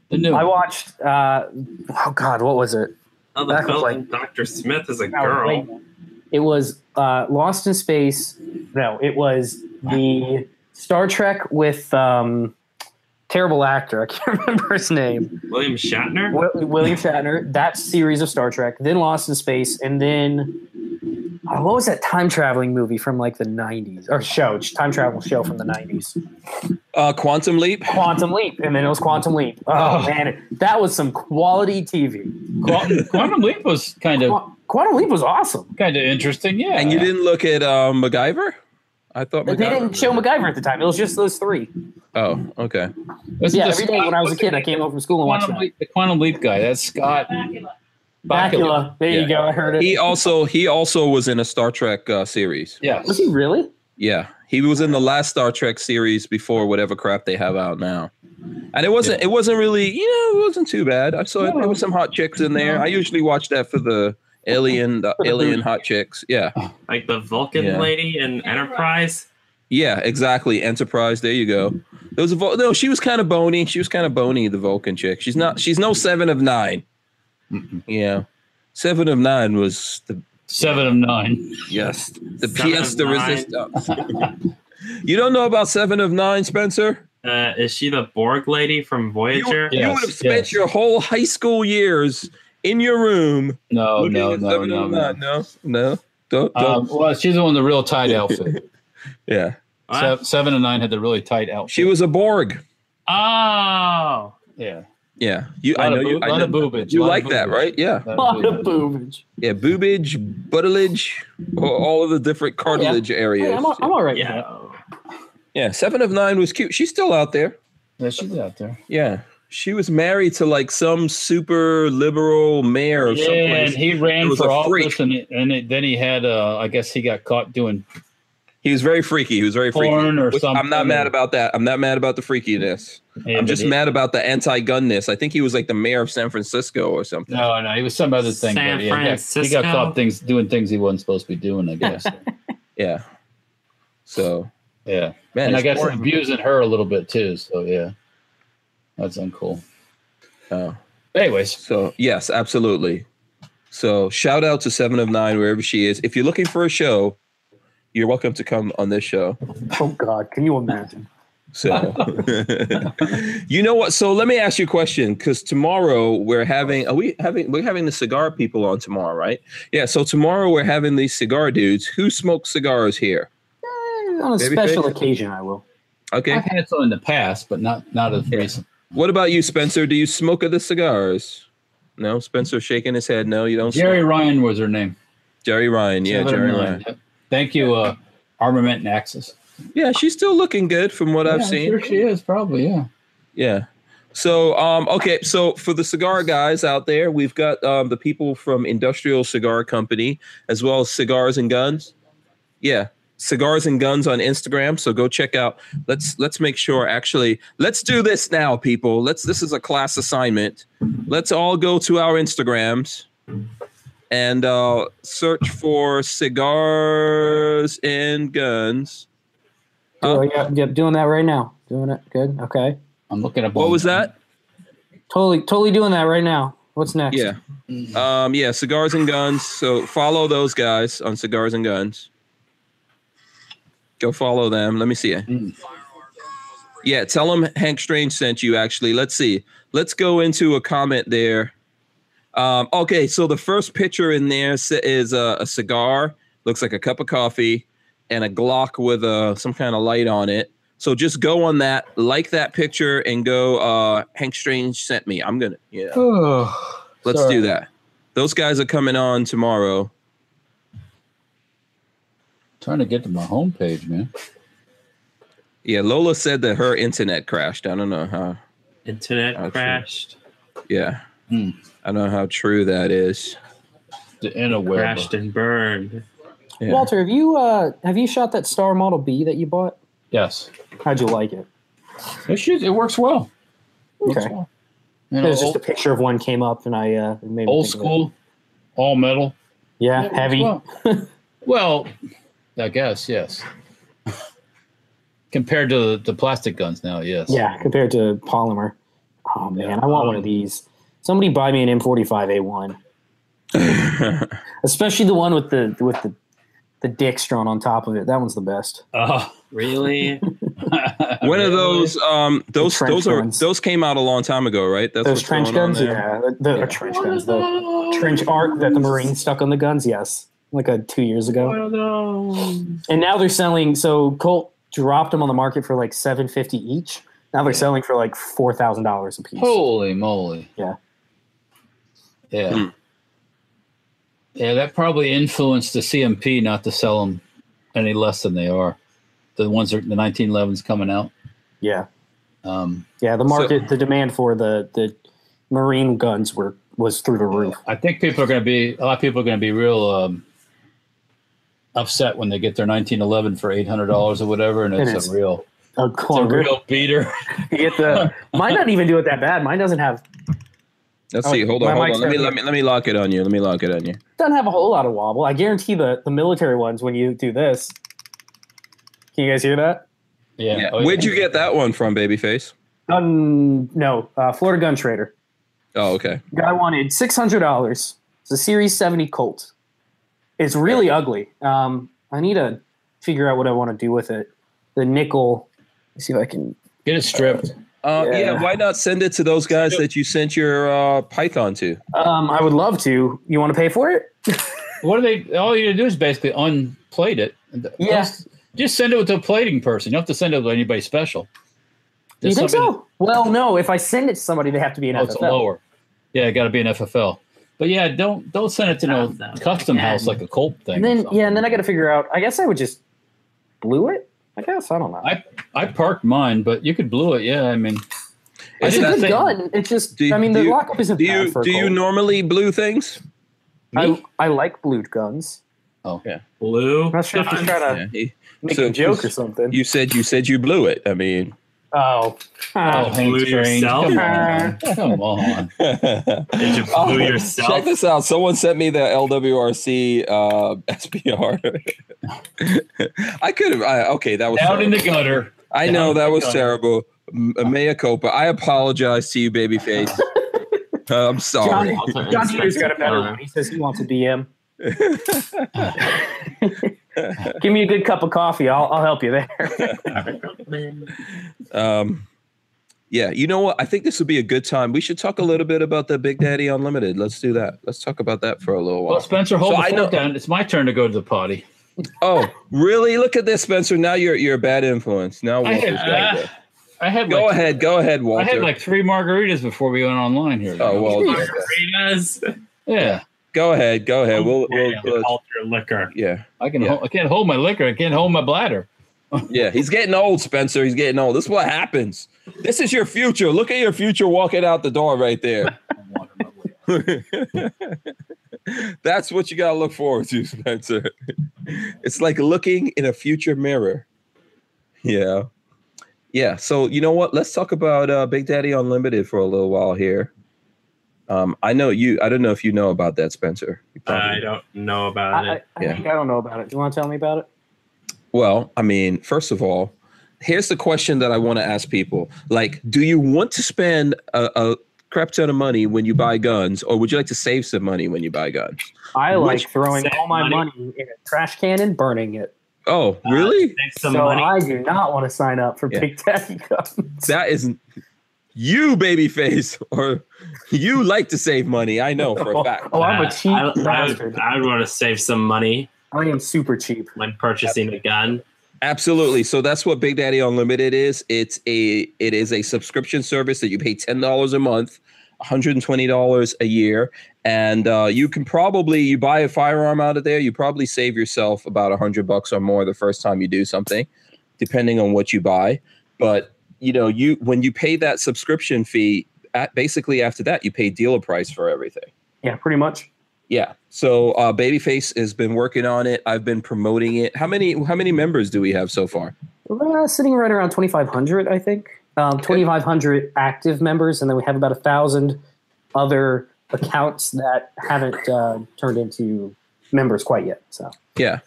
B: the new.
D: I watched. Uh, oh God, what was it?
C: Oh, the
D: Back was
C: film
D: like-
C: Dr. Smith is a girl.
D: It was uh, Lost in Space. No, it was the Star Trek with um, terrible actor. I can't remember his name.
C: William Shatner?
D: Wi- William Shatner. That series of Star Trek. Then Lost in Space, and then oh, what was that time traveling movie from like the '90s or show? Time travel show from the '90s.
A: uh, Quantum Leap.
D: Quantum Leap, and then it was Quantum Leap. Oh,
B: Oh.
D: man, that was some quality TV.
B: Quantum, Quantum Leap was kind of
D: Qua- Quantum Leap was awesome.
B: kind of interesting. Yeah,
A: And you didn't look at um, MacGyver. I thought
D: They
A: MacGyver.
D: didn't show MacGyver at the time. It was just those three.
A: Oh, okay.
B: Was it
D: Yeah,
B: the
D: every day
B: Scott-
D: when I was a kid, I came home from school and watched
B: Quantum
D: that.
B: Leap, the Quantum Leap guy. That's Scott Bakula.
D: Bakula. There you go. I heard it.
A: He also he also was in a Star Trek uh, series.
B: Yes.
D: was he really?
A: Yeah, he was in the last Star Trek series before whatever crap they have out now. And it wasn't it wasn't really you know it wasn't too bad. I saw it, there was some hot chicks in there. I usually watch that for the alien the alien hot chicks. Yeah,
C: Like the Vulcan
A: Yeah.
C: lady in Enterprise?
A: yeah, exactly. Enterprise. There you go. There was a Vul- no. She was kind of bony. She was kind of bony. The Vulcan chick. She's not. She's no seven of 9 Yeah, seven of nine was the
B: Seven of nine.
A: yes the
C: Seven of
A: pièce de
C: Nine.
A: resistance. you don't know about seven of nine, Spencer?
C: Uh, is she the Borg lady from Voyager?
A: You, you
B: Yes,
A: would have spent
B: yes.
A: your whole high school years in your room.
B: Oh, No,
A: looking
B: no,
A: at
B: no,
A: seven
B: no,
A: and
B: no.
A: nine. no, no. Don't, don't.
B: Um, well, she's the one in the real tight outfit.
A: yeah,
C: What?
B: Se- seven and nine had the really tight outfit.
A: she was a Borg.
C: Oh,
B: yeah.
A: Yeah, you. I
B: Lot
A: know
B: of
A: you.
B: boob-
A: I
B: lot
A: know,
B: of boobage.
A: you
B: lot of
A: like that,
B: boobage.
A: right? Yeah,
B: Lot of boobage.
D: boobage.
A: yeah. Boobage, buttilage, a- all of the different cartilage areas.
D: Oh, Hey, I'm, all, I'm all right.
C: yeah.
D: Yeah.
A: yeah, seven of nine was cute. She's still out there.
B: Yeah, she's out there.
A: Yeah, she was married to like some super liberal mayor of
B: Yeah, and
A: someplace.
B: he
A: It
B: ran
A: was
B: for
A: a freak.
B: office, and, it, and it, then he had, uh, I guess he got caught doing
A: He was very freaky. He was very freaky.
B: porn or
A: Which
B: something.
A: I'm not mad about that. I'm not mad about the freakiness.
B: Yeah,
A: I'm
B: but
A: just
B: he-
A: mad about the anti-gunness. I think he was like the mayor of San Francisco or something.
B: No, no, he was some other thing.
C: San
B: but yeah, he got- He
C: Francisco.
B: got caught things doing things he wasn't supposed to be doing. I guess.
A: Yeah. So
B: yeah,
A: man,
B: and I
A: it's
B: guess
A: boring.
B: abusing her a little bit too. So yeah, that's uncool.
A: Oh,
B: Anyways,
A: so yes, absolutely. So shout out to Seven of Nine wherever she is. If you're looking for a show, you're welcome to come on this show.
D: Oh God, can you imagine?
A: So you know what? So let me ask you a question because tomorrow we're having are we having we're having the cigar people on tomorrow, right? Yeah. So tomorrow we're having these cigar dudes. Who smokes cigars here?
D: Eh, on a
A: Baby
D: special
A: face.
D: occasion, I will.
A: Okay.
B: I've had some in the past, but not not as recent.
A: What about you, Spencer? Do you smoke of the cigars? No, Spencer shaking his head. No, you don't.
B: Jerry
A: smoke.
B: Ryan was her name.
A: Jerry Ryan. Yeah,
B: Seven
A: Jerry
B: of nine,
A: Ryan.
B: yep. Thank you, uh, Armament and Axis.
A: Yeah, she's still looking good from what I've
B: Yeah, I'm
A: seen.
B: sure she is probably yeah.
A: Yeah. So um okay, so for the cigar guys out there, we've got um the people from Industrial Cigar Company as well as Cigars and Guns. Yeah. Cigars and Guns on Instagram, so go check out. Let's let's make sure actually. Let's do this now people. Let's this is a class assignment. Let's all go to our Instagrams and uh search for Cigars and Guns. Huh?
D: Oh, yep, yep, doing that right now. Doing it. Good. Okay.
B: I'm looking up.
A: What
B: on-
A: was that?
D: Totally, totally doing that right now. What's next?
A: Yeah.
B: Mm.
A: Um, yeah, Cigars and Guns. So follow those guys on Cigars and Guns. Go follow them. Let me see it.
B: Mm.
A: Yeah, tell them Hank Strange sent you, actually. Let's see. Let's go into a comment there. Um, okay, so the first picture in there s- is a, a cigar, looks like a cup of coffee, and a Glock with uh, some kind of light on it. So just go on that, like that picture, and go. Uh, Hank Strange sent me. I'm gonna, yeah.
B: Oh,
A: Let's
B: sorry.
A: do that. Those guys are coming on tomorrow.
B: trying to get to my homepage, man.
A: Yeah, Lola said that her internet crashed. I don't know how.
C: Internet
A: That's it.
C: crashed.
A: Yeah.
B: Hmm.
A: I don't know how true that is.
B: The interweb.
C: Crashed and burned.
A: Yeah.
D: Walter, have you uh have you shot that Star Model B that you bought?
B: Yes,
D: How'd you like it?
B: it should. It works well. Works
D: Okay.
B: well. You know,
D: There's just
B: old,
D: a picture of one came up, and I uh, it made me
B: old
D: think of it.
B: school, all metal. It
D: Yeah,
B: works
D: heavy.
B: Well. Well, I guess yes. Compared to the plastic guns now, yes.
D: Yeah, compared to polymer. Oh man, I want one of these. Somebody buy me an M45A1, especially the one with the with the the dick drawn on top of it. That one's the best.
B: Oh.
C: Really?
A: One of those um those
D: trench
A: those are
D: guns.
A: those came out a long time ago, right? That's
D: Those
A: what's
D: trench
A: going on
D: guns,
A: there.
D: yeah, the, the
A: Yeah.
D: or trench guns, the trench arc that the Marines stuck on the guns. Yes, like a two years ago.
C: One of those.
D: And now they're selling. So Colt dropped them on the market for like seven fifty each. Now they're selling for like four thousand dollars a piece.
B: Holy moly.
D: Yeah.
B: Yeah.
A: Hmm.
B: Yeah, that probably influenced the CMP not to sell them any less than they are. The ones that the 1911s coming out.
D: Yeah,
B: Um,
D: yeah. The market, the demand for the the Marine guns were was through the roof.
B: I think people are going to be, a lot of people are going to be real um, upset when they get their 1911 for $800 or whatever. And
D: It
B: it's
D: is.
B: a real,
D: A
B: it's a
D: clunker.
B: real beater.
D: You get the mine. Not even do it that bad. Mine doesn't have
A: Let's
D: Oh,
A: see. Hold on, hold
D: my mic's
A: on. Let me
D: down
A: let me let me lock it on you. Let me lock it on you.
D: doesn't have a whole lot of wobble. I guarantee the the military ones when you do this. Can you guys hear that?
B: Yeah.
A: Yeah.
B: Oh, yeah.
A: Where'd you get that one from, babyface?
D: Gun no, uh, Florida gun trader.
A: Oh, okay.
D: Guy wanted six hundred dollars. It's a Series seventy Colt. It's really ugly. Um, I need to figure out what I want to do with it. The nickel. Let's see if I can.
B: Get it stripped.
A: Um, yeah.
D: Yeah.
A: why not send it to those guys that you sent your uh, Python to?
D: Um, I would love to. You want to pay for it?
B: What do they? All you do is basically unplate it.
D: Yeah.
B: Just, just send it to a plating person. You don't have to send it to anybody special.
D: Do you
B: Just
D: think
B: somebody-
D: so? Well, no. If I send it to somebody, they have to be an
B: Oh, it's
D: FFL.
B: lower. Yeah, it got to be an FFL. But yeah, don't don't send it to no
E: Awesome.
B: custom
E: Yeah.
B: house like a Colt thing.
D: And
B: or
D: then
B: something.
D: yeah, and then I got to figure out. I guess I would just blue it. I guess I don't know.
B: I parked mine, but you could blue it. Yeah, I mean, I
D: it's
B: did
D: a good
B: that thing.
D: gun. It's just.
A: Do you-
D: I mean,
A: do
D: the
A: you-
D: lockup isn't
A: Do
D: bad
A: you
D: for a
A: do you
D: Colt.
A: normally blue things?
D: I, I like blued guns.
C: Blue.
D: I'm not sure if you're
C: guns.
D: trying to
A: Yeah, he-
D: make
A: So
D: a joke
A: who's-
D: or something.
A: You said you said you blew it. I mean,
D: oh.
B: oh, Hank
C: blue
B: Strange,
C: yourself?
B: come on,
A: Uh-huh.
B: come on.
C: Did you
A: Oh,
C: blue yourself?
A: Check this out. Someone sent me the LWRC uh, SPR. I could have. I, okay, that was.
B: Out in
A: terrible.
B: the gutter.
A: I
B: down
A: know
B: in
A: that
B: the
A: was
B: gutter.
A: terrible. M- uh, Mea culpa. I apologize to you, babyface. Uh, I'm sorry.
D: John, John Peter's got a better one. He says he wants a DM. Give me a good cup of coffee. I'll, I'll help you there.
A: Um, yeah, you know what? I think this would be a good time. We should talk a little bit about the Big Daddy Unlimited. Let's do that. Let's talk about that for a little while.
B: Well, Spencer, hold
A: So
B: the
A: I
B: fork
A: know-
B: down. It's my turn to go to the potty.
A: Oh, really? Look at this, Spencer. Now you're you're a bad influence. Now
B: I
A: Walter's
B: had-
A: got to
B: uh, I had
A: go. Go
B: like
A: ahead. Go ahead,
B: I
A: Walter.
B: had like three margaritas before we went online here.
A: oh well. okay.
D: Oh,
C: Margaritas.
B: yeah.
A: Go ahead. Go ahead. We'll,
C: Yeah,
A: we'll, we'll
C: Alter liquor.
A: yeah.
B: I can.
A: Yeah.
B: Hold, I can't hold my liquor. I can't hold my bladder.
A: Yeah, he's getting old, Spencer. He's getting old. This is what happens. This is your future. Look at your future walking out the door right there.
B: I'm walking my way out.
A: That's what you got to look forward to, Spencer. It's like looking in a future mirror. Yeah. Yeah. So, you know what? Let's talk about uh, Big Daddy Unlimited for a little while here. Um, I know you, I don't know if you know about that, Spencer. You probably
C: I don't know
D: I,
C: about
D: I,
C: it.
D: I
A: Yeah.
D: think I don't know about it. Do you want to tell me about it?
A: Well, I mean, first of all, here's the question that I want to ask people: Like, do you want to spend a, a crap ton of money when you buy guns, or would you like to save some money when you buy guns?
D: I
A: Which-
D: like throwing all my
C: money.
D: money. in a trash can and burning it.
A: Oh,
C: Uh,
A: really?
C: Save some
D: so
C: money.
D: I do not want to sign up for
A: Yeah.
D: Big Daddy Guns.
A: that isn't you, babyface, or you like to save money. I know for a fact.
D: Oh, I'm a cheap
C: Uh, I, I,
D: bastard.
C: would, I would want to save some money
D: I am super cheap.
C: when purchasing a gun.
A: Absolutely. So that's what Big Daddy Unlimited is. It's a it is a subscription service that you pay ten dollars a month, one hundred and twenty dollars a year, and uh, you can probably you buy a firearm out of there. You probably save yourself about a hundred bucks or more the first time you do something, depending on what you buy. But you know you when you pay that subscription fee, at, basically after that you pay dealer price for everything.
D: Yeah, pretty much.
A: Yeah. So uh, Babyface has been working on it. I've been promoting it. How many how many members do we have so far?
D: Uh, sitting right around 2,500, I think. Um, 2,500 active members, and then we have about a thousand other accounts that haven't uh, turned into members quite yet. So
A: Yeah,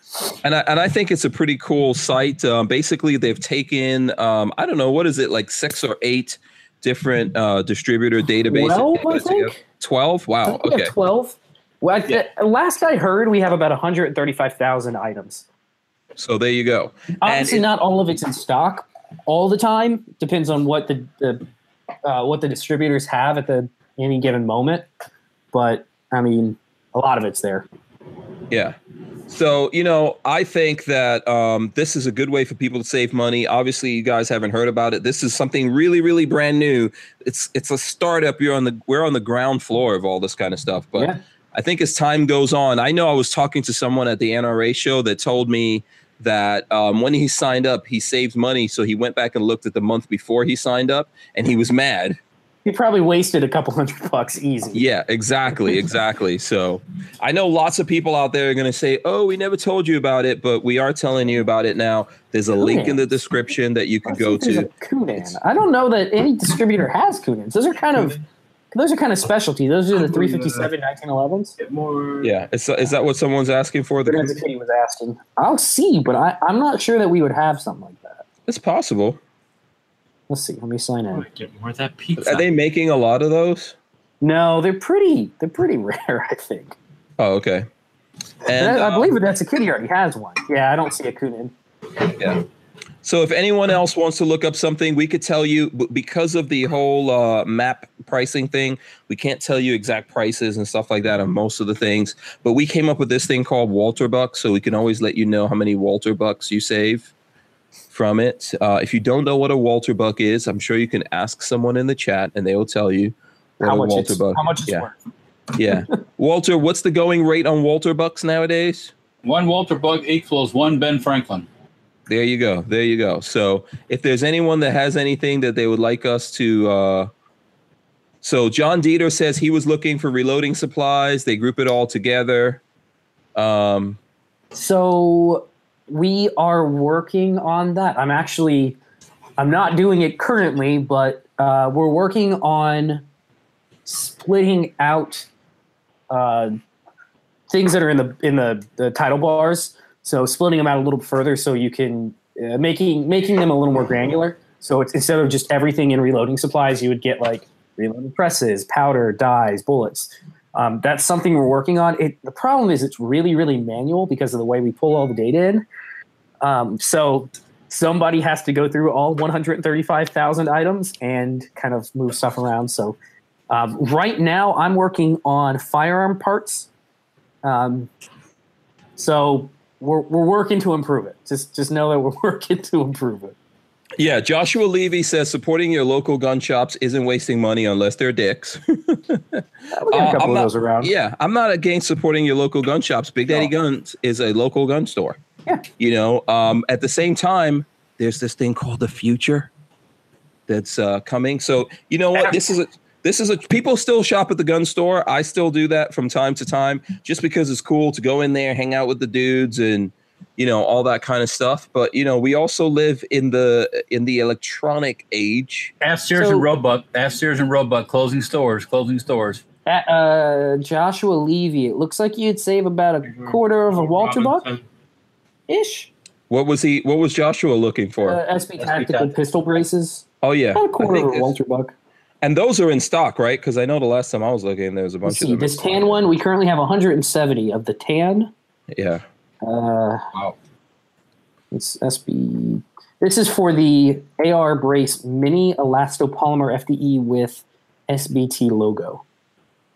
A: and I and I think it's a pretty cool site. Um, basically, they've taken um, I don't know what is it like six or eight different uh, distributor databases.
D: twelve,
A: they
D: I
A: put together.
D: think.
A: Twelve.
D: I
A: Wow.
D: think we
A: Oh,
D: have
A: Okay.
D: Twelve. Well, I th- last I heard, we have about 135,000 items.
A: So there you go.
D: Obviously,
A: it-
D: not all of it's in stock all the time. Depends on what the, the uh, what the distributors have at the any given moment. But I mean, a lot of it's there.
A: Yeah. So, you know, I think that um, this is a good way for people to save money. Obviously, you guys haven't heard about it. This is something really, really brand new. It's it's a startup. You're on the we're on the ground floor of all this kind of stuff. But
D: Yeah.
A: I think as time goes on, I know I was talking to someone at the NRA show that told me that um, when he signed up, he saved money. So he went back and looked at the month before he signed up, and he was mad.
D: You probably wasted a couple hundred bucks easy.
A: Yeah, exactly, exactly. So I know lots of people out there are going to say, "Oh, we never told you about it," but we are telling you about it now. There's a link in the description that you can
D: Let's
A: go
D: see if
A: to.
D: there's a Kunin. I don't know that any distributor has Kunins. Those are kind of those are kind of specialty. Those are the 357 1911s.
B: Get more.
A: Yeah, is, is that what someone's asking for?
D: But as
A: The,
D: the kid was asking, I'll see, but I, I'm not sure that we would have something like that.
A: it's possible.
D: Let's see. Let me sign
C: Oh, I
D: in.
C: might Get more of that pizza.
A: Are they making a lot of those?
D: No, they're pretty. They're pretty rare, I think.
A: Oh, okay.
D: And
A: And
D: I, I
A: uh,
D: believe that that's a kid. He already has one. Yeah, I don't see a Kunin.
A: so, if anyone else wants to look up something, we could tell you b- because of the whole uh, map pricing thing. We can't tell you exact prices and stuff like that on most of the things, but we came up with this thing called Walter Bucks, so we can always let you know how many Walter Bucks you save from it. Uh, if you don't know what a Walter Buck is, I'm sure you can ask someone in the chat and they will tell you what
D: How
A: a
D: much,
A: Walter
D: it's,
A: Buck.
D: how much it's
A: yeah,
D: worth.
A: yeah. Walter, what's the going rate on Walter Bucks nowadays?
B: One Walter Bug equals one Ben Franklin.
A: There you go. There you go. So if there's anyone that has anything that they would like us to. Uh, so John Dieter says he was looking for reloading supplies. They group it all together. Um,
D: So we are working on that. I'm actually, I'm not doing it currently, but uh, we're working on splitting out uh, things that are in the in the, the title bars. So splitting them out a little further, so you can uh, making making them a little more granular. So it's, instead of just everything in reloading supplies, you would get like reloading presses, powder, dyes, bullets. Um, that's something we're working on. It, the problem is it's really, really manual because of the way we pull all the data in. Um, so somebody has to go through all 135,000 items and kind of move stuff around. So um, right now I'm working on firearm parts. Um, so we're, we're working to improve it. Just just know that we're working to improve it.
A: yeah, Joshua Levy says supporting your local gun shops isn't wasting money unless they're dicks.
D: We got
A: Uh,
D: a couple
A: I'm
D: of
A: not-
D: those around.
A: yeah, I'm not against supporting your local gun shops. Big Daddy Guns is a local gun store. You know, um, at the same time, there's this thing called the future that's uh, coming. So you know what? This is a this is a people still shop at the gun store. I still do that from time to time, just because it's cool to go in there, hang out with the dudes, and you know all that kind of stuff. But you know, we also live in the in the electronic age.
B: Ask Sears
D: So-
B: and Roebuck. Ask Sears and Roebuck. Closing stores. Closing stores.
D: At, uh, Joshua Levy, it looks like you'd save about a quarter of a Walter buck
C: Robinson.
D: ish.
A: What was he? What was Joshua looking
D: Uh,
A: for?
D: SB Tactical pistol braces.
A: oh yeah,
D: About a
A: I think
D: quarter of a
A: it's-
D: Walter buck.
A: And those are in stock, right? Because I know the last time I was looking, there was a bunch
D: Let's
A: of
D: see.
A: them. in
D: This
A: stock.
D: tan one, we currently have 170 of the tan.
A: Yeah.
D: Uh,
B: Wow.
D: It's SB. This is for the AR brace mini elastopolymer FDE with SBT logo.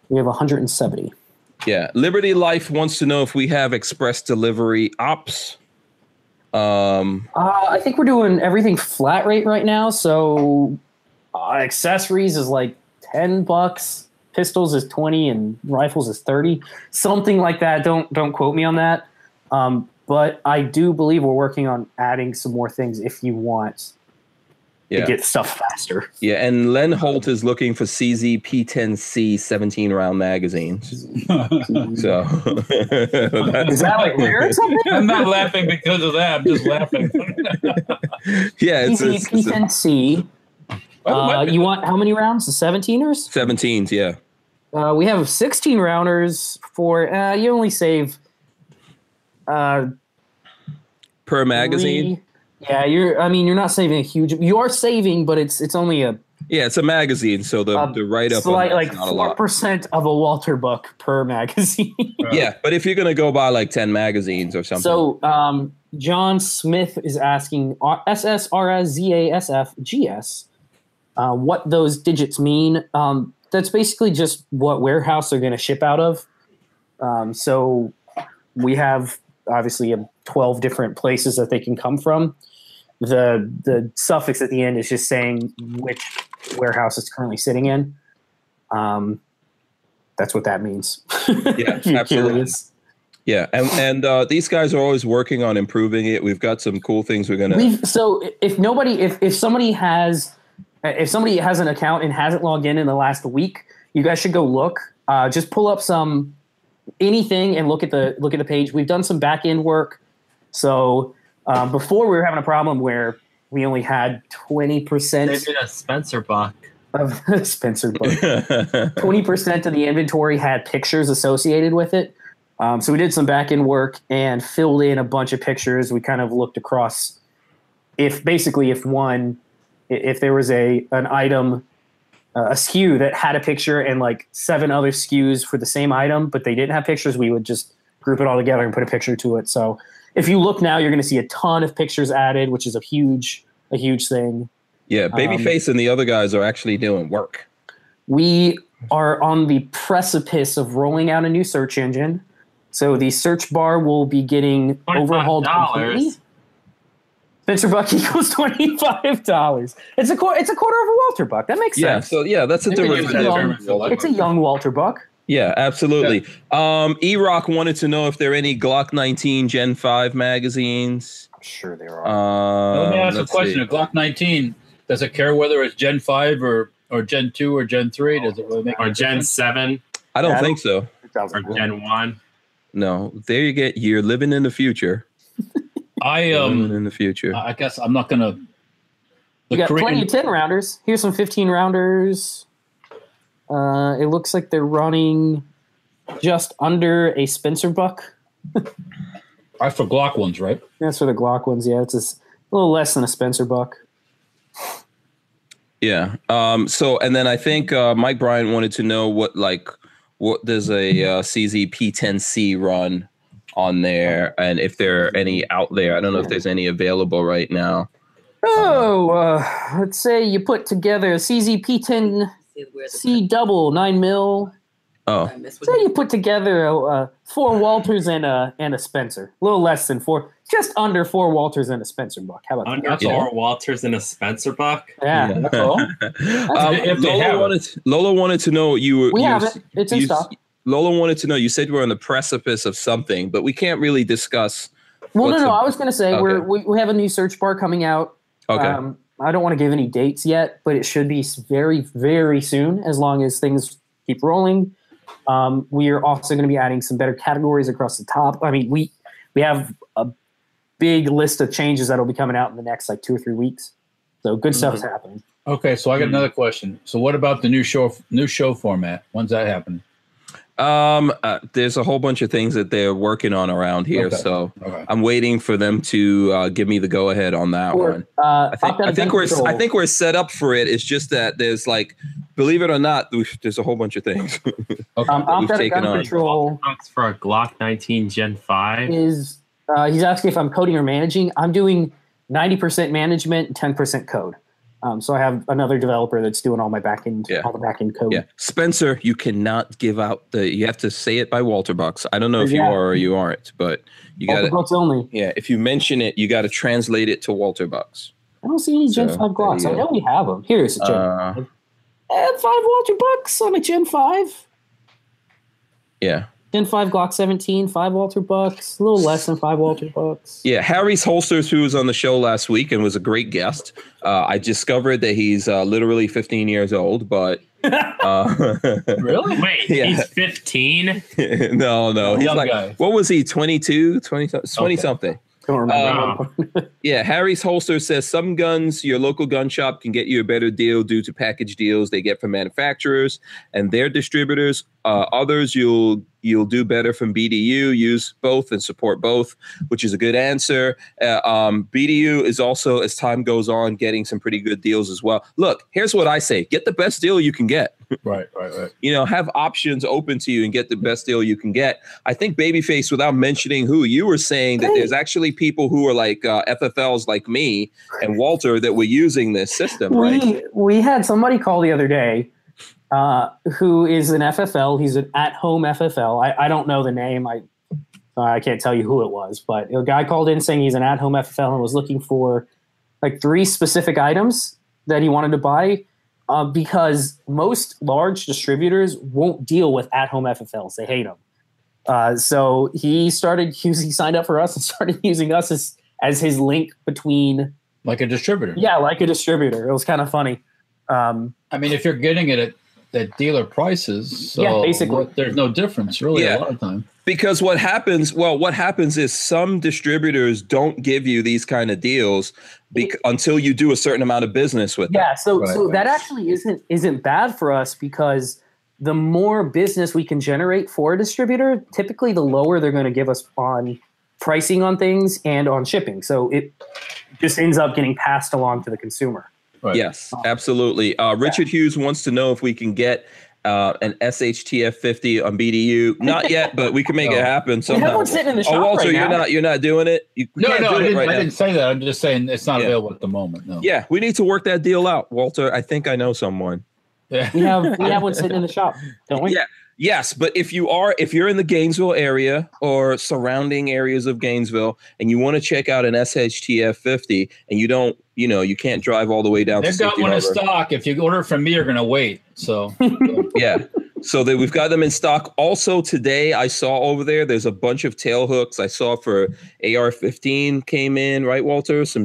D: We have 170.
A: Yeah. Liberty Life wants to know if we have express delivery ops. Um,
D: Uh, I think we're doing everything flat rate right now. So uh, accessories is like 10 bucks, pistols is 20, and rifles is 30, something like that. Don't don't quote me on that. Um, but I do believe we're working on adding some more things if you want
A: yeah.
D: to get stuff faster.
A: yeah. And Len Holt is looking for CZ P10C 17 round magazines.
D: Mm-hmm.
A: So
D: Is that like rare or something?
B: I'm not laughing because of that. I'm just laughing.
A: yeah, it's,
D: Easy
A: it's, it's a-
D: P10C. Uh, you want how many rounds? The 17ers?
A: 17s. Yeah.
D: Uh, we have 16 rounders for, uh, you only save uh,
A: Per magazine.
D: three- Yeah, you're, I mean, you're not saving a huge, you are saving, but it's it's only a
A: Yeah. It's a magazine. So the,
D: Um,
A: the write up
D: slight, like
A: not a lot.
D: 4% of a Walter Buck per magazine.
A: Yeah. But if you're going to go buy like 10 magazines or something.
D: so, um, John Smith is asking uh, R- SSRSZASFGS uh, what those digits mean. Um, that's basically just what warehouse they're going to ship out of. Um, so we have obviously um, 12 different places that they can come from. The the suffix at the end is just saying which warehouse it's currently sitting in. Um, that's what that means.
A: Yeah,
D: If you're
A: absolutely.
D: curious.
A: Yeah, and and uh, these guys are always working on improving it. We've got some cool things we're gonna.
D: We've, so i- if nobody, if if somebody has, if somebody has an account and hasn't logged in in the last week, you guys should go look. Uh, just pull up some anything and look at the look at the page. We've done some back end work. So um, before we were having a problem where we only had twenty
C: They
D: percent
C: did a Spencer buck.
D: of Spencer book. twenty percent of the inventory had pictures associated with it. Um, so we did some back end work and filled in a bunch of pictures. We kind of looked across if basically if one i- if there was a an item uh, a skew that had a picture and like seven other skews for the same item, but they didn't have pictures, we would just group it all together and put a picture to it. So if you look now, you're going to see a ton of pictures added, which is a huge a huge thing.
A: yeah, Babyface and the other guys are actually doing work.
D: we are on the precipice of rolling out a new search engine. So the search bar will be getting overhauled completely.
C: $25.
D: Spencer Buck equals twenty five dollars. It's a quarter. It's a quarter of a Walter Buck. That makes
A: Yeah,
D: sense.
A: so yeah, that's a
B: Maybe
A: different.
B: it's a long-
D: It's a young Walter Buck.
A: Yeah, absolutely. Um, E Rock wanted to know if there are any Glock 19 Gen 5 magazines.
D: I'm sure there are.
A: Um,
B: Let me ask a
A: let's
B: question.
A: see.
B: A Glock 19. Does it care whether it's Gen 5 or or Gen 2 or Gen 3? Does it really make
C: Or
B: a
C: Gen
B: difference?
C: 7
A: I don't
D: Yeah, I
A: think so.
C: or Gen 1.
A: No, there you get. You're living in the future.
B: I
A: You're
B: um.
A: living in the future.
B: I I guess I'm not gonna.
D: You
B: The
D: got plenty
B: Korean,
D: of ten rounders. Here's some fifteen rounders. Uh, it looks like they're running just under a Spencer Buck.
B: I for Glock ones, right?
D: That's for the Glock ones. Yeah, it's a s- little less than a Spencer Buck.
A: Yeah. Um, so, and then I think uh, Mike Bryan wanted to know what like what does a uh, CZ P10C run on there, and if there are any out there. I don't know if there's any available right now.
D: Oh, uh, let's say you put together a CZP10
G: See where the-
D: C double nine mil.
A: Oh,
G: I mess with
D: Say
G: it.
D: you put together a, uh four Walters and a and a Spencer. A little less than four, just under four Walters and a Spencer buck. How about that?
C: Under
B: That's
C: Thor Walters and a Spencer buck.
D: Yeah,
B: That's all.
A: um,
B: If they have
A: Lola
B: it.
A: wanted Lola wanted to know you were.
D: we
A: you,
D: have it. It's in
A: you-
D: stock.
A: Lola wanted to know. You said we're on the precipice of something, but we can't really discuss
D: Well,
A: What's
D: no, no.
A: the-
D: I was going to say we're,
A: Okay.
D: we we have a new search bar coming out.
A: Okay.
D: Um, I don't want to give any dates yet, but it should be s- very very soon. As long as things keep rolling, um, we are also going to be adding some better categories across the top. I mean, we we have a big list of changes that'll be coming out in the next like two or three weeks. So good stuff
A: Mm-hmm.
D: is happening.
B: Okay, so I got
C: Hmm.
B: another question. So what about the new show new show format? When's that happening?
A: um, uh, there's a whole bunch of things that they're working on around here,
B: Okay.
A: so
B: Okay.
A: I'm waiting for them to uh, give me the go ahead on that
D: Or,
A: one.
D: uh,
A: I think,
D: opt-out
A: I think
D: event
A: we're I
D: control.
A: think we're set up for it. It's just that there's like, believe it or not, oof, there's a whole bunch of things.
B: Okay.
D: um, opt-out
A: taken
D: event
A: on.
D: control
C: Bucks for a Glock 19 Gen 5.
D: is uh, he's asking if I'm coding or managing. I'm doing 90% management, and 10% code. Um, so I have another developer that's doing all my backend,
A: Yeah.
D: all the backend code.
A: yeah, Spencer, you cannot give out the. You have to say it by Walter Bucks. I don't know if
D: Yeah.
A: you are or you aren't, but you
D: All
A: got
D: the
A: to
D: Glocks only.
A: Yeah, if you mention it, you got to translate it to Walter Bucks.
D: I don't see any Gen
A: So,
D: 5
A: there you
D: Glocks. I
A: go.
D: know we have them. Here's a Gen
A: Uh,
D: Eh, 5 Walter Bucks on a Gen 5.
A: yeah,
D: Gen 5 Glock 17, 5 Walter Bucks, a little less than 5 Walter Bucks.
A: yeah. Harry's Holsters, who was on the show last week and was a great guest, uh, I discovered that he's uh, literally 15 years old, but uh,
B: Really?
C: Wait,
A: Yeah.
C: he's 15?
A: no, no, he's
B: Young
A: like,
B: guy.
A: what was he? 22, 20, 20
B: Okay.
A: something.
D: Don't remember.
C: Wow.
A: Yeah, Harry's Holster says some guns your local gun shop can get you a better deal due to package deals they get from manufacturers and their distributors. Uh, others you'll you'll do better from BDU. Use both and support both, which is a good answer. Uh, um, BDU is also, as time goes on, getting some pretty good deals as well. Look, here's what I say: get the best deal you can get
B: Right, right, right.
A: you know, have options open to you and get the best deal you can get. I think Babyface, without mentioning who you were saying that there's actually people who are like uh, FFLs like me and Walter that were using this system, right?
D: we, we had somebody call the other day uh, who is an FFL. He's an at home FFL. I, I don't know the name. I I can't tell you who it was, but a guy called in saying he's an at home FFL and was looking for like three specific items that he wanted to buy uh, because most large distributors won't deal with at home FFLs. They hate them. Uh, so he started using, he signed up for us and started using us as, as his link between
B: Like a distributor.
D: yeah, like a distributor. It was kind of funny. Um,
B: I mean, if you're getting it at at dealer prices, so
D: Yeah, basically.
B: what- there's no difference really
A: Yeah.
B: a lot of time.
A: Because what happens, well, what happens is some distributors don't give you these kind of deals bec- until you do a certain amount of business with them.
D: yeah, so
B: Right,
D: so
B: right.
D: that actually isn't isn't bad for us because the more business we can generate for a distributor, typically the lower they're going to give us on pricing on things and on shipping. So it just ends up getting passed along to the consumer.
B: Right.
A: Yes, absolutely. Uh, Richard Hughes wants to know if we can get uh, an SHTF 50 on BDU. Not yet, but we can make
B: No.
A: it happen.
D: Somehow.
A: somehow.
D: sitting in the shop
A: Oh, Walter,
D: right
A: you're
D: now.
A: not you're not doing it. You
B: No,
A: can't
B: no,
A: do
B: I
A: it
B: didn't,
A: right
B: I
A: now.
B: didn't say that. I'm just saying it's not
A: Yeah.
B: available at the moment. No.
A: Yeah, we need to work that deal out, Walter. I think I know someone.
B: Yeah.
D: We have we have one sitting in the shop, don't we?
A: Yeah. Yes, but if you are if you're in the Gainesville area or surrounding areas of Gainesville and you want to check out an SHTF 50 and you don't, you know, you can't drive all the way down
B: They've
A: to
B: got
A: Safety
B: one in
A: Harbor.
B: stock. If you order from me, you're going to wait. So
A: yeah. So that we've got them in stock. Also today, I saw over there. There's a bunch of tail hooks. I saw for AR-15 came in, right, Walter? Some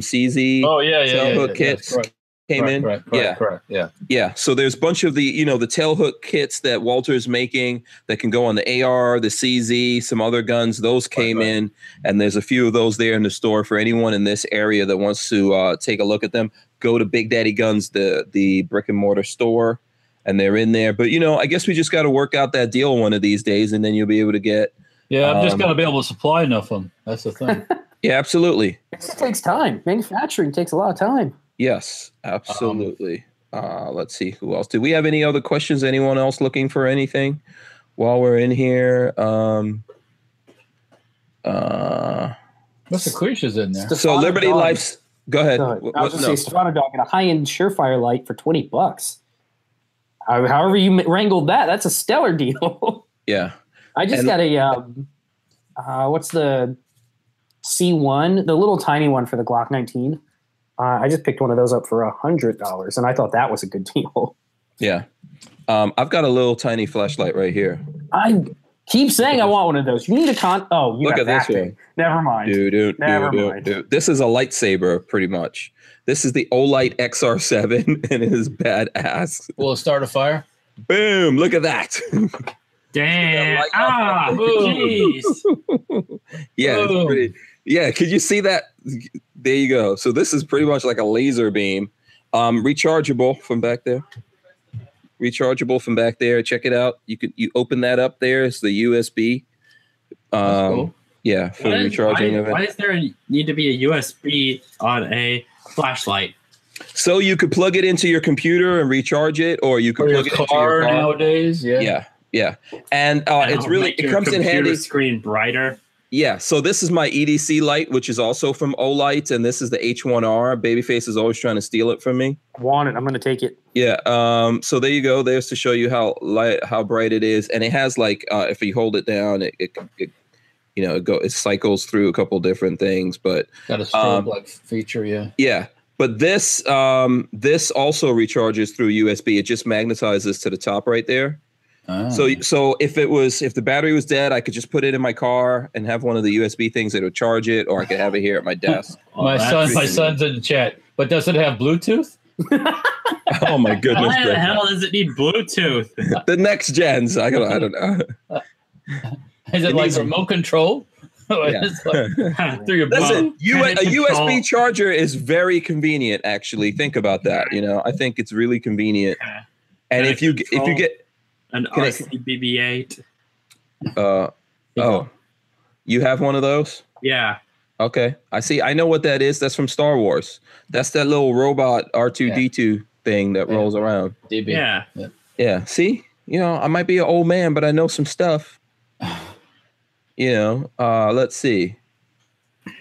A: CZ
B: Oh yeah, yeah,
A: Tail
B: yeah, yeah,
A: hook
B: yeah,
A: kits
B: correct,
A: came
B: correct,
A: in.
B: Correct, correct,
A: Yeah.
B: correct, yeah.
A: Yeah, so there's a bunch of the you know the tailhook kits that Walter's making that can go on the AR, the CZ, some other guns. Those came
B: right.
A: in, and there's a few of those there in the store for anyone in this area that wants to uh, take a look at them. Go to Big Daddy Guns, the the brick and mortar store, and they're in there. But you know, I guess we just got to work out that deal one of these days, and then you'll be able to get.
B: Yeah, I'm just
A: Um,
B: going to be able to supply enough of them. That's the thing.
A: Yeah, absolutely.
D: It takes time. Manufacturing takes a lot of time.
A: Yes, absolutely. uh, let's see who else. Do we have any other questions? Anyone else looking for anything while we're in here? Um, uh,
B: Mr. Queesh is in there.
A: so
D: Stefano
A: Liberty
D: Dog.
A: Life's. Go ahead.
D: So,
A: What- what-
D: I was just
A: no.
D: saying, Stefano Dog got a high-end Surefire light for twenty bucks. Uh, However, you wrangled that, that's a stellar deal.
A: Yeah.
D: I just
A: And-
D: got a um, uh, what's the C one, the little tiny one for the Glock nineteen. Uh, I just picked one of those up for a hundred dollars, and I thought that was a good deal.
A: Yeah. Um, I've got a little tiny flashlight right here.
D: I Keep saying I want one of those. You need a con. Oh, you
A: Look
D: got
A: at this
D: that
A: one.
D: thing. Never mind.
A: Dude, dude,
F: Never
A: dude, dude,
F: mind.
A: dude. This is a lightsaber, pretty much. This is the Olight XR7, and it is badass.
B: Will it start a fire?
A: Boom! Look at that.
C: Damn.
A: light
C: Ah, jeez.
A: yeah, it's
B: Boom.
A: pretty, yeah. Could you see that? There you go. So this is pretty much like a laser beam, um, rechargeable from back there. Rechargeable from back there. Check it out. You could you open that up there. It's the USB. Um,
C: cool.
A: Yeah, for
C: Why,
A: the recharging
C: why,
A: of it.
C: why does there a- need to be a USB on a flashlight?
A: So you could plug it into your computer and recharge it, or you could
B: Or your
A: plug it into
B: car
A: your car.
B: nowadays? Yeah.
A: Yeah, yeah, and uh,
C: And
A: it's
C: it'll
A: really
C: make
A: it
C: your
A: comes in
C: computer
A: handy.
C: Screen brighter.
A: Yeah, so this is my EDC light, which is also from Olight, and this is the H1R. Babyface is always trying to steal it from me.
D: Want it? I'm gonna take it.
A: Yeah. Um. So there you go. There's to show you how light, how bright it is, and it has like, uh, if you hold it down, it, it, it you know, it go, it cycles through a couple different things. But
B: Got a
A: Um,
B: strobe like feature, yeah.
A: yeah, but this, um, this also recharges through USB. It just magnetizes to the top right there.
B: Ah.
A: So, so if it was, if the battery was dead, I could just put it in my car and have one of the USB things that would charge it, or I could have it here at my desk.
C: Well,
B: my
C: that's
B: son, my
C: pretty-
B: son's in the chat. But does it have Bluetooth?
A: oh my goodness!
C: Why the
A: gracious.
C: hell does it need Bluetooth?
A: The next gens. I don't. I don't know.
B: Is it,
A: It
B: like
A: needs-
B: remote control?
A: Yeah.
B: It's like through your
A: Listen,
C: Well,
A: U- a
C: can it
A: USB
C: control-
A: charger is very convenient. Actually, think about that. You know, I think it's really convenient.
C: Okay.
A: And
C: Can
A: if
C: it
A: you g- if you
C: control-
A: get
C: An
A: Can it-
C: RCBB8.
A: uh oh, you have one of those.
C: Yeah.
A: Okay, I see. I know what that is. That's from Star Wars. That's that little robot R two D two thing that
B: Yeah.
A: rolls around.
B: DB.
C: Yeah.
A: Yeah. See, you know, I might be an old man, but I know some stuff. You know, uh, let's see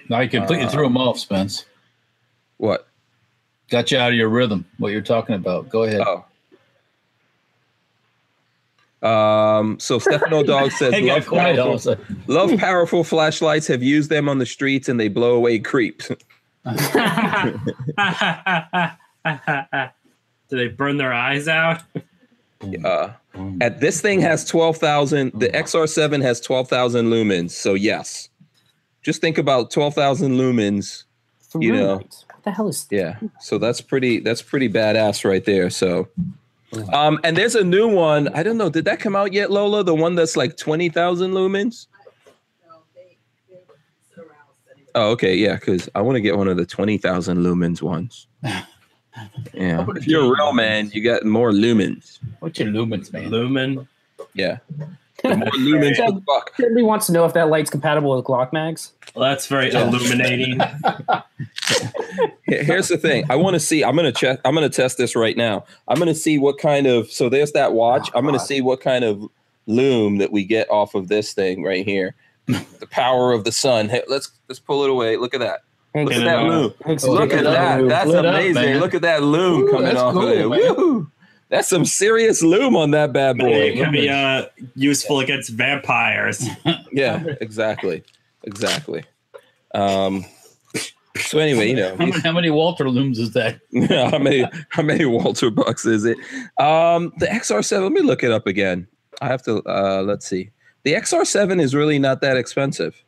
B: Now you completely
A: Uh,
B: threw him off, Spence.
A: what.
B: Got you out of your rhythm. What you're talking about? Go ahead.
A: Oh. Um, so Stefano Dog says
B: It got
A: love
B: quiet. all of a
A: powerful,
B: sudden.
A: love powerful flashlights have used them on the streets and they blow away creeps.
C: Do they burn their eyes out?
A: Uh, at this thing has 12,000 the XR7 has 12,000 lumens. So yes. Just think about 12,000 lumens. You know.
D: Thrummite. what the hell is?
A: Yeah. So that's pretty that's pretty badass right there. So um and there's a new one. I don't know, did that come out yet Lola? The one that's like 20,000 lumens? Oh, okay, yeah, because I want to get one of the twenty thousand lumens ones. Yeah,
B: about
A: if you're a real man, you got more lumens.
B: What's your lumens, man?
C: Lumen.
A: Yeah, the more lumens, the fuck.
D: Everybody wants to know if that light's compatible with Glock mags.
C: Well, that's very
A: Yeah.
C: illuminating.
A: Here- Here's the thing. I want to see. I'm gonna check. I'm gonna test this right now. I'm gonna see what kind of. So there's that watch. I'm gonna see what kind of loom that we get off of this thing right here. the power of the sun. Hey, let's let's pull it away. Look at that.
D: Hank,
A: Look at
C: Look
A: that
C: at
A: loom.
D: Hank's
B: Oh,
A: Look
B: look
A: at
B: at that
A: that.
B: loom.
A: That's
B: Lit up,
A: amazing.
B: man.
A: Look at that loom
B: Ooh,
A: coming
B: that's
A: off
B: cool,
A: of there.
B: man.
A: Woo! That's some serious loom on that bad
C: Maybe it
A: boy.
C: could be uh, useful against vampires.
A: Yeah, exactly. Exactly. Um so anyway, you
B: How many,
A: know,
B: how many Walter looms is that?
A: how many how many Walter bucks is it? Um the XR7, let me look it up again. I have to uh let's see. The XR7 is really not that expensive.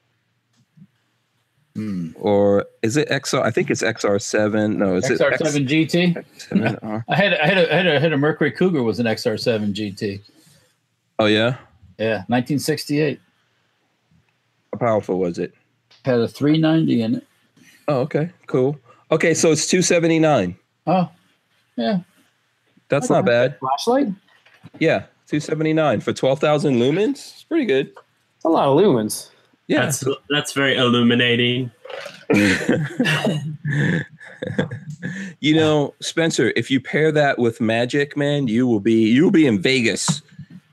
B: Hmm.
A: Or is it XR? I think it's XR7. No, is it X-
B: XR7 GT.
A: XR7R?
B: I had I had a, I had a, I had a Mercury Cougar was an XR7 GT.
A: Oh yeah.
B: Yeah, 1968
A: How powerful was it?
B: had a 390 in it.
A: Oh, okay, cool. Okay, so it's two seventy nine.
B: Oh, yeah,
A: That's not bad.
D: flashlight.
A: Yeah, two seventy nine for twelve thousand lumens. It's pretty good.
D: That's a lot of lumens.
A: Yeah,
C: That's that's very illuminating.
A: you know, Spencer, if you pair that with magic, man, you will be you will be in Vegas.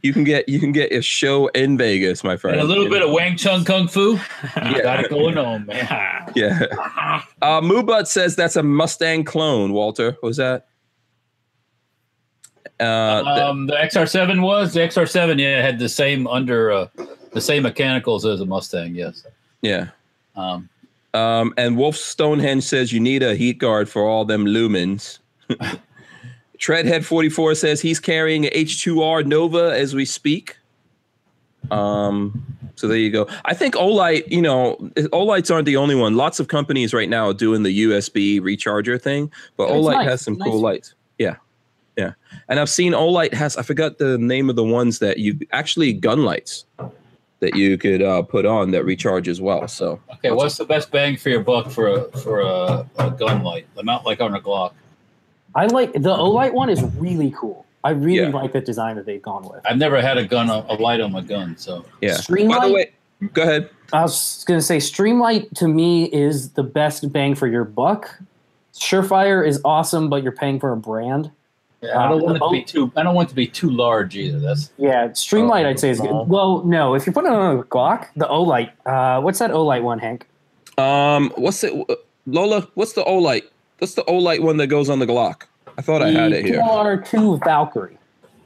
A: You can get you can get a show in Vegas, my friend.
B: and a little bit of Wang Chun Kung Fu.
A: Yeah.
B: You got it going on, man.
A: yeah. Uh, Mubut says that's a Mustang clone. Walter, what was that? Uh, th-
B: Um, the XR7 was the XR7. Yeah, had the same under uh, the same mechanicals as a Mustang. Yes.
A: yeah.
B: Um,
A: Um, and Wolf Stonehenge says you need a heat guard for all them lumens. Treadhead44 says he's carrying a H2R Nova as we speak. Um, so there you go. I think Olight, you know, Olights aren't the only one. Lots of companies right now are doing the USB recharger thing, but
D: It's
A: Olight
D: nice.
A: has some
D: It's
A: cool
D: nice.
A: lights. Yeah. Yeah. And I've seen Olight has I forgot the name of the ones that you actually gun lights that you could uh, put on that recharge as well. So
B: Okay, what's the best bang for your buck for a for a, a gun light? The mount like on a Glock.
D: I like the Olight one is really cool. I really
A: Yeah.
D: like the design that they've gone with.
B: I've never had a gun a light on my gun, so
A: yeah.
D: Streamlight.
A: By the way, go ahead.
D: I was gonna say Streamlight to me is the best bang for your buck. Surefire is awesome, but you're paying for a brand.
B: I don't want it to be too. I don't want it to be too large either. That's
D: Yeah, Streamlight I'd say is good. Well, no, if you put it on a Glock, the Olight. Uh, what's that Olight one, Hank?
A: Um, what's it, Lola? What's the Olight? What's the Olight one that goes on the Glock? I thought I had it here.
D: R two Valkyrie.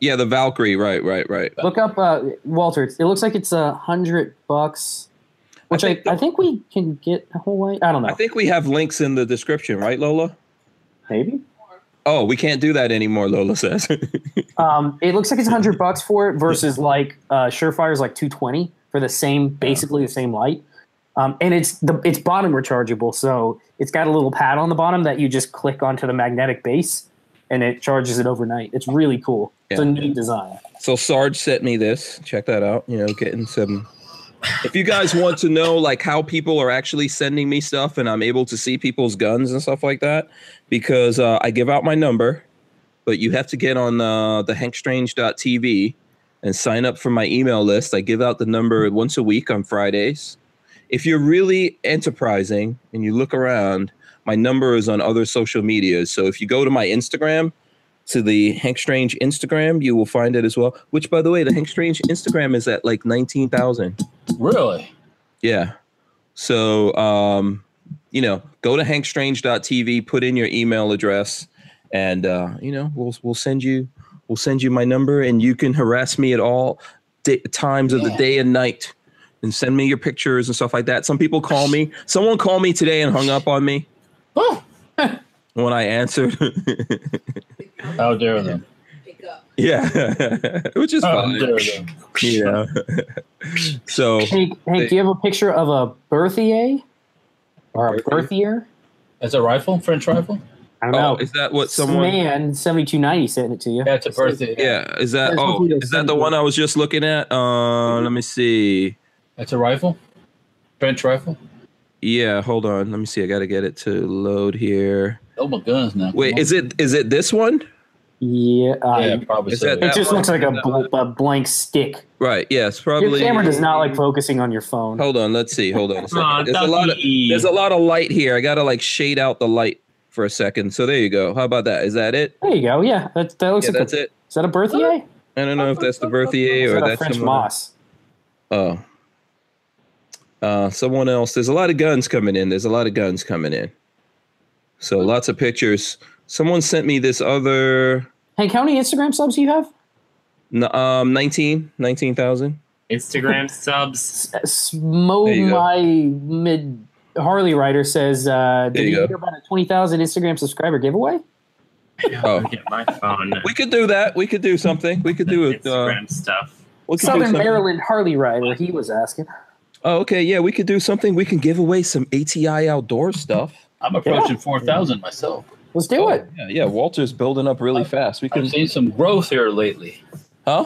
A: Yeah, the Valkyrie. Right, right, right.
D: Look up uh, Walter. It looks like it's a hundred bucks, which I I
A: think
D: think, we can get a whole way. I don't know.
A: I think we have links in the description, right, Lola?
D: Maybe.
A: Oh, we can't do that anymore. Lola says.
D: Um, it looks like it's hundred bucks for it versus like uh, Surefire's like two twenty for the same, basically the same light. Um, and it's the it's bottom rechargeable, so it's got a little pad on the bottom that you just click onto the magnetic base, and it charges it overnight. It's really cool. It's a
A: Yeah.
D: neat design.
A: so Sarge sent me this. Check that out. You know, getting some. If you guys want to know like how people are actually sending me stuff and I'm able to see people's guns and stuff like that, because uh, I give out my number, but you have to get on uh, the hankstrange.tv and sign up for my email list. I give out the number once a week on Fridays. If you're really enterprising and you look around, my number is on other social medias. So if you go to my Instagram, to the Hank Strange Instagram, you will find it as well. Which, by the way, the Hank Strange Instagram is at like 19,000.
B: really
A: Yeah. So, um, you know, go to hankstrange.tv, put in your email address, and uh, you know, we'll we'll send you we'll send you my number, and you can harass me at all da times of the
B: Yeah.
A: day and night, and send me your pictures and stuff like that. Some people call me. Someone called me today and hung up on me
B: oh,
A: when I answered.
B: how dare them?
G: Pick up.
A: yeah, which is
B: How
A: fine.
B: dare them?
A: You know? so
D: Hank, Hank, do you have a picture of a Berthier or a
A: Berthier?
D: Berthier?
B: That's a rifle, French riful.
D: I don't
A: Oh,
D: know.
A: is that what someone?
D: man seventy two ninety sent it to you.
B: That's a birthday.
A: Yeah, is that?
D: That's what
A: Oh,
D: we just
A: is that
D: sent
A: the
D: you.
A: one I was just looking at? Uh, let me see.
B: that's a rifle, French rifle.
A: Yeah, hold on. Let me see. I gotta get it to load here.
B: Oh my guns now.
A: Wait, is it is it this one?
D: Yeah, um,
B: Yeah, probably.
A: Is
B: so.
A: that-
D: it just
A: one.
D: looks like a,
A: That
D: bl- a blank stick.
A: Right. Yeah, it's probably.
D: Your camera does not like focusing on your phone.
A: Hold on. Let's see. Hold on. A second.
C: Aw,
A: there's a lot of
C: ducky.
A: there's a lot of light here. I gotta like shade out the light for a second. So there you go. How about that? Is that it?
D: There you go. Yeah, that, that looks
A: Yeah,
D: like
A: that's
D: a,
A: it.
D: Is that a Berthier?
A: I don't know if that's the Berthier
D: Is
A: or
D: that a
A: that's
D: French
A: someone else.
D: Moss?
A: Oh. Uh, someone else. There's a lot of guns coming in. There's a lot of guns coming in. So lots of pictures. Someone sent me this other
D: Hank, how many Instagram subs do you have?
A: n- um 19, 19,000.
C: Instagram subs.
D: S- Smo
A: There you go.
D: my mid Harley Rider says,
A: There
D: uh, "Did
A: you
D: you
A: go.
D: hear about a twenty thousand Instagram subscriber giveaway?"
A: Oh.
C: Oh. Get my phone.
A: We could do that. We could do something. We could do it. Uh,
C: Instagram stuff.
A: we could do
D: Southern
A: something.
D: Maryland Harley Rider. He was asking.
A: Oh, okay. Yeah, we could do something. We can give away some ATI outdoor stuff.
B: I'm approaching four thousand myself.
D: Let's do it.
A: Yeah, yeah. Walter's building up really
B: I've-
A: fast. We
B: I've
A: can,
B: seen some growth here lately.
A: huh?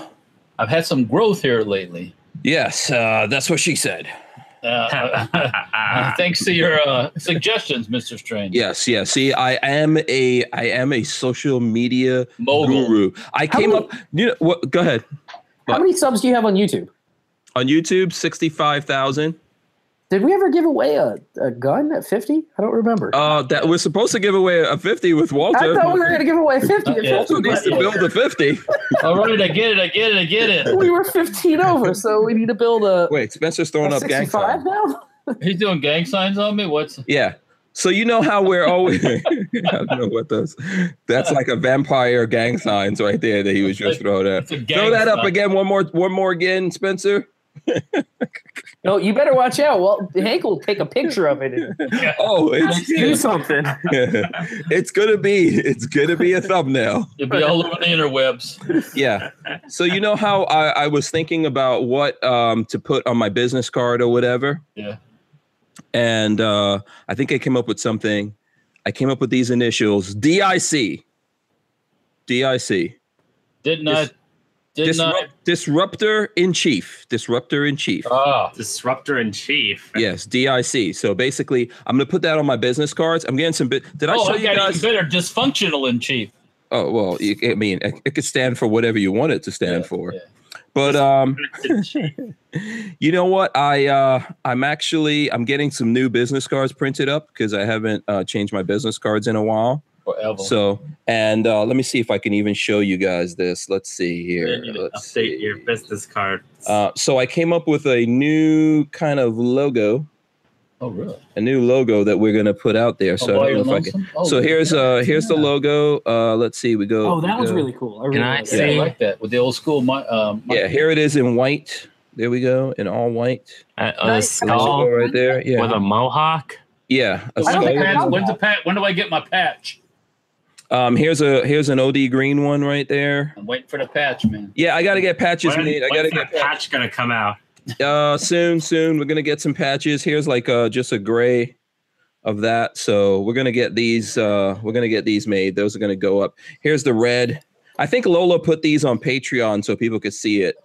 B: I've had some growth here lately.
A: Yes, uh, that's what she said.
B: Uh,
A: Uh-huh.
B: thanks to your uh, suggestions, Mister Strange.
A: Yes, yes. See, I am a I am a social media
B: Mogul.
A: guru. I
D: How
A: came
D: many-
A: up. You know what? Go ahead.
D: How many subs do you have on YouTube?
A: On YouTube, sixty-five thousand.
D: Did we ever give away a, a gun at fifty? I don't remember.
A: Uh, that we're supposed to give away a fifty with
D: I
A: Walter.
D: thought we were going to give away 50.
B: Yeah.
A: Walter needs to build a fifty.
B: All right, I get it. I get it. I get it.
D: We were 15 over, so we need to build a,
A: Wait, Spencer's
D: a
A: throwing up gang
D: 65
A: signs.
D: now?
B: He's doing gang signs on me. What's
A: Yeah. So you know how we're always. I don't know what those. That's like a vampire gang signs right there that he was just throwing up.
B: it's a gang
A: Throw that up
B: sign.
A: again. One more. One more again, Spencer.
D: No, you better watch out. Well, Hank will take a picture of it. and
A: Oh, it's
F: Do something.
A: Oh, it's gonna be it's gonna be a thumbnail.
B: It'd be all over the interwebs.
A: Yeah. So you know how I, I was thinking about what um, to put on my business card or whatever.
B: Yeah.
A: And uh, I think I came up with something. I came up with these initials: DIC. DIC.
B: Didn't
A: Dis-
B: I? Didn't
A: Disrupt- disruptor in chief. Disruptor in chief.
B: I? Ah,
C: Disruptor in chief.
A: Yes, DIC. So basically, I'm gonna put that on my business cards. I'm getting some. Bit- Did I
B: oh,
A: show
B: I
A: you
B: got
A: guys?
B: even better. Dysfunctional in chief.
A: Oh well, you, I mean, it, it could stand for whatever you want it to stand
B: Yeah,
A: for.
B: yeah.
A: But um, you know what? I uh, I'm actually I'm getting some new business cards printed up because I haven't uh, changed my business cards in a while.
B: Forever.
A: So and uh, let me see if I can even show you guys this. Let's see here.
C: You need to
A: Let's
C: update
A: see.
C: your business card.
A: Uh, so I came up with a new kind of logo,
B: oh, really?
A: a new logo that we're gonna put out there. So I don't know if I can.
B: Oh,
A: so here's uh here's the logo. Uh let's see, we go
D: Oh, that
A: we
D: one's
A: go-
D: really cool. I really
G: Can I
D: like
B: Yeah,
D: that.
B: I like that with the old school. My, um, my-
A: Yeah, here it is in white. There we go, in all white.
C: Uh,
G: A,
C: oh,
G: a
E: Nice.
A: Skull
G: skull
A: right there. Yeah.
G: with a mohawk.
A: yeah. a
B: When's
D: I don't
B: the
D: think I
B: patch-
D: know
B: when's
D: that.
B: the pat? When do I get my patch?
A: um here's a here's an OD green one right there.
B: I'm waiting for the patch, man.
A: Yeah, I gotta get patches
C: When-
A: made. I
C: when's
A: gotta
C: that
A: get
C: patch gonna come out?
A: uh soon, soon. We're gonna get some patches. Here's like uh just a gray of that. So we're gonna get these uh we're gonna get these made. Those are gonna go up. Here's the red. I think Lola put these on Patreon so people could see it.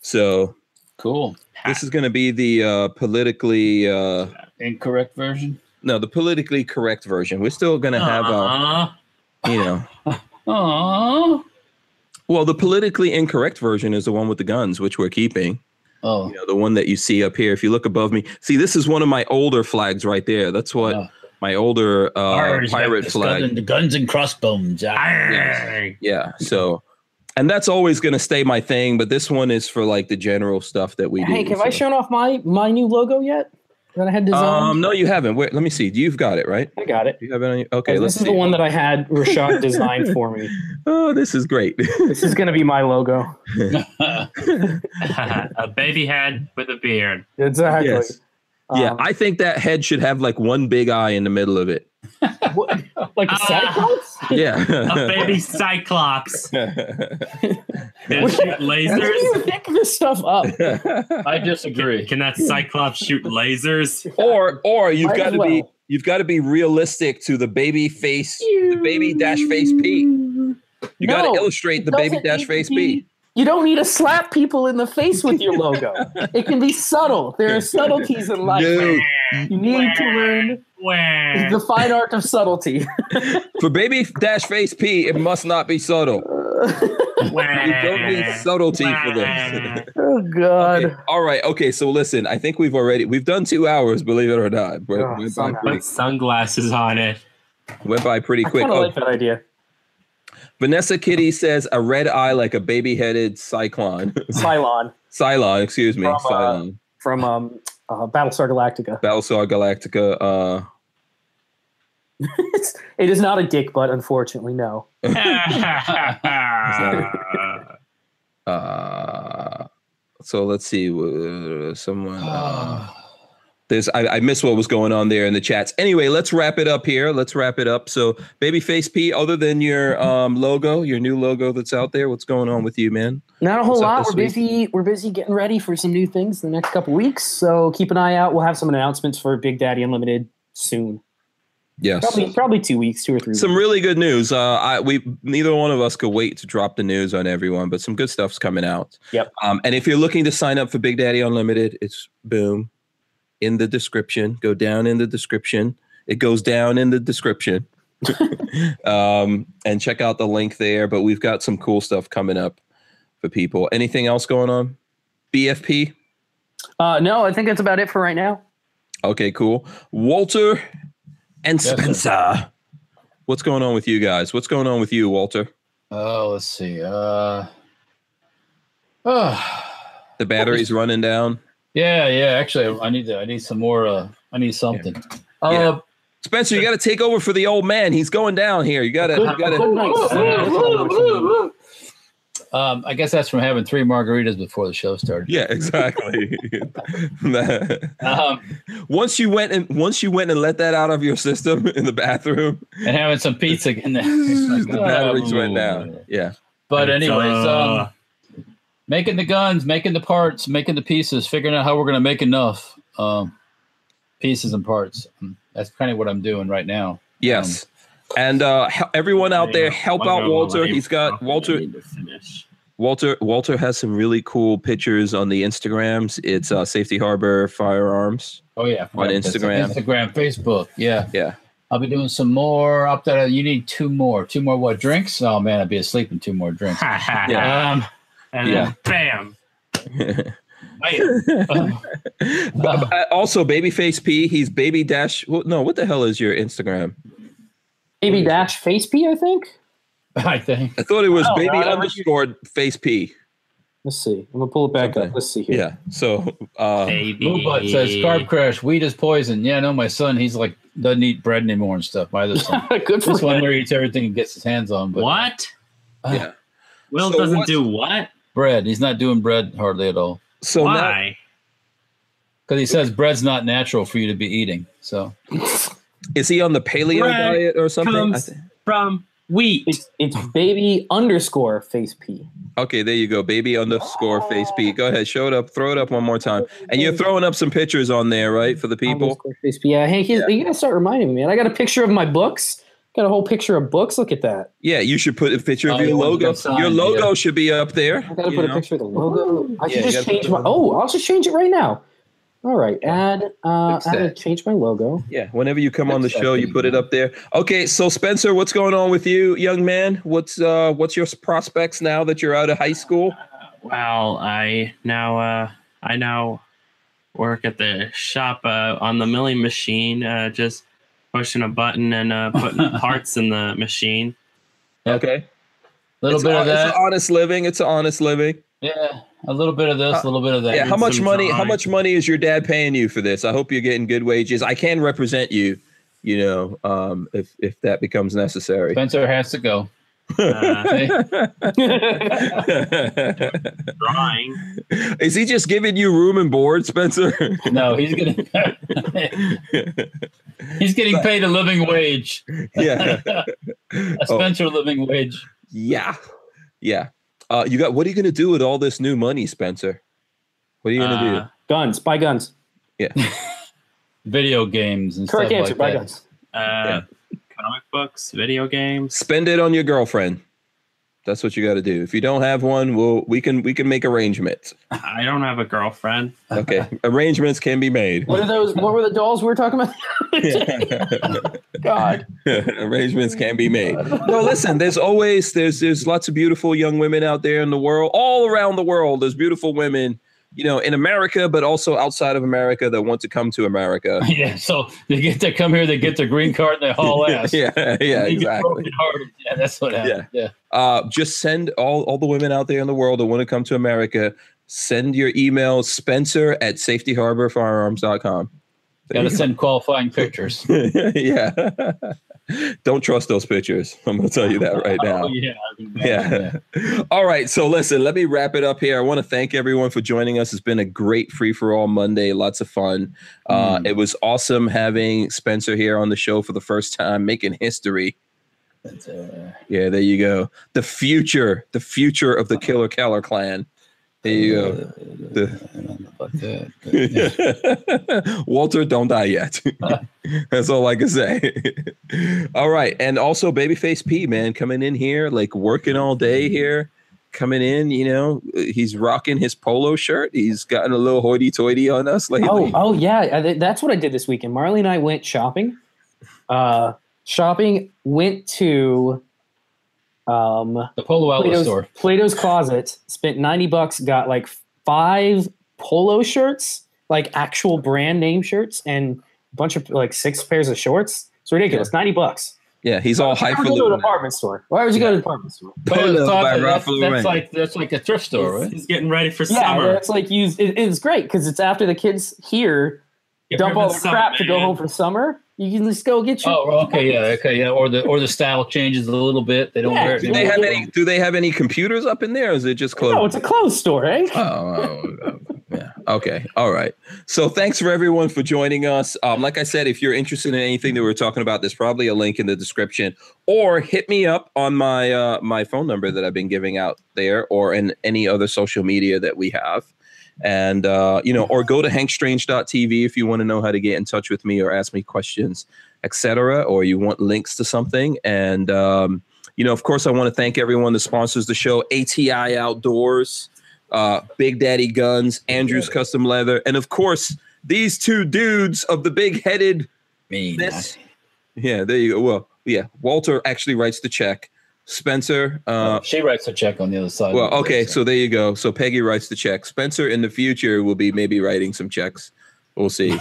A: So
B: Cool.
A: this is going to be the uh, politically uh,
B: Incorrect version.
A: no the politically correct version we're still going to have uh,
C: Aw. Uh-huh.
A: you know
B: Aww.
A: well the politically incorrect version is the one with the guns which we're keeping
B: Oh,
A: you know the one that you see up here if you look above me see this is one of my older flags right there that's what
B: Oh.
A: my older uh,
B: Ours,
A: pirate
B: that's
A: flag
B: Guns and, guns and crossbones. Ah.
C: Arrgh.
A: yeah so and that's always going to stay my thing but this one is for like the general stuff that we do
D: Hank, have I
A: so.
D: shown off my my new logo yet? That I had designed.
A: um no you haven't wait let me see you've got it right
D: I got it.
A: you have it on you okay
D: Oh, this
A: let's
D: is
A: see
D: the one that I had Rashad design for me.
A: oh this is great
D: This is going to be my logo.
C: a baby head with a beard.
D: Exactly.
A: Yes. Yeah, I think that head should have like one big eye in the middle of it.
D: like a
C: Ah.
D: Cyclops?
C: A
A: Yeah.
C: baby cyclops. Can it shoot
D: How do you
C: lasers?
D: pick this stuff up?
B: I disagree.
C: Can that cyclops shoot lasers?
A: or or you've
D: Might
A: got
D: as
A: to be
D: well.
A: you've got to be realistic to the baby face the baby dash face P. You got
D: No,
A: to illustrate the baby
D: doesn't need
A: dash
D: to
A: face
D: be-
A: P.
D: You don't need to slap people in the face with your logo. it can be subtle. There are subtleties in life.
A: No,
D: You need to learn
C: Where?
D: the fine art of subtlety.
A: for baby dash face P, it must not be subtle. You don't need subtlety for this.
D: Oh God!
A: Okay, All right. Okay. So listen, I think we've already we've done two hours. Believe it or not, We're-
D: Oh,
A: went, by
D: somehow.
A: pretty,
C: Put sunglasses on it.
A: went by pretty
D: I
A: quick.
D: kind of
A: Oh,
D: like that idea.
A: Vanessa Kitty says a red eye like a baby headed cyclone.
D: Oh. Cylon
A: Cylon, excuse me.
D: From, uh,
A: Cylon.
D: from um, uh, Battlestar Galactica.
A: Battlestar Galactica. Uh,
D: It's- it is not a dick butt, unfortunately. No.
A: uh, so let's see. Uh, someone. Uh,
B: Ah.
A: there's, I, I missed what was going on there in the chats. Anyway, let's wrap it up here. Let's wrap it up. So, Babyface P, other than your um, logo, your new logo that's out there, what's going on with you, man?
D: Not a whole
A: What's up
D: lot.
A: this
D: We're
A: week?
D: busy. We're busy getting ready for some new things in the next couple weeks. So keep an eye out. We'll have some announcements for Big Daddy Unlimited soon.
A: Yes.
D: Probably, probably two weeks, two or three.
A: some
D: weeks.
A: really good news. Uh, I we neither one of us could wait to drop the news on everyone, but some good stuff's coming out.
D: Yep.
A: Um, and if you're looking to sign up for Big Daddy Unlimited, it's boom in the description. Go down in the description. It goes down in the description. um, and check out the link there. But we've got some cool stuff coming up for people. Anything else going on? BFP.
D: Uh, no, I think that's about it for right now.
A: Okay, cool. Walter and
B: sir.
A: Spencer. What's going on with you guys? What's going on with you, Walter?
B: Oh, let's see. Uh, oh,
A: The battery's running down.
B: yeah, yeah. Actually, I need to. I need some more. Uh, I need something. Uh,
A: Yeah. Spencer, you got to take over for the old man. He's going down here. You got to.
D: Good, good night.
A: You
D: That's all I want to know.
B: Um, I guess that's from having three margaritas before the show started.
A: Yeah, exactly.
B: Um,
A: once you went and once you went and let that out of your system in the bathroom,
B: and having some pizza in there. It's like,
A: the batteries went
B: oh.
A: down. Yeah.
B: But anyways,
C: Uh,
B: um, making the guns, making the parts, making the pieces, figuring out how we're going to make enough um, pieces and parts. Um, That's kind of what I'm doing right now.
A: Yes. and uh, he- everyone out there,
C: Yeah,
A: help
C: one
A: out
C: girl
A: Walter.
C: already
A: He's got
C: fucking
A: Walter.
C: need to finish.
A: Walter Walter has some really cool pictures on the Instagrams. It's uh, Safety Harbor Firearms.
B: Oh yeah,
A: On Instagram.
B: Instagram, Facebook. Yeah,
A: Yeah.
B: I'll be doing some more up there. You need two more, two more what drinks? Oh man, I'd be asleep in two more drinks.
A: Yeah.
B: Um,
C: And
A: Yeah.
C: then bam.
B: man.
A: Uh, also, Babyface P. He's baby dash. well, No, what the hell is your Instagram?
D: Baby dash face P, I think.
B: I think.
A: I thought it was
D: Oh,
A: baby
D: uh,
A: underscore face P.
D: Let's see. I'm gonna pull it back
A: Something.
D: up. Let's see here.
A: Yeah. So uh,
C: Baby.
B: Moobot says carb crash. Weed is poison. Yeah, no, my son, he's like doesn't eat bread anymore and stuff. My other son,
D: Good for
B: this one
D: him.
B: there eats everything he gets his hands on. But
C: What?
D: Uh,
A: Yeah.
C: Will
A: So
C: doesn't
A: what-
C: do what?
B: bread. He's not doing bread hardly at all
A: so now
C: Why?
B: because he says bread's not natural for you to be eating. So
A: is he on the paleo
C: Right.
A: diet or something? I
C: Comes
A: thi-
C: from wheat.
D: It's, it's baby underscore face P.
A: Okay, there you go, baby underscore face P. Go ahead, show it up, throw it up one more time, and you're throwing up some pictures on there, right, for the people?
D: Underscore face P. Yeah, Hank, you- you gotta start reminding me, man. I got a picture of my books. Got a whole picture of books. Look at that.
A: Yeah, you should put a picture of
B: Oh,
A: your
B: the ones
A: logo.
B: that sign,
A: Your logo
B: yeah.
A: should be up there.
D: I gotta
A: you
D: put
A: know?
D: a picture of the logo.
B: Yeah,
D: I
B: you
D: can just
B: gotta
D: change
B: put
D: my.
B: the
D: Oh, I'll just change it right now. All right, add. Uh,
B: Fix
D: I'm gonna
B: that.
D: change my logo.
A: Yeah, whenever you come on the show, you
B: Exactly.
A: put it up there. Okay, so Spencer, what's going on with you, young man? What's uh, what's your prospects now that you're out of high school?
C: Well, I now uh I now work at the shop uh, on the milling machine, uh, just pushing a button and uh, putting parts in the machine.
A: Okay,
B: a little
A: it's
B: bit
A: hon-
B: of that.
A: It's an honest living. It's an honest living.
B: Yeah, a little bit of this, a little bit of that.
A: Yeah, how
C: it's-
A: much
C: it's
A: money?
C: an
A: How
C: honor.
A: much money is your dad paying you for this? I hope you're getting good wages. I can represent you, you know, um, if if that becomes necessary.
B: Spencer has to go.
C: Uh, drawing.
A: is he just giving you room and board, Spencer?
B: No, he's getting he's getting paid a living wage,
A: yeah,
B: a Spencer living wage.
A: yeah, yeah. Uh, you got. What are you gonna do with all this new money, Spencer? What are you gonna do?
C: Uh,
D: Guns. Buy guns.
B: Video games and
D: Correct
B: stuff
D: answer.
B: like
D: buy
B: that.
D: guns.
C: uh, comic books, video games.
A: spend it on your girlfriend. That's what you got to do. If you don't have one, we'll we can we can make arrangements.
C: I don't have a girlfriend.
A: Okay, arrangements can be made.
D: What are those? What were the dolls we were talking about? God.
A: arrangements can be made. No, listen. There's always there's there's lots of beautiful young women out there in the world, all around the world. There's beautiful women, you know, in America, but also outside of America that want to come to America.
B: Yeah, so they get to come here, they get their green card, and they
D: Oh,
B: haul ass.
A: yeah, yeah,
B: They get
A: exactly.
B: brokenhearted. Yeah, that's what happened. Yeah.
A: uh, just send all, all the women out there in the world that want to come to America, send your email spencer at safetyharborfirearms.com.
B: Got to send qualifying pictures.
A: yeah. Don't trust those pictures. I'm going to tell you that right now.
B: Oh, yeah.
A: Yeah. All right. So listen, let me wrap it up here. I want to thank everyone for joining us. It's been a great free for all Monday. Lots of fun. Uh, it was awesome having Spencer here on the show for the first time, making history.
B: That's, uh,
A: Yeah, there you go. The future, the future of the Killer Keller clan. There you go. The-
B: I don't know about that, uh, but, uh, yeah.
A: Walter, don't die yet. That's all I can say. all right. And also, Babyface P, man, coming in here, like working all day here, coming in, you know, he's rocking his polo shirt. He's gotten a little hoity toity on us lately.
D: Oh, oh yeah, I- th- that's what I did this weekend. Marley and I went shopping. Uh, shopping went to um,
B: The Polo Outlet
D: Plato's,
B: store.
D: Plato's Closet. Spent ninety bucks. Got like five polo shirts, like actual brand name shirts, and a bunch of like six pairs of shorts. It's ridiculous. Ninety bucks.
A: yeah, he's all
D: Why would you go to a
A: highfalutin.
D: department store? Why would you go to a department store?
B: Polo
A: Polo by
B: Closet, that's,
A: Ralph Lauren.
B: that's like that's like a thrift store, right?
C: He's getting ready for
D: Yeah,
C: summer.
D: that's like used. It, it's great because it's after the kids here
C: Get
D: dump
C: rid of
D: all the
C: summer,
D: crap to go
C: man.
D: home for summer. You can just go get your.
B: Oh, okay, yeah, okay, yeah. Or the or the style changes a little bit. They don't
D: Yeah,
B: wear it.
A: Do they
B: anymore.
A: have any? Do they have any computers up in there? Or is it just closed?
D: No, it's a clothes store, eh?
A: Oh, oh, oh, yeah. Okay. All right. So thanks for everyone for joining us. Um, like I said, if you're interested in anything that we are talking about, there's probably a link in the description, or hit me up on my uh, my phone number that I've been giving out there, or in any other social media that we have. And uh, you know, or go to hankstrange.tv if you want to know how to get in touch with me or ask me questions, etc. Or you want links to something. And um, you know, of course, I want to thank everyone that sponsors the show, ATI Outdoors uh, Big Daddy Guns, Andrew's Custom Leather, and of course these two dudes of the big headed.
G: Me.
A: This, yeah, there you go. Well, yeah, Walter actually writes the check. Spencer, uh,
B: she writes a check on the other side.
A: well, okay, so there you go. So Peggy writes the check. Spencer in the future will be maybe writing some checks. We'll see.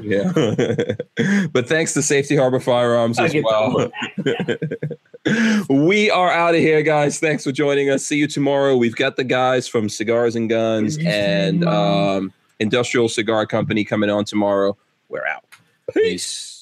A: yeah, but thanks to Safety Harbor Firearms as
B: get
A: well. we are out of here, guys. Thanks for joining us. See you tomorrow. We've got the guys from Cigars and Guns and um, Industrial Cigar Company coming on tomorrow. We're out. Peace.